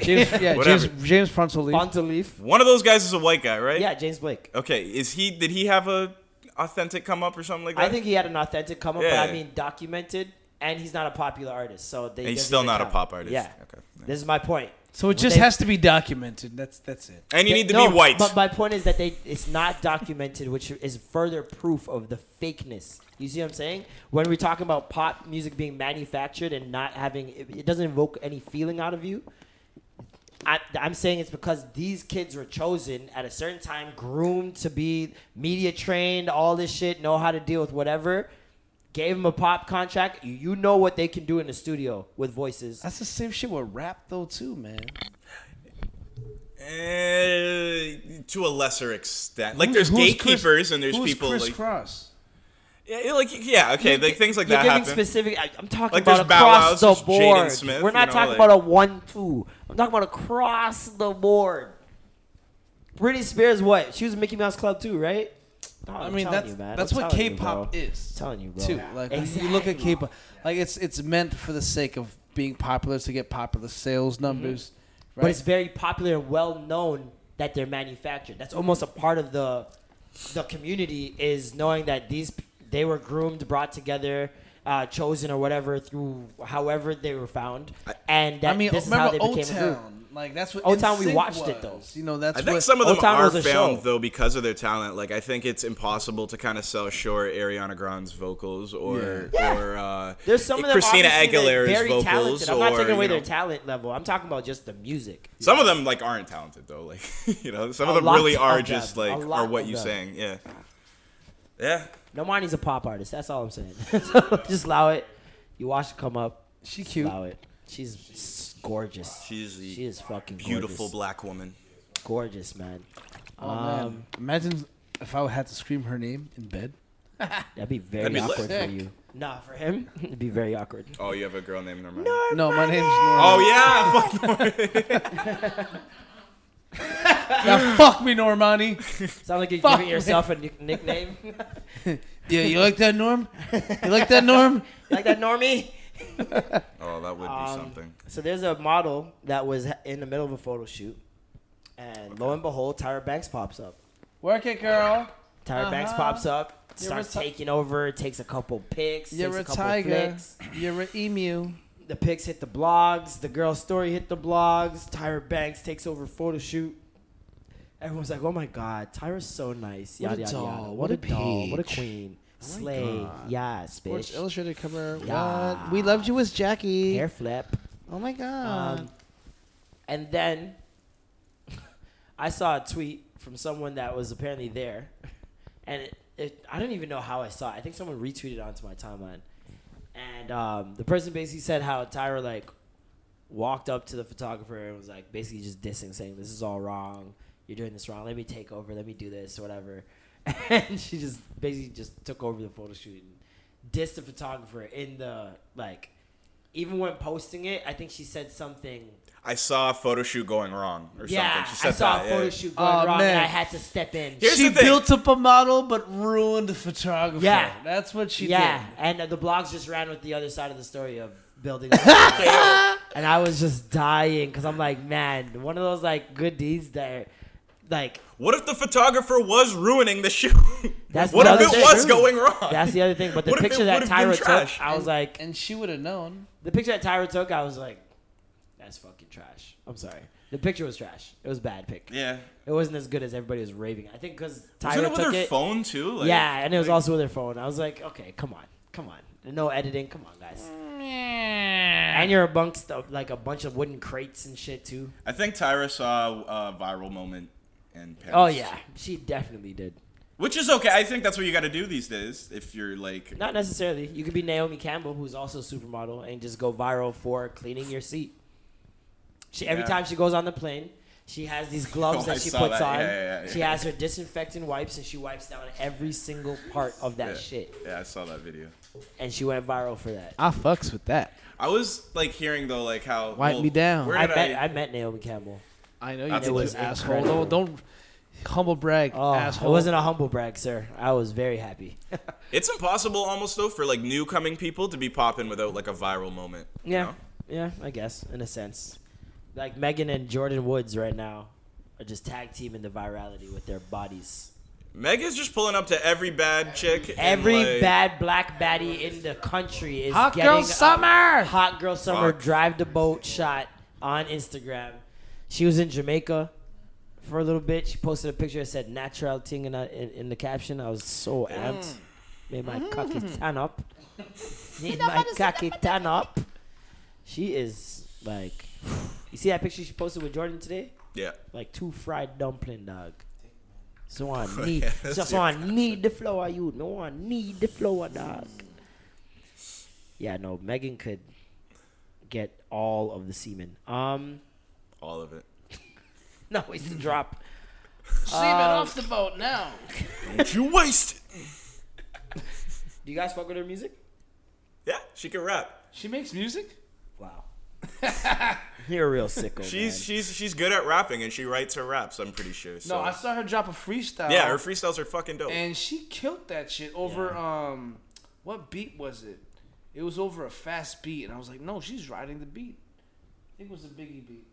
James, yeah, James, Whatever. James Frontally. Fauntleroy. One of those guys is a white guy, right? Yeah, James Blake. Okay. Is he? Did he have a authentic come up or something like that? I think he had an authentic come up, but Yeah. I mean documented, and he's not a popular artist, so they. And he's doesn't still even not a count. pop artist. Yeah. Okay. This is my point. So it just They- has to be documented. That's that's it. And you need to No, be white. But my point is that they it's not documented, which is further proof of the fakeness. You see what I'm saying? When we're talking about pop music being manufactured and not having, it, it doesn't evoke any feeling out of you. I, I'm saying it's because these kids were chosen at a certain time, groomed to be media trained, all this shit, know how to deal with whatever. Gave them a pop contract. You- You know what they can do in the studio with voices. That's the same shit with rap though too, man. Eh, to a lesser extent, like there's Who's- who's Chris- gatekeepers and there's who's people Chris like, Cross. yeah, like yeah, okay, like things like You're that giving happen. specific. I, am talking Like, about there's Bow across Wows, the there's Jaden board. Smith, We're not you know, talking like- about a one-two. I'm talking about across the board. Britney Spears, what? She was in Mickey Mouse Club too, right? Dog, I I'm mean telling that's you, man. that's I'm what telling you, K-pop bro. is. I'm telling you, bro. too. Like when you look at Exactly. K-pop, like it's it's meant for the sake of being popular to get popular sales numbers. Right? Mm-hmm. but it's very popular and well known that they're manufactured. That's almost a part of the the community is knowing that these p- they were groomed, brought together, uh, chosen or whatever through however they were found, and that I mean, this is how remember they O became a group. Town? Like that's what Old Town, we NSYNC watched it, though. was. You know that's I think what some of them Old Town are was a found show. though because of their talent. Like I think it's impossible to kind of sell short Ariana Grande's vocals or or uh, There's some of them Christina obviously that are Aguilera's very vocals. talented. I'm or, not taking away you know, their talent level. I'm talking about just the music. Some of them like aren't talented though. Like you know, some A of them lot really of are them. just A like lot are what of you them. saying. Yeah, yeah. Nomani's a pop artist. That's all I'm saying. So just allow it. You watch it come up. She cute. Allow it. She's s- gorgeous. She's a she is fucking Beautiful gorgeous. black woman. gorgeous man. Oh, Um, man. Imagine if I had to scream her name in bed. That'd be very That'd be awkward sick. for you. Nah, for him, it'd be very awkward. Oh, you have a girl named Norman. No, my name's Norma. Oh yeah, fuck Now fuck me, Normani. Sound like you're Fuck giving yourself a nick- nickname. Yeah, you like that, Norm? You like that, Norm? like that, Normie. Oh, that would be Um, something. So there's a model that was in the middle of a photo shoot, and lo and behold, Tyra Banks pops up. Work it, girl. Tyra Banks Uh-huh. pops up, You're starts a ti- taking over, takes a couple pics, takes You're a, a couple tiger. flicks. You're an emu. The pics hit the blogs. The girl's story hit the blogs. Tyra Banks takes over photo shoot. Everyone's like, "Oh my god, Tyra's so nice." What Yada a yada doll, yada. What, what a, a doll. What a peach. queen. Slay. Yes, Sports bitch. Illustrated cover. Yeah. What? We loved you as Jackie. Hair flip. Oh my god. Um, and then I saw a tweet from someone that was apparently there, and it, it, I don't even know how I saw it. I think someone retweeted onto my timeline, and um, the person basically said how Tyra like walked up to the photographer and was like basically just dissing, saying this is all wrong. You're doing this wrong. Let me take over. Let me do this, whatever. And she just basically just took over the photo shoot and dissed the photographer in the like. Even when posting it, I think she said something I saw a photo shoot going wrong or yeah, something. She I said saw that, a photo yeah. shoot going Aw, wrong, man. and I had to step in. Here's she the thing. built up a model but ruined the photographer. Yeah. That's what she yeah, did. and the blogs just ran with the other side of the story of building. up. and I was just dying because I'm like, man, one of those like good deeds that, like, What if the photographer was ruining the shoot? That's what if another it thing. was going wrong? that's the other thing. But the What if it picture that would've been Tyra trash? took, I was like, And she would have known. the picture that Tyra took, I was like, that's fucking trash. I'm sorry, the picture was trash. It was a bad pic. yeah. It wasn't as good as everybody was raving. I think because Tyra Wasn't it with took her it. phone too? Like, yeah, and it was also with her phone. I was like, okay, come on, come on, no editing, come on, guys. And you're amongst uh, like a bunch of wooden crates and shit too. I think Tyra saw a viral moment in Paris. Oh yeah, she definitely did. Which is okay. I think that's what you got to do these days if you're like. Not necessarily. You could be Naomi Campbell, who's also a supermodel, and just go viral for cleaning your seat. She every Yeah. time she goes on the plane, she has these gloves Oh, that I she saw puts that. on. Yeah, yeah, yeah, She yeah. has her disinfectant wipes, and she wipes down every single part of that Yeah. shit. Yeah, I saw that video. And she went viral for that. I Ah, fucks with that. I was like hearing though, like how Wipe me down. Where I did I, met I met Naomi Campbell. I know you That's did, what you was asshole. incredible. Don't, don't humble brag, Oh, asshole. it wasn't a humble brag, sir. I was very happy. It's impossible almost though for like new coming people to be popping without like a viral moment. you Yeah, know? yeah, I guess in a sense, like Megan and Jordan Woods right now are just tag teaming the virality with their bodies. Meg is just pulling up to every bad chick. and, Every like, bad black baddie in the country is Hot getting girl summer. a hot girl summer Fuck. drive the boat shot on Instagram. She was in Jamaica for a little bit. She posted a picture that said "natural ting" in, in, in the caption. I was so amped. Made my cocky tan up. Made my cocky tan up. She is like You see that picture she posted with Jordan today? Yeah. Like two fried dumpling, dog. So I need, just want to need the flour, you. No, I need the flour, dog. Yeah, no, Megan could get all of the semen. Um, All of it. no, it's a drop. Seaman off the boat now. Don't you waste it. Do you guys fuck with her music? Yeah, she can rap. She makes music. Wow. You're a real sicko. She's man. she's she's good at rapping and she writes her raps. I'm pretty sure. So. No, I saw her drop a freestyle. yeah, her freestyles are fucking dope. and she killed that shit over um, what beat was it? It was over a fast beat, and I was like, no, she's riding the beat. I think it was a Biggie beat.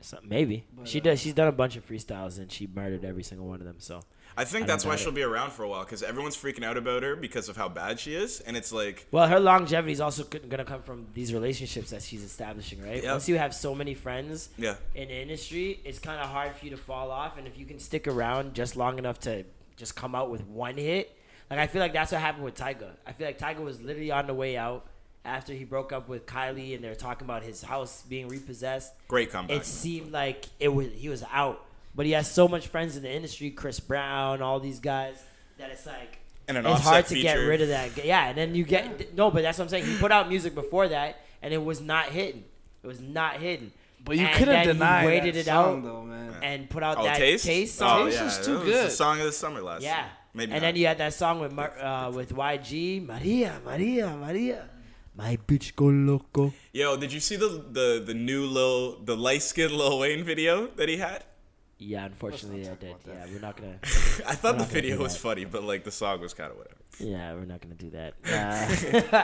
So- maybe she uh, does. She's done a bunch of freestyles and she murdered every single one of them. So I think I that's don't why doubt she'll be around for a while because everyone's freaking out about her because of how bad she is, and it's like Well, her longevity is also going to come from these relationships that she's establishing, right? Yeah. Once you have so many friends Yeah. in the industry, it's kind of hard for you to fall off. And if you can stick around just long enough to just come out with one hit, like I feel like that's what happened with Tyga. I feel like Tyga was literally on the way out after he broke up with Kylie, and they were talking about his house being repossessed. great comeback. It seemed like it was he was out, but he has so much friends in the industry, Chris Brown, all these guys, that it's like And an it's Offset hard to get feature. rid of that. g- Yeah, and then you get no, but that's what I'm saying. He put out music before that, and it was not hitting. It was not hitting. But you And couldn't then he deny waited that it song, out though, man. and put out oh, that taste. taste. oh, song. Taste yeah, is that too was The good. song of the summer last. Yeah. year. Maybe. and not. then you had that song with Mar- uh, with YG, Maria, Maria, Maria. My bitch go loco. Yo, did you see the the the new Lil the light skinned Lil Wayne video that he had? Yeah, unfortunately I did. Yeah, we're not gonna. I thought the not gonna video do was that. funny, but like the song was kind of whatever. Yeah, we're not gonna do that. Uh,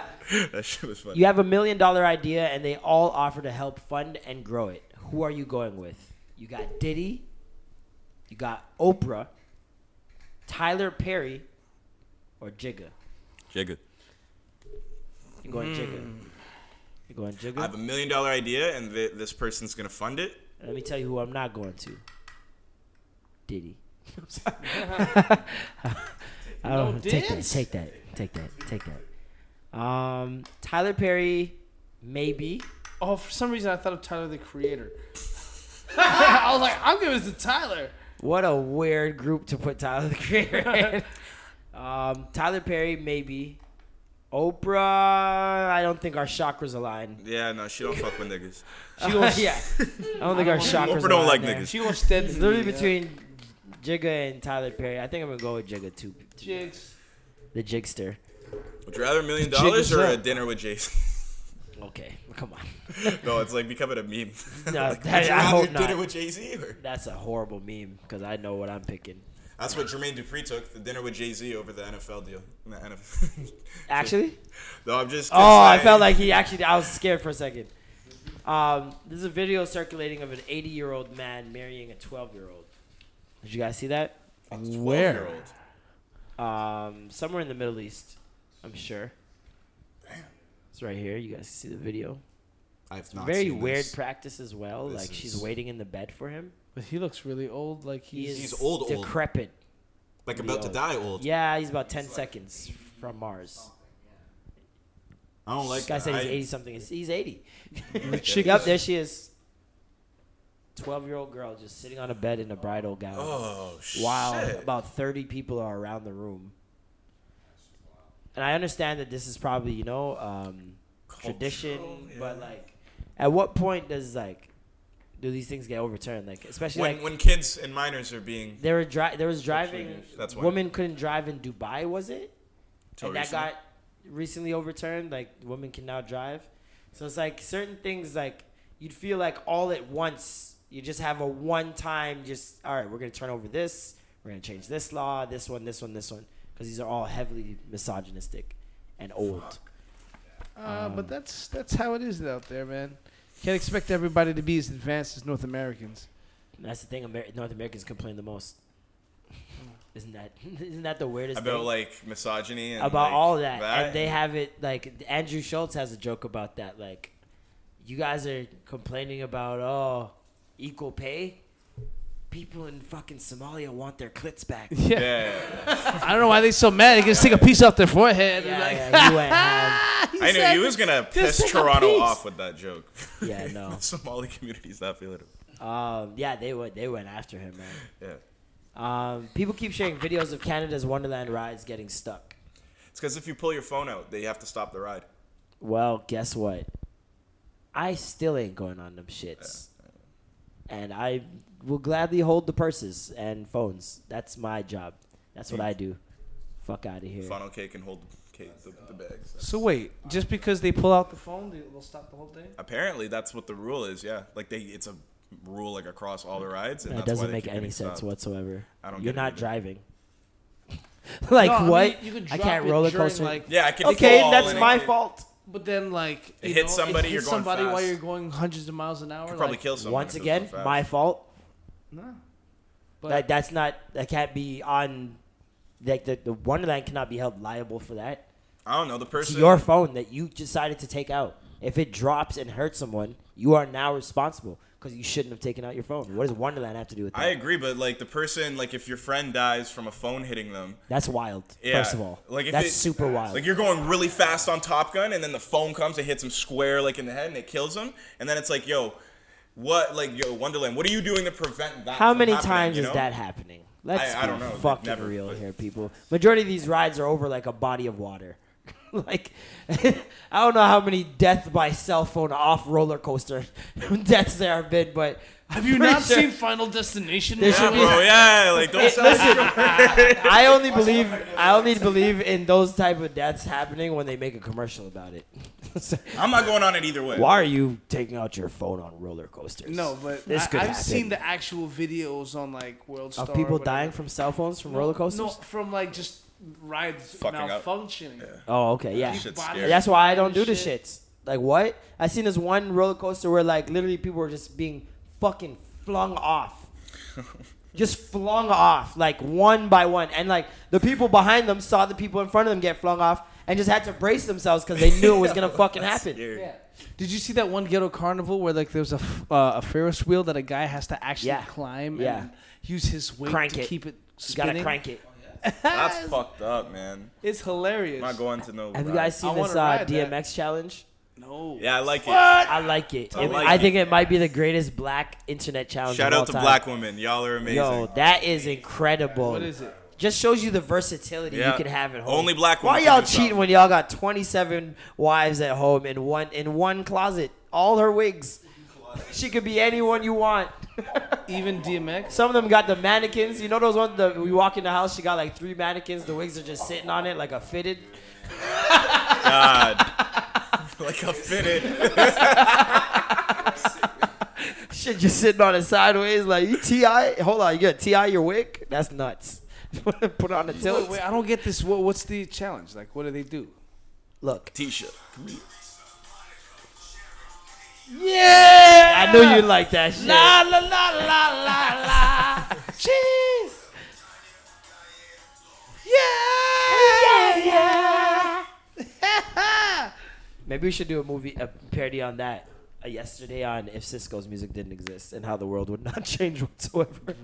that shit was funny. You have a million dollar idea and they all offer to help fund and grow it. Who are you going with? You got Diddy, you got Oprah, Tyler Perry, or Jigga. Jigga. You're going Jigga. You're going Jigga. I have a million dollar idea, and th- this person's gonna fund it. Let me tell you who I'm not going to. Diddy. I'm sorry. I don't, take that. dibs? Take that. Take that. Take that. Um, Tyler Perry, maybe. Oh, for some reason I thought of Tyler the Creator. I was like, I'm giving this to Tyler. What a weird group to put Tyler the Creator in. um, Tyler Perry, maybe. Oprah, I don't think our chakras align. Yeah, no, she don't fuck with niggas. She was, yeah, I don't think our chakras. Oprah don't align like there. niggas. She was steady. It's literally between Jigga and Tyler Perry. I think I'm gonna go with Jigga too. jigs. The Jigster. Would you rather a million dollars or a up. dinner with Jason? Okay, come on. no, it's like becoming a meme. No, Like, that- would you I rather hope not. dinner with Jay Z? That's a horrible meme because I know what I'm picking. That's what Jermaine Dupri took the dinner with Jay Z over the NFL deal. The NFL. Actually. no, I'm just. Oh, I felt like he actually. I was scared for a second. Um, there's a video circulating of an 80 year old man marrying a 12 year old. Did you guys see that? where. Um, somewhere in the Middle East, I'm sure. It's right here. You guys see the video. I've not Very seen weird this. practice as well. This like she's is- waiting in the bed for him. But he looks really old. Like He he's. is He's old, old. decrepit. like about to die old. Yeah, he's about 10 seconds from Mars. I don't like. This guy said that. he's I- 80 something. He's- He's 80. chick yep, there she is. 12 year old girl just sitting on a bed in a bridal gown. Oh shit! Wow, about 30 people are around the room. And I understand that this is probably, you know, um, tradition, but like, at what point does like, do these things get overturned? Like, especially when, like when kids and minors are being they were dri- there was driving. That's why. woman couldn't drive in Dubai, was it? Till and that recently. got recently overturned. Like women can now drive, so it's like certain things like you'd feel like all at once. You just have a one time. Just all right, we're gonna turn over this. We're gonna change this law. This one. This one. This one. Because these are all heavily misogynistic and old. Uh, but that's that's how it is out there, man. Can't expect everybody to be as advanced as North Americans. And that's the thing. Amer- North Americans complain the most. Isn't that isn't that the weirdest about thing? like misogyny and about like, all that. and they have it like Andrew Schultz has a joke about that. Like, you guys are complaining about oh, equal pay. people in fucking Somalia want their clits back. Yeah. I don't know why they so mad. They can just take a piece off their forehead. Yeah, like, yeah, you went ham. I knew you was gonna piss take a Toronto piece. off with that joke. Yeah, no. Somali community's not feeling it. Um, yeah, they went. They went after him, man. Yeah. Um, people keep sharing videos of Canada's Wonderland rides getting stuck. It's because if you pull your phone out, they have to stop the ride. Well, guess what? I still ain't going on them shits, and I will gladly hold the purses and phones. That's my job. That's what I do. Fuck out of here. Funnel cake and hold the, cake, the, the bags. So wait, just because they pull out the phone, they, they'll stop the whole thing. Apparently, that's what the rule is. Yeah, like they, it's a rule like across all the rides, and That that's why doesn't they make keep any getting sense stopped. whatsoever. I don't You're get it not either. driving. like No, I mean, what? you can I drop can't it roller during, coaster. like- Yeah, I can. okay, fall that's and it my could- fault. But then, like, It you hits know, somebody, it you're hits going somebody while fast. you're going hundreds of miles an hour. Probably like, kill someone. Once if it was again, so fast. my fault. No. But That that's not. That can't be on. Like the, the Wonderland cannot be held liable for that. I don't know the It's person. your phone that you decided to take out. If it drops and hurts someone, you are now responsible because you shouldn't have taken out your phone. What does Wonderland have to do with that? I agree, but like the person, like if your friend dies from a phone hitting them, That's wild. yeah, First of all, like if that's it- super wild. Like you're going really fast on Top Gun, and then the phone comes and hits him square like in the head, and it kills him. And then it's like, yo, what? Like yo, Wonderland, what are you doing to prevent that? How from many happening, times you is know? that happening? Let's I be don't know. fucking Never, real but- here, people. Majority of these rides are over like a body of water. like, I don't know how many death by cell phone off roller coaster deaths there have been, but have you not seen Final Destination? There now? should Yeah, be- bro. Yeah, like don't It- sound listen, I only believe I only believe in those type of deaths happening when they make a commercial about it. So, I'm not going on it either way. Why are you taking out your phone on roller coasters? No, but This I, could I've happen. seen the actual videos on like World Star. of people or whatever. dying from cell phones from roller coasters. No, from like just rides Fucking up. malfunctioning. Oh, okay, yeah. shit's Body- scary. And that's why I don't do the Shit. shits. Like what? I seen this one roller coaster where like literally people were just being fucking flung off. just flung off, like one by one. And like the people behind them saw the people in front of them get flung off and just had to brace themselves because they knew it was gonna fucking happen. Did you see that one ghetto carnival where like there was a, f- uh, a Ferris wheel that a guy has to actually Yeah. climb Yeah. and use his weight Crank to it. keep it You spinning? gotta crank it. That's fucked up, man. It's hilarious. I'm not going to no. Have you ride. guys seen I this wanna uh, ride that. DMX challenge? no. Yeah, I like it. I like it. It- I, like it. think it might be the greatest black internet challenge. Shout of all out to time. black women. Y'all are amazing. Yo, that is incredible. What is it? Just shows you the versatility Yeah. you can have at home. Only black Why women y'all can do cheating something. when y'all got 27 wives at home in one in one closet? All her wigs. She could be anyone you want. Even DMX. Some of them got the mannequins. You know those ones that we walk in the house, she got like three mannequins. The wigs are just sitting on it like a fitted. God. like a fitted. Shit just sitting on it sideways like you TI. Hold on, you got TI your wig? That's nuts. Put it on the Wait, tilt. wait, I don't get this. What, what's the challenge? Like, what do they do? Look. T-shirt. Yeah! I knew you'd like that shit. La la la la la la. Cheese! Yeah! Yeah, yeah. Maybe we should do a movie, a parody on that. A yesterday on if Cisco's music didn't exist and how the world would not change whatsoever.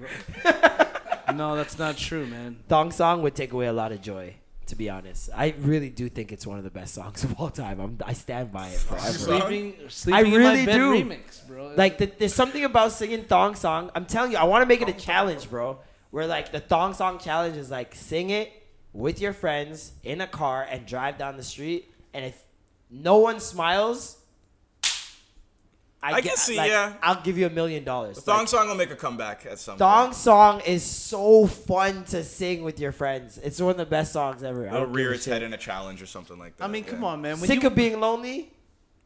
No, that's not true, man. Thong Song would take away a lot of joy, to be honest. I really do think it's one of the best songs of all time. I'm, I stand by it forever. Sleeping, sleeping really in my bed do. remix, bro. Like the, there's something about singing thong song. I'm telling you, I want to make it a challenge, bro. Where like the thong song challenge is like sing it with your friends in a car and drive down the street, and if no one smiles, I get- can see, like, yeah. I'll give you a million dollars. Thong Like, Song will make a comeback at some thong point. song is so fun to sing with your friends. It's one of the best songs ever. I It'll don't give rear a its shit. head in a challenge or something like that. I mean, yeah. come on, man. When Sick you, of being lonely.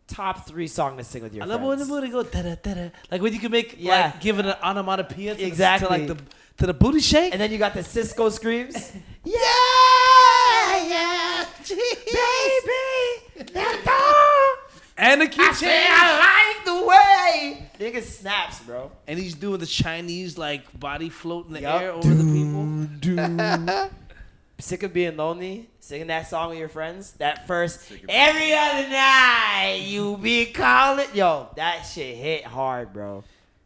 Top three song to sing with your I love when friends. the booty go da da da da. Like when you can make Yeah. like give it an onomatopoeia to, the- Exactly. to like the to the booty shake. And then you got the Cisco screams. yeah, yeah, baby. that dog. and a cute Say I like the way. Nigga snaps, bro. And he's doing the Chinese like body float in the Yup. air over the people. Sick of being lonely, singing that song with your friends. That first, every other night you be calling. Yo, that shit hit hard, bro.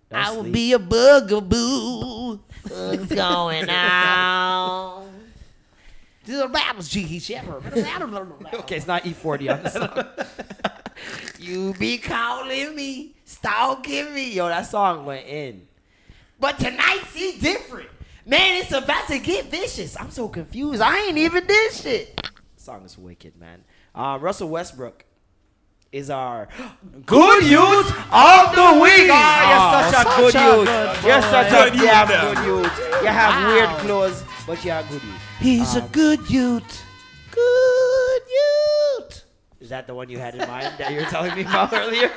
That's I will sleep. be a bugaboo. What's going on? This is a Bible's cheeky shepherd. Okay, it's not E40 on this song. You be calling me, stalking me. Yo, that song went in. But tonight's is different. Man, it's about to get vicious. I'm so confused. I ain't even did shit. song is wicked, man. Um, Russell Westbrook is our good youth of the week. Oh, you're such a good youth. you're such a Good you have youth. good youth. You have weird clothes, but you are good youth. Um, He's a good youth. Good youth. Is that the one you had in mind that you were telling me about earlier?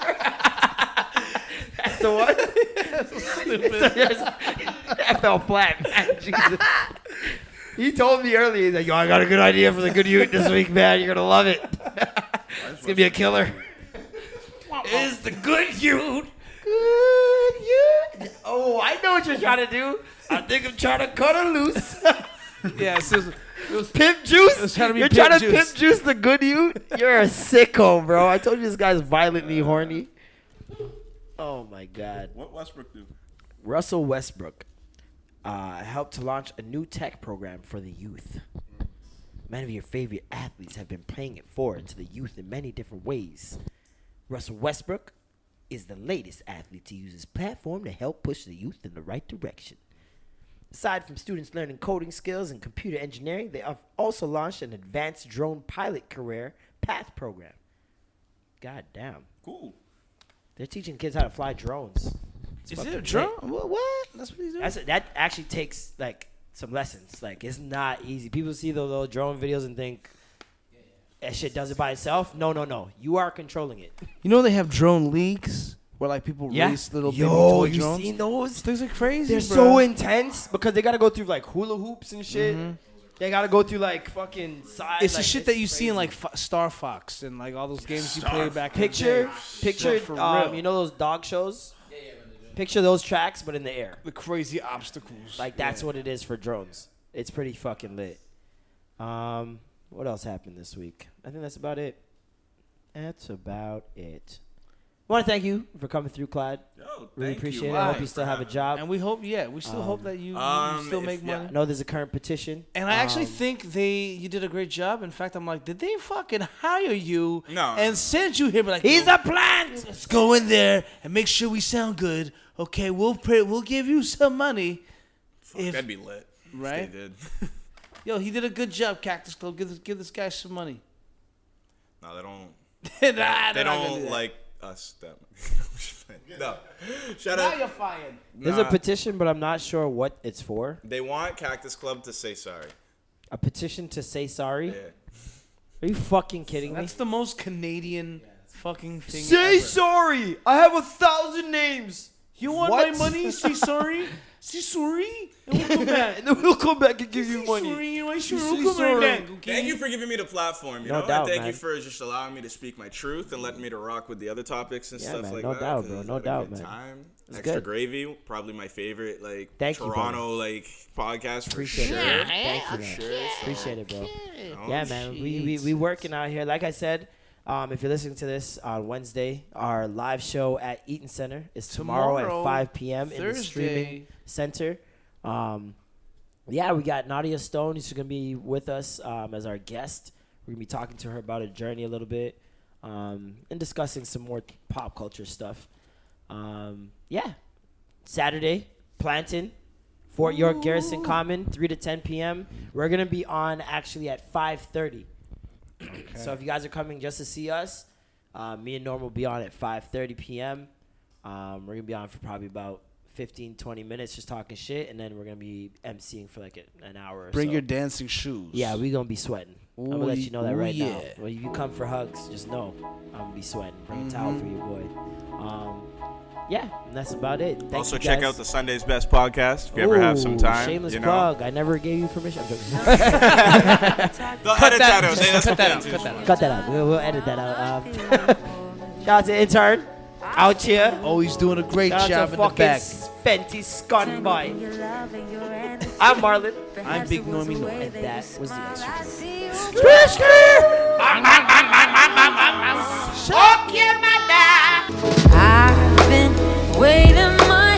That's the one. that fell flat, man. Jesus. He told me earlier, he's like, yo, I got a good idea for the good youth this week, man. You're going to love it. it's going to be a killer. it's the good youth. Good youth. Oh, I know what you're trying to do. I think I'm trying to cut her loose. Yeah, it's just, Pimp juice? was trying to be You're pimp trying to juice. pimp juice the good you? You're a sicko, bro. I told you this guy's violently horny. Oh my god. What Westbrook do? Russell Westbrook uh, helped to launch a new tech program for the youth. Many of your favorite athletes have been playing it forward to the youth in many different ways. Russell Westbrook is the latest athlete to use his platform to help push the youth in the right direction. Aside from students learning coding skills and computer engineering, they have also launched an advanced drone pilot career path program. God damn. Cool. They're teaching kids how to fly drones. is It's it fucking a lit. drum? What? what? That's what he's doing. That's that actually takes like some lessons. Like it's not easy. People see those little drone videos and think that shit does it by itself. No, no, no. You are controlling it. You know they have drone leagues where like people race little baby Yo, toy you drones. seen those? Things are crazy. They're so intense because they gotta go through like hula hoops and shit. They gotta go through like fucking side. Mm-hmm. it's the like, shit that you see in crazy. like F- Star Fox and like all those games you play back. in picture, the day. picture. But for um, real, you know those dog shows. Picture those tracks, but in the air. the crazy obstacles. Like that's what it is for drones. It's pretty fucking lit. Um, what else happened this week? I think that's about it. That's about it. want to thank you for coming through, Clyde. Yo, Really thank appreciate you. it. I hope Oh, Why? you still have a job. and we hope. Yeah, we still hope that you, you um, still if- make yeah. money. I know there's a current petition. And I actually Um, think they you did a great job. In fact, I'm like, did they fucking hire you No. and send you here? But like, he's "Yo, a plant. let's go in there and make sure we sound good. Okay, we'll pay, we'll give you some money. Fuck, If- that'd be lit. if Right? They did. Yo, he did a good job, Cactus Club. Give this give this guy some money. no, they don't. Nah, they're They not gonna don't do that. like us that much. no. Shut Now you're up. fired. There's a petition, but I'm not sure what it's for. They want Cactus Club to say sorry. A petition to say sorry? Yeah. Are you fucking kidding me? That's the most Canadian fucking thing. ever. sorry. I have a thousand names. You want What? my money? Say sorry. Say sorry. And we'll come back. and then we'll come back and give Say sorry. and I sure Say will come right sorry. back. Okay. Thank you for giving me the platform. You No know, doubt, and thank man. you for just allowing me to speak my truth and letting me to rock with the other topics and Yeah, stuff man, like no that. doubt, 'cause bro, I no had a doubt, good man. Time. was Extra good. gravy, probably my favorite like Thank you, brother. Toronto like podcast for Appreciate sure. it. Thank you, man. For sure. Appreciate it, bro. You Oh, know? Yeah, man. We, we we working out here. Like I said, um, if you're listening to this on Wednesday, our live show at Eaton Center is tomorrow, Tomorrow, at 5 p.m. in the Thursday. streaming center. Um, yeah, we got Nadia Stone. She's gonna be with us um, as our guest. We're gonna be talking to her about her journey a little bit um, and discussing some more pop culture stuff. Um, yeah, Saturday, Plantin, Fort York Garrison Common, three to ten p.m. We're gonna be on actually at five thirty. So if you guys are coming just to see us, uh, me and Norm will be on at five thirty p.m. Um, we're gonna be on for probably about 15, 20 minutes, just talking shit, and then we're gonna be emceeing for like a, an hour. Or Bring so. your dancing shoes. Yeah, we gonna be sweating. I'm Ooh, gonna let you know that ooh, right now. yeah. Well, if you come for hugs, just know I'm gonna be sweating. Bring a towel Mm-hmm. for you, boy. Um, yeah, and that's about it. Thank also, you check guys. out the Sunday's Best podcast if you ever have some Ooh, time. Shameless you know, plug. I never gave you permission. I'm joking. they'll edit that, out. Just Hey, that's cut the that out. plan, Cut too. that out. Cut that out. We'll, we'll edit that out. Um, shout out to intern out here. Oh, he's doing a great Shout out job to in the fucking back. s- Fenty Scott boy. I'm I'm Marlon. I'm Big Normie Noy, Noy, and that was the Astro extra. I've been waiting my